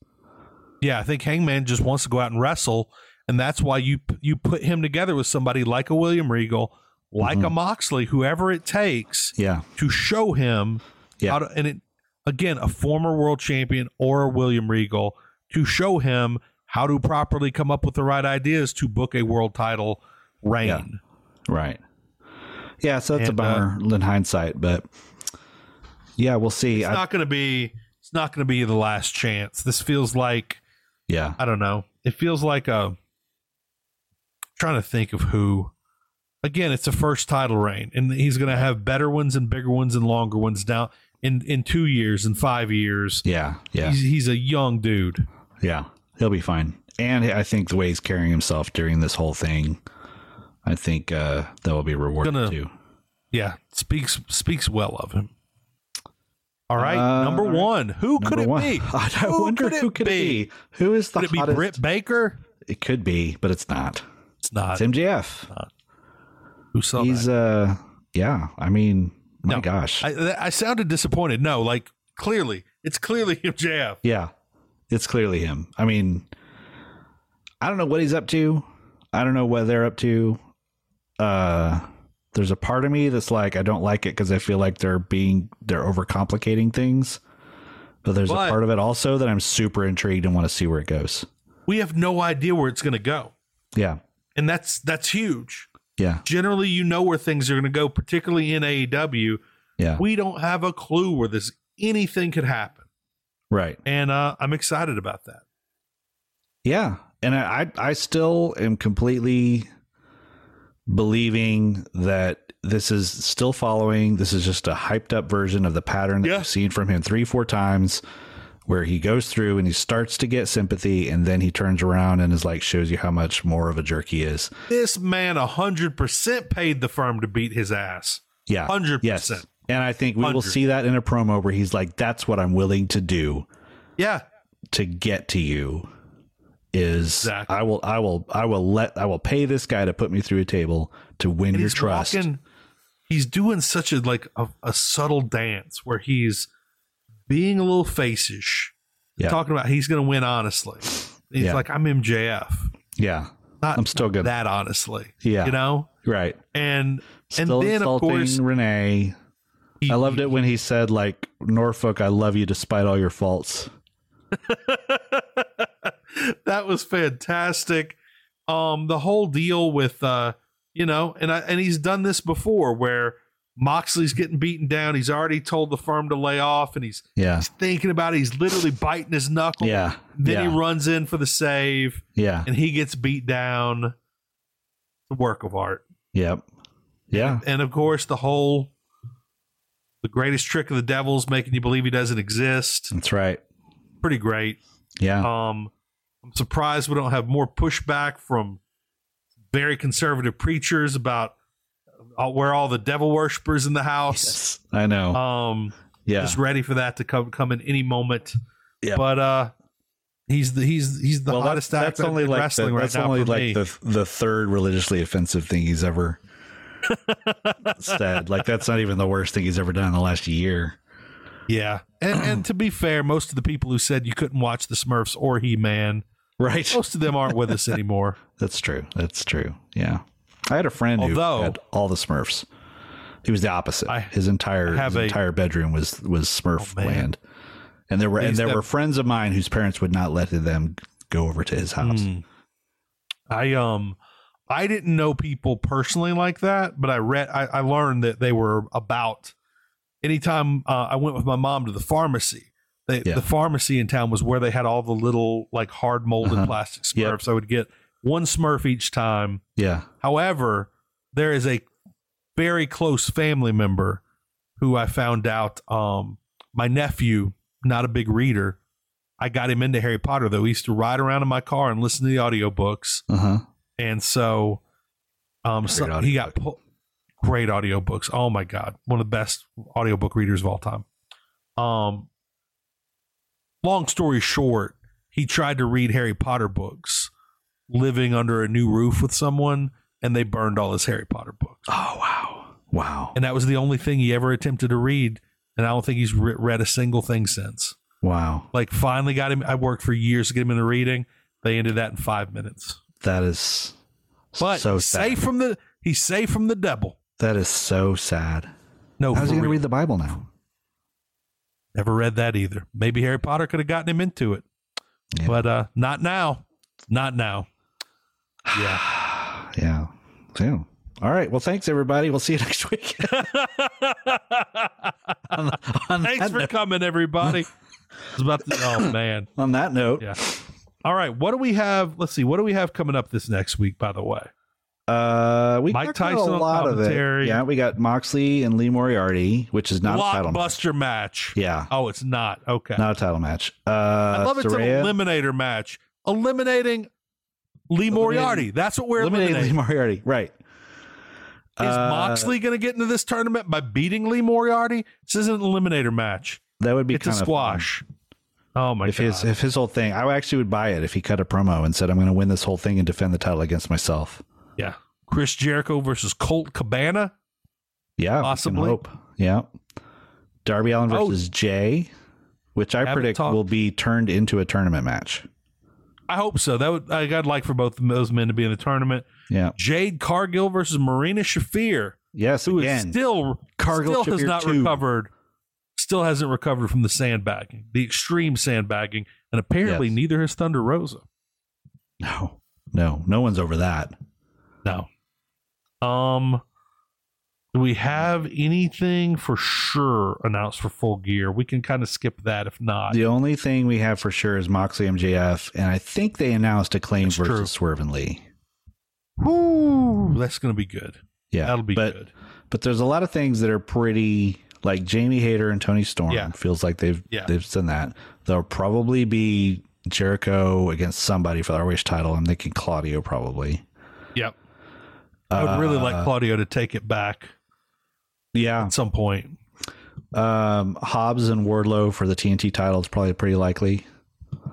B: Yeah, I think Hangman just wants to go out and wrestle, and that's why you you put him together with somebody like a William Regal, like a Moxley, whoever it takes
C: Mm-hmm. Yeah.
B: to show him
C: Yeah.
B: how to. And it again, a former world champion or a William Regal to show him how to properly come up with the right ideas to book a world title reign.
C: Yeah. Right. Yeah. So that's
B: And, uh,
C: a bummer in hindsight, but yeah, we'll see.
B: It's
C: I-
B: not going to be. It's not going to be the last chance. This feels like
C: yeah.
B: I don't know. It feels like a trying to think of who. Again, it's a first title reign, and he's going to have better ones and bigger ones and longer ones down in in two years and five years.
C: Yeah. Yeah.
B: He's, he's a young dude.
C: Yeah, he'll be fine. And I think the way he's carrying himself during this whole thing, I think uh, that will be rewarded
B: Gonna-
C: too.
B: Yeah, speaks speaks well of him. All right,
C: Uh,
B: number
C: all right.
B: one. Who could
C: Number
B: it
C: one.
B: be?
C: I wonder who could it be. Who is the
B: Could it be
C: hottest?
B: Britt Baker?
C: It could be, but it's not.
B: It's not.
C: It's MJF.
B: Who saw
C: He's
B: that?
C: uh, yeah. I mean, my
B: No,
C: gosh,
B: I, I sounded disappointed. No, like clearly, it's clearly MJF.
C: yeah. It's clearly him. I mean, I don't know what he's up to. I don't know what they're up to. Uh, there's a part of me that's like, I don't like it because I feel like they're being they're overcomplicating things. But there's
B: But-
C: a part of it also that I'm super intrigued and want to see where it goes.
B: We have no idea where it's going to go.
C: Yeah,
B: and that's that's huge.
C: yeah,
B: Generally, you know where things are going to go, particularly in AEW.
C: yeah.
B: We don't have a clue where this anything could happen,
C: right.
B: and uh, I'm excited about that.
C: Yeah, and I, I I still am completely believing that this is still following. This is just a hyped up version of the pattern that
B: Yeah.
C: we've seen from him three four times, where he goes through and he starts to get sympathy, and then he turns around and is like shows you how much more of a jerk he is.
B: This man 100% paid the firm to beat his ass.
C: Yeah,
B: 100%.
C: Yes. And I think we will
B: 100.
C: see that in a promo where he's like, "That's what I'm willing to do
B: Yeah,
C: to get to you." Is
B: Exactly.
C: I will I will I will let I will pay this guy to put me through a table to win
B: and
C: your
B: he's
C: trust.
B: walking. He's doing such a like a, a subtle dance where he's being a little facish,
C: Yeah.
B: talking about he's going to win honestly. He's
C: Yeah.
B: like, I'm MJF.
C: Yeah.
B: Not
C: I'm still good.
B: that honestly.
C: Yeah.
B: You know?
C: Right.
B: And
C: Still
B: and then of
C: insulting
B: course
C: Renee.
B: he-
C: I loved it when he said, like, Norfolk, I love you despite all your faults.
B: that was fantastic. Um, the whole deal with uh, you know, and I, and he's done this before where Moxley's getting beaten down. He's already told the firm to lay off, and he's
C: Yeah.
B: he's thinking about it. He's literally biting his knuckle.
C: Yeah.
B: Then
C: yeah.
B: he runs in for the save,
C: Yeah.
B: and he gets beat down. The work of art,
C: Yep. Yeah.
B: and of course the whole the greatest trick of the devil's making you believe he doesn't exist.
C: That's right.
B: Pretty great.
C: Yeah.
B: Um, I'm surprised we don't have more pushback from very conservative preachers about uh, where all the devil worshippers in the house.
C: I know.
B: Um,
C: yeah.
B: just ready for that to come come in any moment.
C: Yeah.
B: But uh, he's the he's he's the
C: that-
B: hottest act in
C: like
B: wrestling
C: the,
B: right
C: that's
B: now
C: only
B: for
C: like
B: me.
C: the the third religiously offensive thing he's ever said. Like that's not even the worst thing he's ever done in the last year.
B: yeah. And and to be fair, most of the people who said you couldn't watch the Smurfs or He Man,
C: Right.
B: most of them aren't with us anymore.
C: That's true. That's true. Yeah. I had a friend
B: Although-
C: who had all the Smurfs. He was the opposite.
B: I-
C: his entire
B: I have
C: his
B: a-
C: entire bedroom was was Smurf
B: Oh, man.
C: land. And there were
B: They
C: and
B: used
C: there
B: to
C: were
B: have-
C: friends of mine whose parents would not let them go over to his house.
B: Mm. I um I didn't know people personally like that, but I read I, I learned that they were about anytime uh, I went with my mom to the pharmacy. They,
C: Yeah.
B: The pharmacy in town was where they had all the little like hard molded
C: Uh-huh.
B: plastic
C: Yep.
B: Smurfs. I would get one Smurf each time.
C: Yeah.
B: However, there is a very close family member who I found out um my nephew, not a big reader. I got him into Harry Potter though. He used to ride around in my car and listen to the audiobooks.
C: Uh-huh.
B: And so um so he got pulled great audiobooks. Oh my god. One of the best audiobook readers of all time. Um long story short, he tried to read Harry Potter books living under a new roof with someone and they burned all his Harry Potter books.
C: Oh wow. Wow.
B: And that was the only thing he ever attempted to read and I don't think he's re- read a single thing since.
C: Wow.
B: Like finally got him I worked for years to get him into reading. They ended that in 5 minutes.
C: That is
B: But
C: so
B: he's
C: sad.
B: safe from the he's safe from the devil.
C: That is so sad.
B: No,
C: How's
B: for
C: he going to
B: real.
C: read the Bible now?
B: never read that either. Maybe Harry Potter could have gotten him into it,
C: Yeah.
B: but uh, not now, not now. Yeah,
C: Yeah. Yeah. All right. Well, thanks everybody. We'll see you next week. On the- on
B: thanks
C: that
B: for
C: note-
B: coming, everybody. I was about to- oh man,
C: on that note.
B: yeah. All right, what do we have? Let's see, what do we have coming up this next week? By the way,
C: Uh, we
B: Mike
C: talked about
B: Tyson
C: a
B: on
C: lot of it.
B: commentary.
C: Yeah, we got Moxley and Lee Moriarty, which is not a title match.
B: blockbuster match.
C: Yeah,
B: Oh, it's not okay.
C: not a title match. Uh,
B: I love it's an
C: Soraya-
B: eliminator match. Eliminating Lee Moriarty. That's what we're
C: eliminating
B: eliminating.
C: Lee Moriarty. Right.
B: Is
C: Uh,
B: Moxley going to get into this tournament by beating Lee Moriarty? This isn't an eliminator match.
C: That would be
B: it's a
C: kind of fun.
B: squash. Oh my
C: If
B: god!
C: his if his whole thing, I actually would buy it if he cut a promo and said, "I'm going to win this whole thing and defend the title against myself."
B: yeah, Chris Jericho versus Colt Cabana.
C: Yeah, we can
B: Possibly.
C: hope. Yeah. Darby Allen
B: Oh.
C: versus Jay, which I
B: Haven't
C: predict
B: talked-
C: will be turned into a tournament match.
B: I hope so. That would like, I'd like for both of those men to be in the tournament.
C: Yeah.
B: Jade Cargill versus Marina Shafir,
C: Yes.
B: who is
C: again,
B: still
C: Cargill
B: still has
C: Shafir
B: not
C: too.
B: recovered, still hasn't recovered from the sandbagging, the extreme sandbagging, and apparently
C: Yes.
B: neither has Thunder Rosa.
C: no, no, no one's over that.
B: No. Um do we have anything for sure announced for full gear? We can kind of skip that if not.
C: The only thing we have for sure is Moxley MJF, and I think they announced a claim
B: That's
C: versus
B: true.
C: Swerve and Lee.
B: Ooh, that's gonna be good.
C: Yeah,
B: That'll be
C: but,
B: good.
C: But there's a lot of things that are pretty like Jamie Hayter and Tony Storm.
B: Yeah.
C: Feels like they've
B: Yeah.
C: they've done that. There'll probably be Jericho against somebody for the ROH title. I'm thinking Claudio probably.
B: Yep. I would really like
C: Uh,
B: Claudio to take it back
C: Yeah.
B: at some point.
C: Um, Hobbs and Wardlow for the TNT title is probably pretty likely.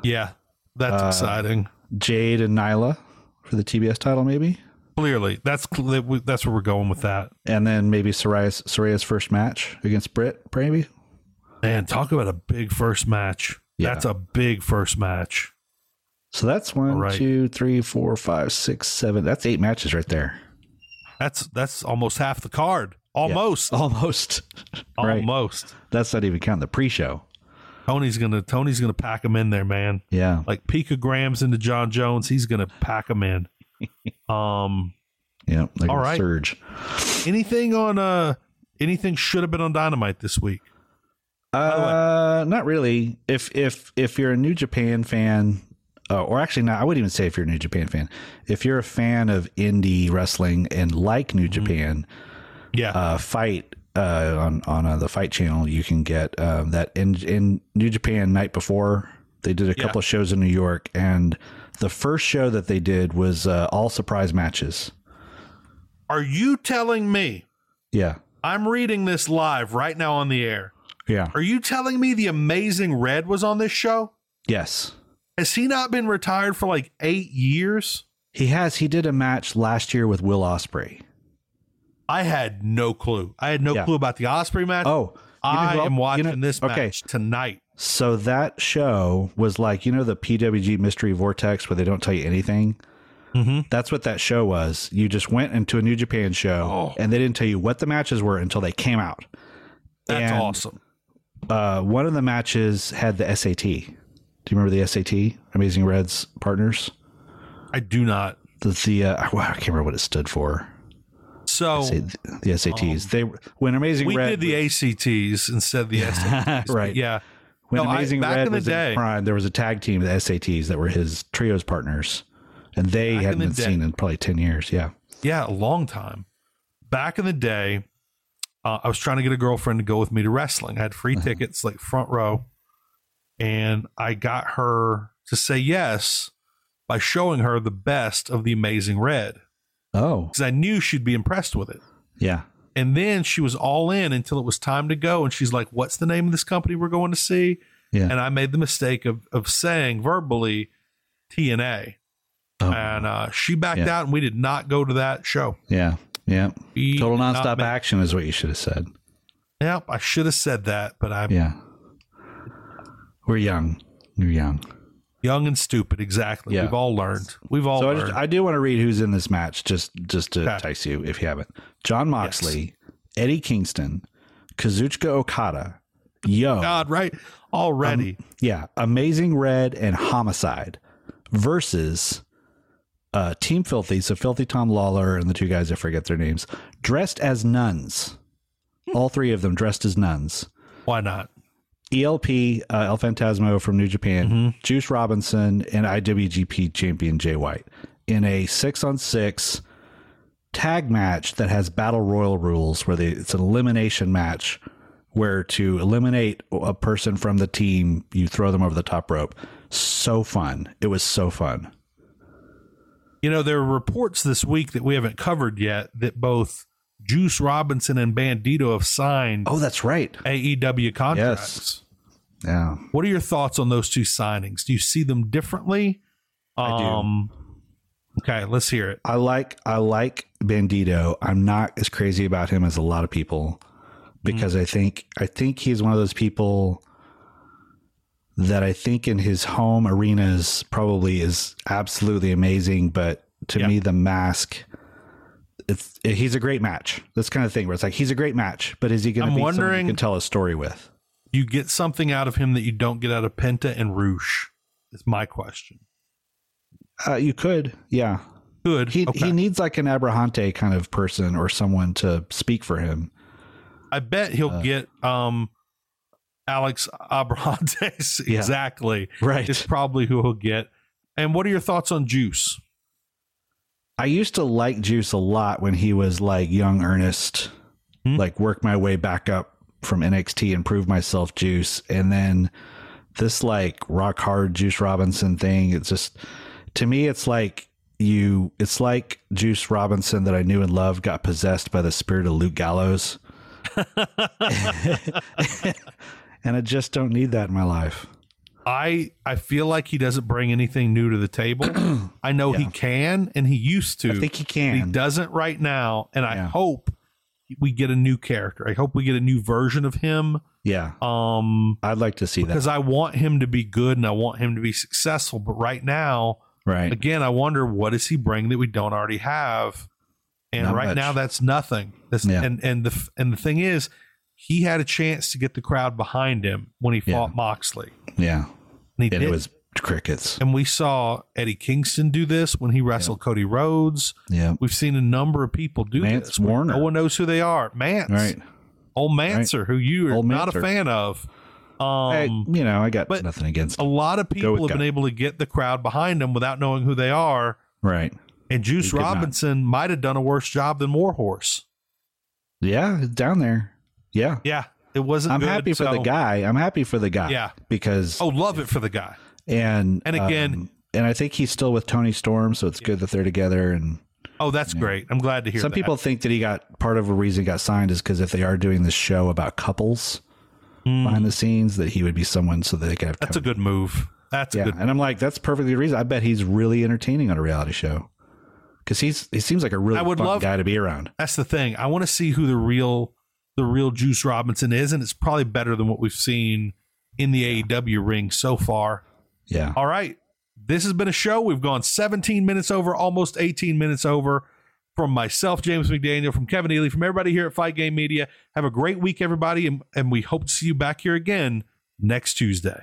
B: Yeah. That's
C: uh,
B: exciting.
C: Jade and Nyla for the TBS title, maybe.
B: Clearly, that's cl- that we- that's where we're going with that.
C: And then maybe Soraya's, Soraya's first match against Britt, maybe.
B: Man, talk about a big first match. That's a big first match.
C: So that's one,
B: All right.
C: two, three, four, five, six, seven. That's eight matches right there.
B: That's that's almost half the card. Almost.
C: Almost. right.
B: Almost.
C: That's not even counting the pre-show.
B: Tony's gonna Tony's gonna pack him in there, man.
C: Yeah.
B: Like picograms into John Jones, he's gonna pack him in. Um
C: Yeah. Like
B: All
C: a
B: right.
C: surge.
B: anything on uh anything should have been on Dynamite this week.
C: Uh, not really. If if if you're a New Japan fan, uh, or actually, not, I wouldn't even say if you're a New Japan fan. If you're a fan of indie wrestling and like New
B: Mm-hmm.
C: Japan,
B: Yeah.
C: uh, fight uh, on on uh, the Fight Channel, you can get um, that in in New Japan night before. They did a
B: Yeah.
C: couple of shows in New York, and the first show that they did was uh, all surprise matches.
B: Are you telling me
C: Yeah,
B: I'm reading this live right now on the air?
C: yeah,
B: Are you telling me the amazing Red was on this show?
C: yes.
B: Has he not been retired for like eight years?
C: He has. He did a match last year with Will Osprey.
B: I had no clue. I had no
C: Yeah.
B: clue about the Osprey match.
C: Oh, you know
B: I
C: who else-
B: am watching
C: you know-
B: this match
C: okay.
B: tonight.
C: So that show was like, you know, the PWG Mystery Vortex where they don't tell you anything?
B: Mhm.
C: That's what that show was. You just went into a New Japan
B: Oh.
C: show and they didn't tell you what the matches were until they came out.
B: That's
C: And,
B: awesome.
C: Uh, one of the matches had the SAT. Do you remember the SAT? Amazing Reds Partners?
B: I do not.
C: The, the uh, wow, I can't remember what it stood for.
B: So
C: Say th- the SATs. they were- when Amazing
B: Um, we
C: Red
B: did the ACTs instead of the SATs. but
C: Right.
B: Yeah.
C: when
B: No, I-
C: Amazing
B: back
C: Red
B: in the
C: was
B: day-
C: in prime, there was a tag team of the SATs that were his trios partners, and they
B: Back in
C: hadn't
B: the
C: been
B: day.
C: seen in probably ten years. Yeah,
B: Yeah, a long time. Back in the day, uh, I was trying to get a girlfriend to go with me to wrestling. I had free
C: Mm-hmm.
B: tickets, like front row, and I got her to say yes by showing her the best of the Amazing Red
C: Oh,
B: because I knew she'd be impressed with it.
C: yeah.
B: And then she was all in until it was time to go, and she's like, "What's the name of this company we're going to see?"
C: Yeah.
B: And I made the mistake of of saying verbally TNA,
C: Oh,
B: and uh, she backed
C: Yeah.
B: out, and we did not go to that show.
C: yeah. Yeah.
B: We
C: Total
B: did not
C: nonstop
B: make-
C: action is what you should have said.
B: Yep, I should have said that, but I'm
C: Yeah. We're young. You're young.
B: young and stupid. Exactly.
C: Yeah.
B: We've all learned. We've all
C: So I,
B: learned.
C: just, I do want to read who's in this match, just just to
B: Okay.
C: entice you if you haven't. John Moxley, Eddie Kingston, Kazuchika Okada, Yo.
B: God, right? Already.
C: Yeah, Amazing Red and Homicide versus uh, Team Filthy. So Filthy Tom Lawler and the two guys I forget their names, dressed as nuns. All three of them dressed as nuns.
B: Why not?
C: ELP, uh, El Fantasmo from New Japan, Juice Robinson, and IWGP champion Jay White in a six on six tag match that has battle royal rules where they, it's an elimination match where to eliminate a person from the team, you throw them over the top rope. So fun. It was so fun.
B: You know, there are reports this week that we haven't covered yet that both Juice Robinson and Bandito have signed
C: Oh, that's right.
B: AEW contracts.
C: Yeah.
B: What are your thoughts on those two signings? Do you see them differently?
C: I do.
B: do. Okay, let's hear it.
C: I like I like Bandito. I'm not as crazy about him as a lot of people because I think I think he's one of those people that I think in his home arenas probably is absolutely amazing, but to
B: Yeah.
C: me the mask it's he's a great match. This kind of thing where it's like he's a great match, but is he
B: I'm
C: going to be someone
B: wondering-
C: you can tell a story with?
B: You get something out of him that you don't get out of Penta and Roosh, is my question.
C: Uh, you could, yeah.
B: Good.
C: He
B: okay.
C: he needs like an Abrahante kind of person or someone to speak for him.
B: I bet he'll
C: Uh.
B: get um Alex Abrahantes.
C: Yeah.
B: exactly.
C: Right.
B: It's probably who he'll get. And what are your thoughts on Juice?
C: I used to like Juice a lot when he was like young Ernest,
B: Hmm?
C: like work my way back up from NXT and prove myself Juice. And then this like rock hard Juice Robinson thing, it's just to me, it's like you, it's like Juice Robinson that I knew and loved got possessed by the spirit of Luke Gallows. and I just don't need that in my life.
B: I I feel like he doesn't bring anything new to the table. I know he can and he used to.
C: I think he
B: but
C: can.
B: He doesn't right now, and I
C: Yeah.
B: hope we get a new character. I hope we get a new version of him
C: Yeah.
B: Um,
C: I'd like to see
B: because
C: that.
B: I want him to be good and I want him to be successful. But right now,
C: Right.
B: again, I wonder what does he bring that we don't already have. And
C: Not
B: right
C: much.
B: now, that's nothing. That's
C: Yeah.
B: and and the f- and the thing is, he had a chance to get the crowd behind him when he
C: Yeah.
B: fought Moxley, and
C: Yeah.
B: he
C: And
B: did.
C: it was crickets.
B: and we saw Eddie Kingston do this when he wrestled Cody Rhodes.
C: Yeah.
B: We've seen a number of people do
C: Mance
B: this. where
C: Warner.
B: No one knows who they are. Mance,
C: Right.
B: old Mancer, who you are
C: Old
B: not a
C: Mancer.
B: fan of.
C: I-
B: Um,
C: you know, I got
B: but-
C: nothing against.
B: a lot of people
C: with
B: have been
C: gut.
B: able to get the crowd behind them without knowing who they are.
C: Right.
B: And Juice
C: He did not.
B: Robinson might have done a worse job than Warhorse.
C: Yeah, it's down there. Yeah.
B: Yeah, it wasn't.
C: I'm
B: good,
C: happy for the
B: so-
C: guy. I'm happy for the guy.
B: Yeah.
C: Because
B: Oh, love it for the guy.
C: and
B: and again-
C: um, and I think he's still with Tony Storm, so it's good that they're together. And
B: Oh, that's great. I'm glad to hear.
C: some
B: that.
C: people think that he got part of a reason he got signed is because if they are doing this show about couples behind the scenes, that he would be someone so that they could have.
B: Hmm. That's a
C: Tony.
B: good move. That's
C: yeah.
B: a good.
C: And I'm like, that's perfectly reason. I bet he's really entertaining on a reality show because he's he seems like a really
B: I would
C: fun
B: love-
C: guy to be around.
B: That's the thing. I want to see who the real, the real Juice Robinson is, and it's probably better than what we've seen in the AEW ring so far.
C: Yeah.
B: All right. This has been a show. We've gone 17 minutes over, almost 18 minutes over. From myself, James McDaniel, from Kevin Ely, from everybody here at Fight Game Media. Have a great week, everybody, and, and we hope to see you back here again next Tuesday.